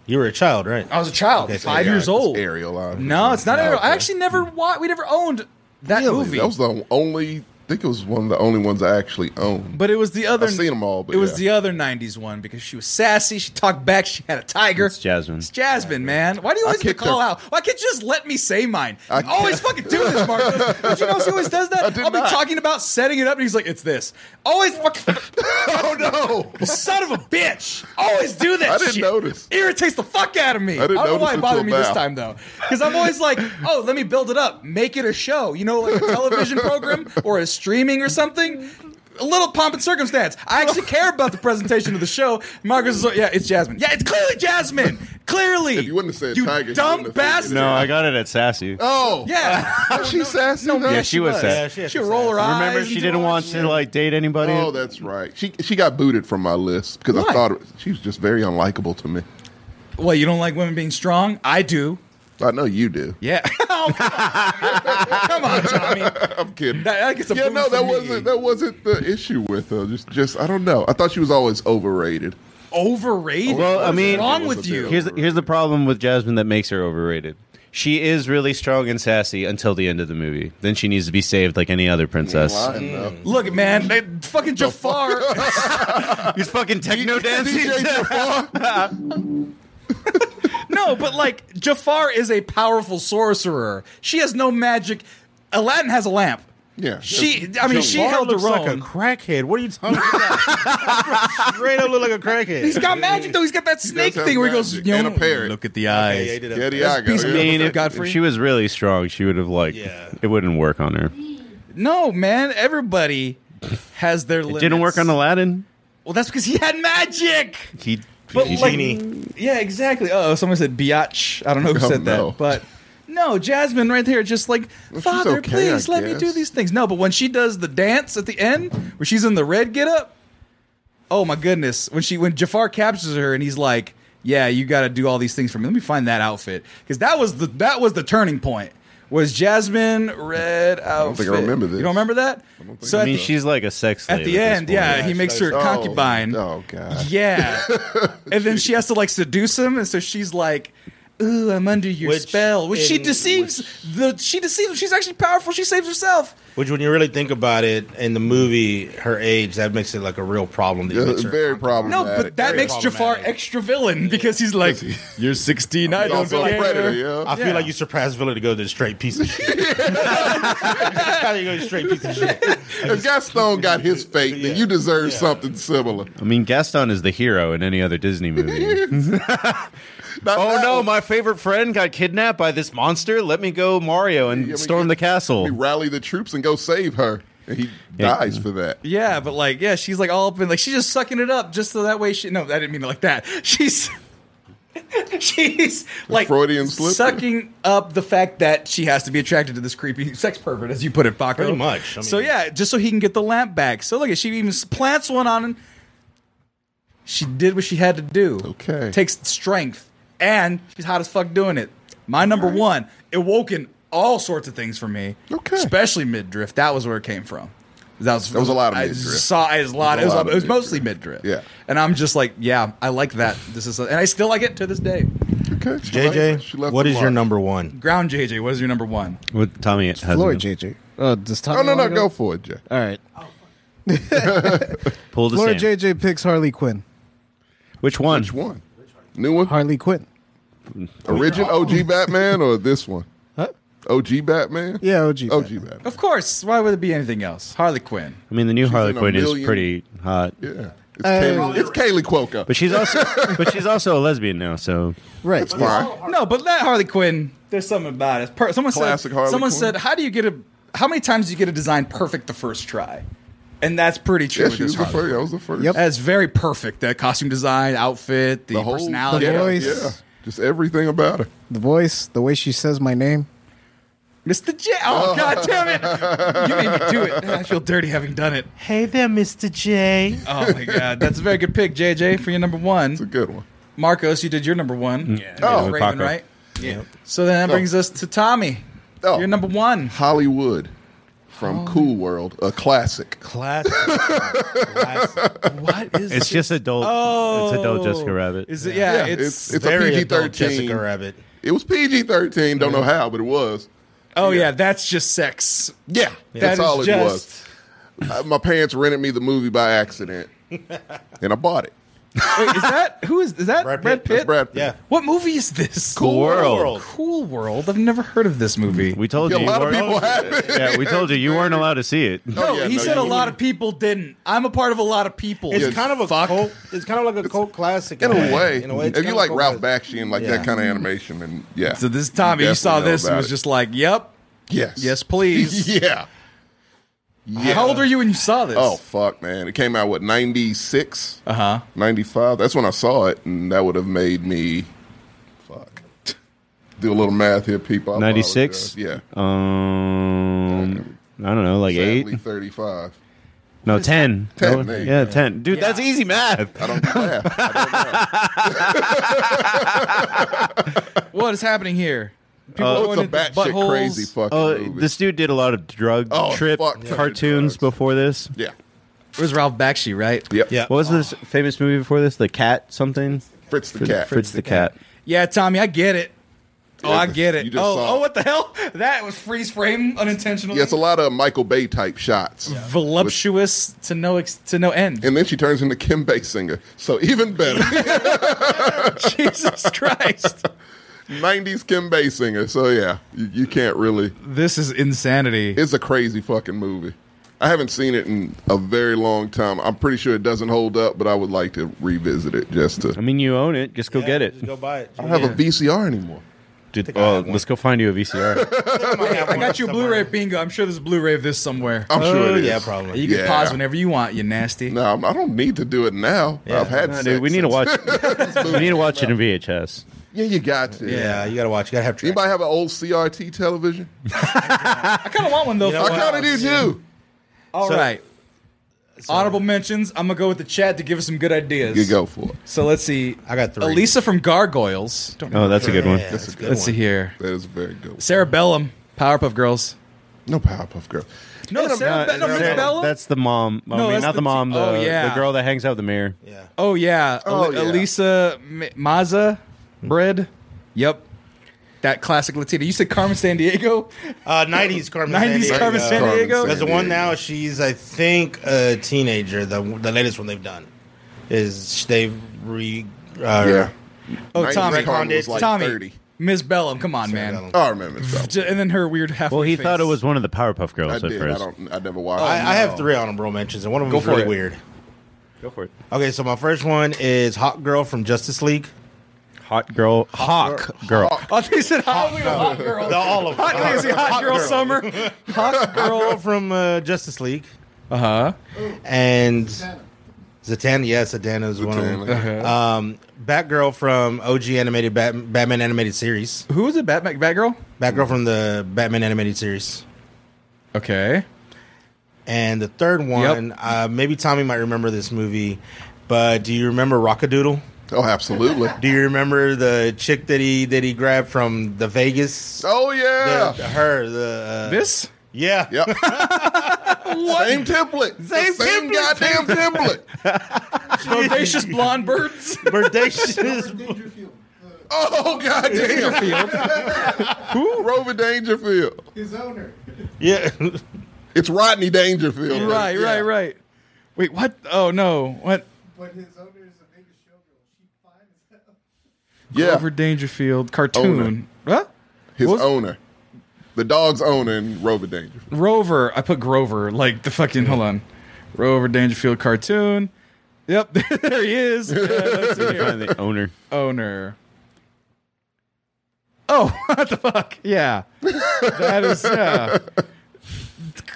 You were a child, right?
I was a child,
Okay, so
five
yeah,
years old.
Ariel. obviously.
No, it's not
No,
Ariel. I
Oh, okay.
actually never wa- we never owned that
Really?
movie.
That was the only. I think it was one of the only ones I actually owned.
but it was the other
I've seen 'em all, but
it was
yeah.
the other '90s one because she was sassy. She talked back. She had a tiger.
It's Jasmine.
It's Jasmine, man. Why do you always have to
kicked
call
her-
out? Why can't you just let me say mine? I always fucking do this, Marcos. But you know she always does that?
I did
I'll be
not.
talking about setting it up, and he's like, "It's this." Always fucking.
oh no!
Son of a bitch! Always do that.
I didn't
shit.
notice.
Irritates the fuck out of me. I,
I didn't
don't know why it
notice
bothered me
until
this
now.
time though, because I'm always like, oh, let me build it up, make it a show, you know, like a television program or a streaming or something. A little pomp and circumstance. I actually care about the presentation of the show. Marcus is like, yeah, it's Jasmine. Yeah, it's clearly Jasmine. Clearly.
If you wouldn't have said
you
tiger, she
dumb
wouldn't have
bastard.
figured
No, I got it at Sassy.
Oh
Yeah.
Was she sassy? though?
yeah, she was
Yeah,
sassy.
she, would roll her eyes.
Remember, she
and do
didn't
all
want
that
to
shit.
like date anybody.
Oh, that's right. She she got booted from my list because
Why?
I thought it, she was just very unlikable to me.
Well, you don't like women being strong. I do.
I know you do.
Yeah. Oh, come on, Tommy. Come on, Tommy.
I'm kidding.
That- that gets a
yeah,
boo
no,
from
that
me.
wasn't that wasn't the issue with her. Just just I don't know. I thought she was always overrated.
Overrated.
Well, I
What's
mean-
wrong
What's
with
the
you?
deal?
Here's the, here's the problem with Jasmine that makes her overrated. She is really strong and sassy until the end of the movie. Then she needs to be saved like any other princess.
Lying, though.
Look, man, they fucking Jafar.
He's fucking techno dancing.
DJ Jafar?
no, but like Jafar is a powerful sorcerer. She has no magic. Aladdin has a lamp.
Yeah.
She, I mean, she
Jafar
held her
looks like
own.
a crackhead. What are you talking about? Straight up look like a crackhead.
He's got magic though. He's got that snake
have
thing where he goes
magic and a parrot.
Look at the
Yeah,
eyes.
yeah, he did have-
Yeah, the
piece of
I
I
mean, if,
Godfrey?
if she was really strong, she would have like
Yeah.
it wouldn't work on her.
no, man, everybody has their.
It
limits.
didn't work on Aladdin.
Well, that's because he had magic.
He
But
he-
like-
Genie.
Yeah, exactly. Oh, someone said biatch. I don't know who
Oh,
said
no.
that, but no, Jasmine right there, just like
she's
Father,
okay,
please
I
let me do
guess."
these things. No, but when she does the dance at the end, where she's in the red get up, oh my goodness! When she when Jafar captures her and he's like, "Yeah, you got to do all these things for me. Let me find that outfit because that was the that was the turning point." Was Jasmine red outfit? I
think I remember this.
You don't remember that?
think
so
I
at
I mean,
the-
she's like a sex slave
at the
this
end,
point.
yeah, he makes her
Oh,
concubine.
Oh god.
Yeah. and then she has to like seduce him, and so she's like, "Ooh, I'm under your
Which
spell." Which she
in-
deceives. the she deceives. him. She's actually powerful. She saves herself.
Which, when you really think about it, in the movie, her age, that makes it like a real problem. That
Yeah,
you
it's
makes her
very
No,
problematic.
but that
Very
makes Jafar
problematic.
extra villain because he's like, "You're 16. I don't
also a
care."
predator. Yeah.
I feel
Yeah.
like you surpassed Villa to go to the straight piece of shit. How you go to straight piece of shit?
If Gaston got his fate, then you deserve something similar.
I mean, Gaston is the hero in any other Disney movie.
Not
oh
that
no,
one.
my favorite friend got kidnapped by this monster. Let me go, Mario, and
Yeah, we
storm
get-
the castle.
We rally the troops and go save her. And he
Yeah.
dies for that.
Yeah, but like, yeah, she's like all up in like she's just sucking it up just so that way she. No, I didn't mean it like that. She's. She's like
Freudian slip?
sucking up the fact that she has to be attracted to this creepy sex pervert, as you put it, Paco.
Pretty much. I
so
mean-
yeah, just so he can get the lamp back. So look, at she even plants one on him. She did what she had to do.
Okay.
takes strength, and she's hot as fuck doing it. My number one, it woken all sorts of things for me.
Okay.
especially mid drift. That was where it came from. That was,
There was a lot of
I
midriff.
Saw it was a lot. It
There
was,
was a lot
it
of
was
midriff.
mostly mid drift.
Yeah.
and I'm just like, yeah, I like that. This is, and I still like it to this day.
Okay. she left- she
JJ,
left
what
the
is your
mark.
number one?
Ground JJ, what is your number one?
With Tommy, it has
Floyd
him.
JJ. Oh, does Tommy
Oh, no, no,
wanna
go for it, Jay.
All right.
pull the
Flora
same.
JJ picks Harley Quinn.
Which one?
Which one? New one?
Harley Quinn.
Origin OG Batman or this one?
Huh?
OG Batman?
Yeah,
OG
OG. Batman.
Batman.
Of course. Why would it be anything else? Harley Quinn.
I mean, the new Harley
in a
Quinn is
million-
pretty hot,
Yeah. It's, Kaylee, it's Kaylee Cuoco.
but she's also but she's also a lesbian now. So
Right.
It's fine.
No, but that Harley Quinn, there's something about it. Per- someone
Classic
said,
Harley
Someone
Quinn.
said, how do you get a how many times do you get a design perfect the first try? And that's pretty true.
Yeah,
with
she
this
was the
Harley.
first. That was the first.
That's very perfect. The costume design, outfit, the,
The whole-
personality,
the Yeah, voice. yeah. Just everything about her.
The voice, the way she says my name.
Mr. J. Oh, god damn it! You made me do it. I feel dirty having done it.
Hey there, Mr. J.
Oh my god, that's a very good pick, JJ, for your number one. It's a
good one.
Marcos, you did your number one. Yeah.
Oh.
Raven,
Paco.
right? Yeah. So then that brings us to Tommy.
Oh.
You're number one.
Hollywood from Cool World, a classic.
Classic.
What is
It's just adult. It's adult Jessica
oh,
Rabbit.
Is it? Yeah, it's,
Oh. it's, a PG thirteen.
Rabbit.
It was PG thirteen. Don't know how, but it was.
Oh yeah, that's just sex.
Yeah,
That
that's
is
all it
just-
was. Uh, my parents rented me the movie by accident, and I bought it.
Wait, is that who is is that Brad Pitt?
That's Brad Pitt.
Yeah.
What movie is this?
Cool World. World.
Cool World. I've never heard of this movie.
We told
Yeah, a
you. you
lot of
weren't-
people have it.
yeah, we told you you weren't allowed to see it.
No,
Oh, yeah,
he
no,
said
you
a lot of people didn't. I'm a part of a lot of people.
It's
Yeah,
kind of a cult. It's kind of like a cult classic
In a way,
In a way, it's
if
kind
you
of
like
a cult
Ralph
classic.
Bakshi and like
Yeah.
that kind of animation, and yeah,
so this Tommy, you
definitely
saw
know
this and
about
was
it.
just like, "Yep,
yes,
yes, please."
yeah, yeah.
How old are you when you saw this?
Oh fuck, man! It came out what ninety six.
uh huh.
95. That's when I saw it, and that would have made me fuck. Do a little math here, people. I
96?
apologize. Yeah.
Um, I don't know, like eight?
Sadly, 35.
No, ten.
10,
No,
there you
yeah,
go.
ten. Dude, that's easy math.
I don't do math. I don't
What is happening here? People
know.
going
Oh, it's a
into
batshit
buttholes.
crazy fucking
Uh,
movie.
this dude did a lot of drug
Oh,
trip
fuck ton of
cartoons
drugs.
before this.
yeah.
It was Ralph Bakshi, right?
Yep.
Yeah.
What was this famous movie before this? The Cat something?
Oh. Fritz the Cat.
Fritz the Cat.
Yeah, Tommy, I get it. Oh,
Yeah,
I get it.
you
Oh,
just saw
oh,
it.
what the hell? That was freeze frame unintentionally.
Yeah, it's a lot of Michael Bay type shots.
voluptuous to no ex- to no end.
And then she turns into Kim Basinger. So even better.
Jesus Christ.
90s Kim Basinger. So yeah, you, you can't really.
This is insanity.
It's a crazy fucking movie. I haven't seen it in a very long time. I'm pretty sure it doesn't hold up, but I would like to revisit it just to.
I mean, you own it. Just go
Yeah,
get it.
Just go buy it.
I don't have a VCR anymore.
Dude,
I
well,
have one.
let's go find you a VCR.
I got you a Blu-ray bingo. I'm sure there's a Blu-ray of this somewhere.
I'm sure it is.
Oh, yeah, probably.
you can
Uh, yeah.
pause whenever you want. You nasty.
No, I'm- I don't need to do it now.
Yeah.
I've had.
No,
sex
dude, we need to
since-
watch. we need to watch it in VHS.
Yeah, you got to.
Yeah, you gotta watch. You gotta have. Tracks.
Anybody have an old CRT television?
I kind of want one though.
You know
Fuck.
I
what?
kind of do too.
All
So-
right. Honorable mentions. I'm gonna go with the chat to give us some good ideas.
You go for it.
So let's see.
I got three.
Elisa from Gargoyles. Don't
Oh, that's a good one.
Yeah, that's a good
let's
one.
see here.
That is a very good. one.
Sarah Bellum, Powerpuff Girls.
No Powerpuff Girl.
No, Sarah, Be- no, Miss
Uh, Sarah-
Bellum.
that's the mom.
No,
I mean,
that's
not
the
the, mom.
t-
The,
oh, yeah.
the girl that hangs out with the mayor.
Yeah.
Oh yeah,
Oh,
El-
yeah.
Elisa M- Maza bread. Yep, that classic Latina. You said Carmen San Diego.
Uh, 90s Carmen.
90s
Sandiego.
Carmen San
Carmen
Diego.
Because the one
Sandiego.
now, she's I think a teenager. The the latest one they've done is they've re. Uh,
Yeah.
Oh,
Nineties
Tommy.
Carmen was like
Tommy.
30.
Miss Bellum. Come on, man.
Bellum.
Oh, I remember. that.
J- And then her weird half.
Well, he thought it was one of the Powerpuff
I
Girls at
did. I
first.
don't. I never watched.
I,
it.
I have three honorable mentions, and one of them
Go
is
for
really
it.
weird.
Go for it.
Okay, so my first one is Hot Girl from Justice League.
Hot girl, hawk girl.
Oh, they said hot, we got hot girl.
The, all of them.
Hot, is it hot, girl, summer.
Hot Girl from uh, Justice League.
Uh huh.
And Zatanna, yeah, Zatanna is one of them. Um, Batgirl from OG animated Bat- Batman animated series.
Who is it? Batman, Batgirl.
Batgirl from the Batman animated series.
Okay.
And the third one, uh, maybe Tommy might remember this movie, but do you remember Rockadoodle?
Oh, absolutely.
Do you remember the chick that he that he grabbed from the Vegas?
oh yeah.
The- her the uh,
This.
yeah
Yep. Same template.
Same
The Same
template.
goddamn template.
Bodacious blonde birds.
Birdacious.
Dangerfield. The,
Oh goddamn. Rover Dangerfield.
his owner.
yeah
It's Rodney Dangerfield.
right, right, right. Wait, what? Oh no, what?
But his owner is a Vegas showgirl. She fine as hell.
Yeah.
Grover Dangerfield cartoon. What?
His
What was-
owner. The dog's owner and Rover Dangerfield.
Rover. I put Grover like the fucking. Hold on, Rover Dangerfield cartoon. Yep, there he is. Yeah, let's see here.
Find the owner.
Owner. Oh, what the fuck? Yeah, that is yeah.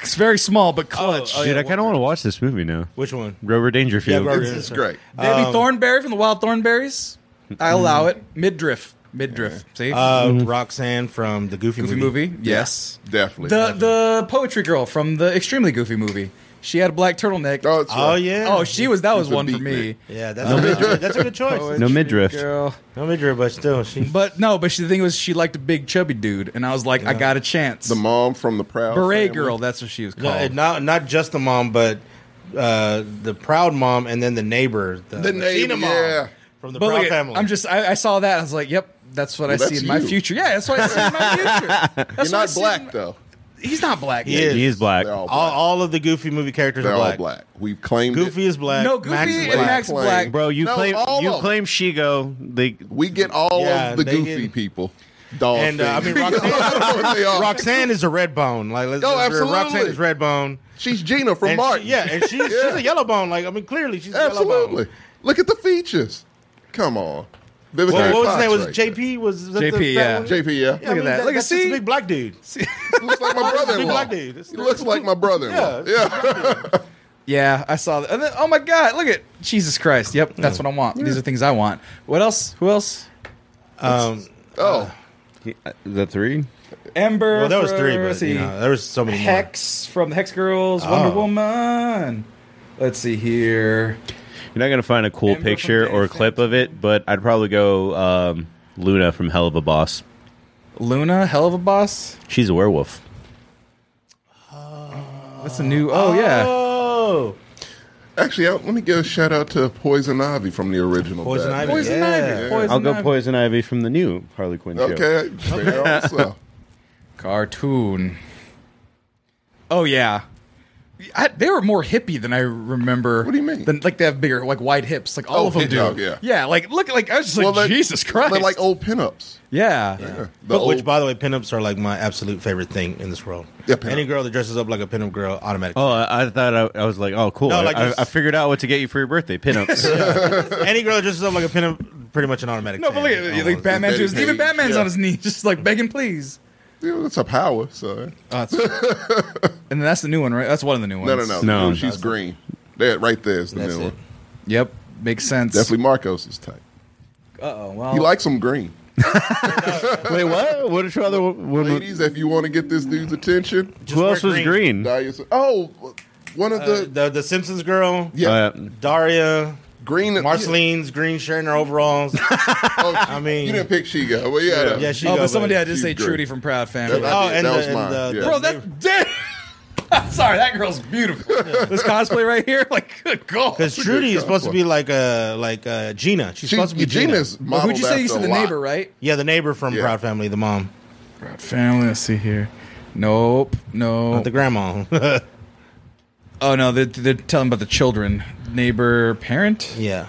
It's very small but clutch.
Dude, Oh, I kind of want to watch this movie now.
Which one?
Robert Dangerfield.
Robert
This is great.
Baby
Um,
Thornberry from the Wild Thornberries. I allow it. Midriff. Midriff. See?
Uh, Roxanne from the Goofy,
Mm-hmm. Goofy movie. Yes.
Definitely.
The the poetry girl from the extremely goofy movie. She had a black turtleneck.
Oh, that's
Oh
right.
yeah.
Oh, she was that was
a
one for
beatnik.
me.
yeah. That's, a good, choice. that's a good choice.
No midriff.
Girl.
No midriff, but still, she.
But no, but she, the thing was she liked a big chubby dude and I was like I got a chance.
The mom from the Proud
Beret
Family.
girl, that's what she was
No,
called.
not not just the mom, but uh, the proud mom, and then the neighbor, the,
The
Latina
neighbor, yeah.
from the
but
proud
look,
family.
I'm just I, I saw that and I was like, yep, that's what I
Well,
see in
that's
my
you.
future. Yeah, that's what I see in my future. That's
You're
what I
not
see
black
in-
though.
He's not black.
He
yet.
is.
He is black.
They're all black.
all, all of the Goofy movie characters
They're
are black.
all black. We've claimed
Goofy
it.
is black.
No, Goofy
Max is
and
black.
Max is
Claim.
black.
Bro, you
No,
claim
all
you
of 'em.
claim Shigo. They
We get all
Yeah,
of the
they
Goofy
get-
people. Dog
And, uh, I mean,
thing.
Roxanne-
I don't know what they are.
Roxanne is a red bone. Like, let's,
Oh,
let's-
absolutely.
Roxanne is red bone.
She's Gina from
And
Martin.
she- yeah, and she, she's a yellow bone. Like, I mean, clearly she's a yellow bone.
Absolutely. Look at the features. Come on. Vivica
Well, what was his
Fox
name? Was
right
it JP? Was that
JP,
The
yeah.
fat one?
there. JP, yeah.
Yeah, I mean,
that. Look at-
that's just a
see?
big black dude.
looks like my
He's a big
brother-in-law.
black dude. It's-
He looks like my brother-in-law.
Yeah.
Yeah.
Yeah, I saw that. And then, oh my god, look at Jesus Christ. Yep, that's what I want. These are things I want. What else? Who else?
Um,
Oh,
the three.
Ember.
well, there was
from-
three,
let's
but you
see.
know, there was so many more.
Hex from the Hex Girls, Wonder
Oh.
Woman. Let's see here.
You're not gonna find a cool
Amber from
picture or a
Dance
clip of it, but I'd probably go um, Luna from Hell of a Boss.
Luna, hell of a boss.
She's a werewolf.
That's a new. Oh yeah.
Oh,
actually, I, let me give a shout out to Poison Ivy from the original.
Poison
Batman.
Ivy.
Poison
yeah.
Ivy. Poison
I'll go
Ivy.
Poison Ivy from the new Harley Quinn show.
Okay, fair also.
Cartoon. Oh yeah. I, they were more hippie than I remember.
What do you mean?
Than, like they have bigger, like wide hips. Like all
Oh,
of them
hip
do.
dog, yeah.
Like look. Like I was just
Well,
like
they're-
Jesus Christ.
They're like old pinups.
Yeah.
Yeah. The
But which,
old-
by the way, pinups are like my absolute favorite thing in this world.
Yeah, pinup.
Any girl that dresses up like a pinup girl, automatically.
Oh, I, I thought I, I was like, oh, cool.
No,
I-
like
I,
just-
I figured out what to get you for your birthday pinups.
Any girl that dresses up like a pinup, pretty much an automatic.
No, but look
fan.
at
Almost.
like Batman
Betty
too. Even
Page,
Batman's
yeah.
on his knees, just like begging, please.
Yeah, that's a power. So
Oh, that's- and then that's the new one, right? That's one of the new ones.
no, no, no.
No.
she's green. That right there is the
That's
new
it.
one.
Yep, makes sense.
Definitely Marcos is tight.
Uh-oh, well,
Oh.
oh,
He likes them green.
Wait, what? What did you other? What,
Ladies, if you want to get this dude's attention,
who else was
green.
green?
dye yourself. Oh, one of
Uh,
the
the the Simpsons girl,
yeah,
Uh,
Daria,
green
Marceline's green shirt and her overalls.
Oh,
I mean,
you didn't pick Shigo. Well, yeah,
yeah, she.
oh,
go,
but somebody
but-
had to say
She's
Trudy
great.
from Proud Family.
That- that-
Oh, and
that
the-
was
and
mine.
the-
yeah.
Bro, that's damn. I'm sorry, that girl's beautiful. this cosplay right here, like good god.
Because Trudy is supposed to be like uh like uh Gina. She's
She-
supposed to be
Eugenia's
Gina.
Well, who'd
modeled
you say you
after
said
a
the
lot.
neighbor, right?
Yeah, the neighbor from
Yeah.
Proud Family, the mom,
Proud Family. Let's see here. Nope, no.
Not the grandma.
Oh no, they're, they're telling about the children. Neighbor, parent.
yeah,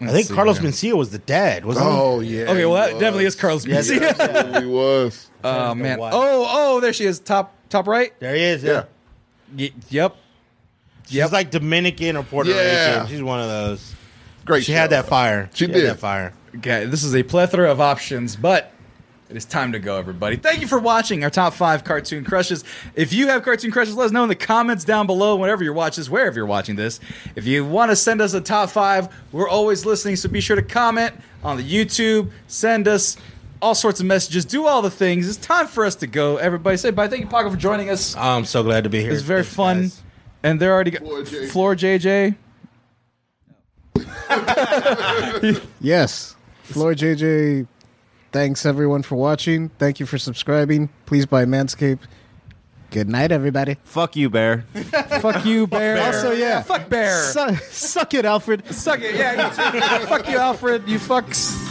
I
Let's
think
see
Carlos
here.
Mencia was the dad. Wasn't he?
Oh yeah.
Okay,
he
well that
was.
definitely is Carlos
Yeah,
Mencia.
yeah.
Absolutely was.
Oh
Turns to
man.
white.
Oh, oh, there she is. Top, top right.
There he is. Yeah.
Yeah.
Y- yep.
She's like Dominican or Puerto
Yeah.
Rican. She's one of those.
Great.
She had
show.
that fire.
She
Had
did.
that fire.
Okay, this is a plethora of options, but it is time to go, everybody. Thank you for watching our top five cartoon crushes. If you have cartoon crushes, let us know in the comments down below, whenever you're watching this, wherever you're watching this. If you want to send us a top five, we're always listening, so be sure to comment on the YouTube, send us all sorts of messages, do all the things. It's time for us to go, everybody. Say bye. Thank you, Paco, for joining us.
I'm so glad to be here.
It's very
Thanks,
fun.
guys.
And they're already got
Floor JJ.
Floor JJ.
Yes. Floor JJ, thanks everyone for watching. Thank you for subscribing. Please buy Manscaped. Good night, everybody.
Fuck you, bear.
Fuck you, Bear.
Also, yeah.
Fuck Bear.
Su- suck it, Alfred.
Suck it. Yeah, you too. fuck you, Alfred. You fucks.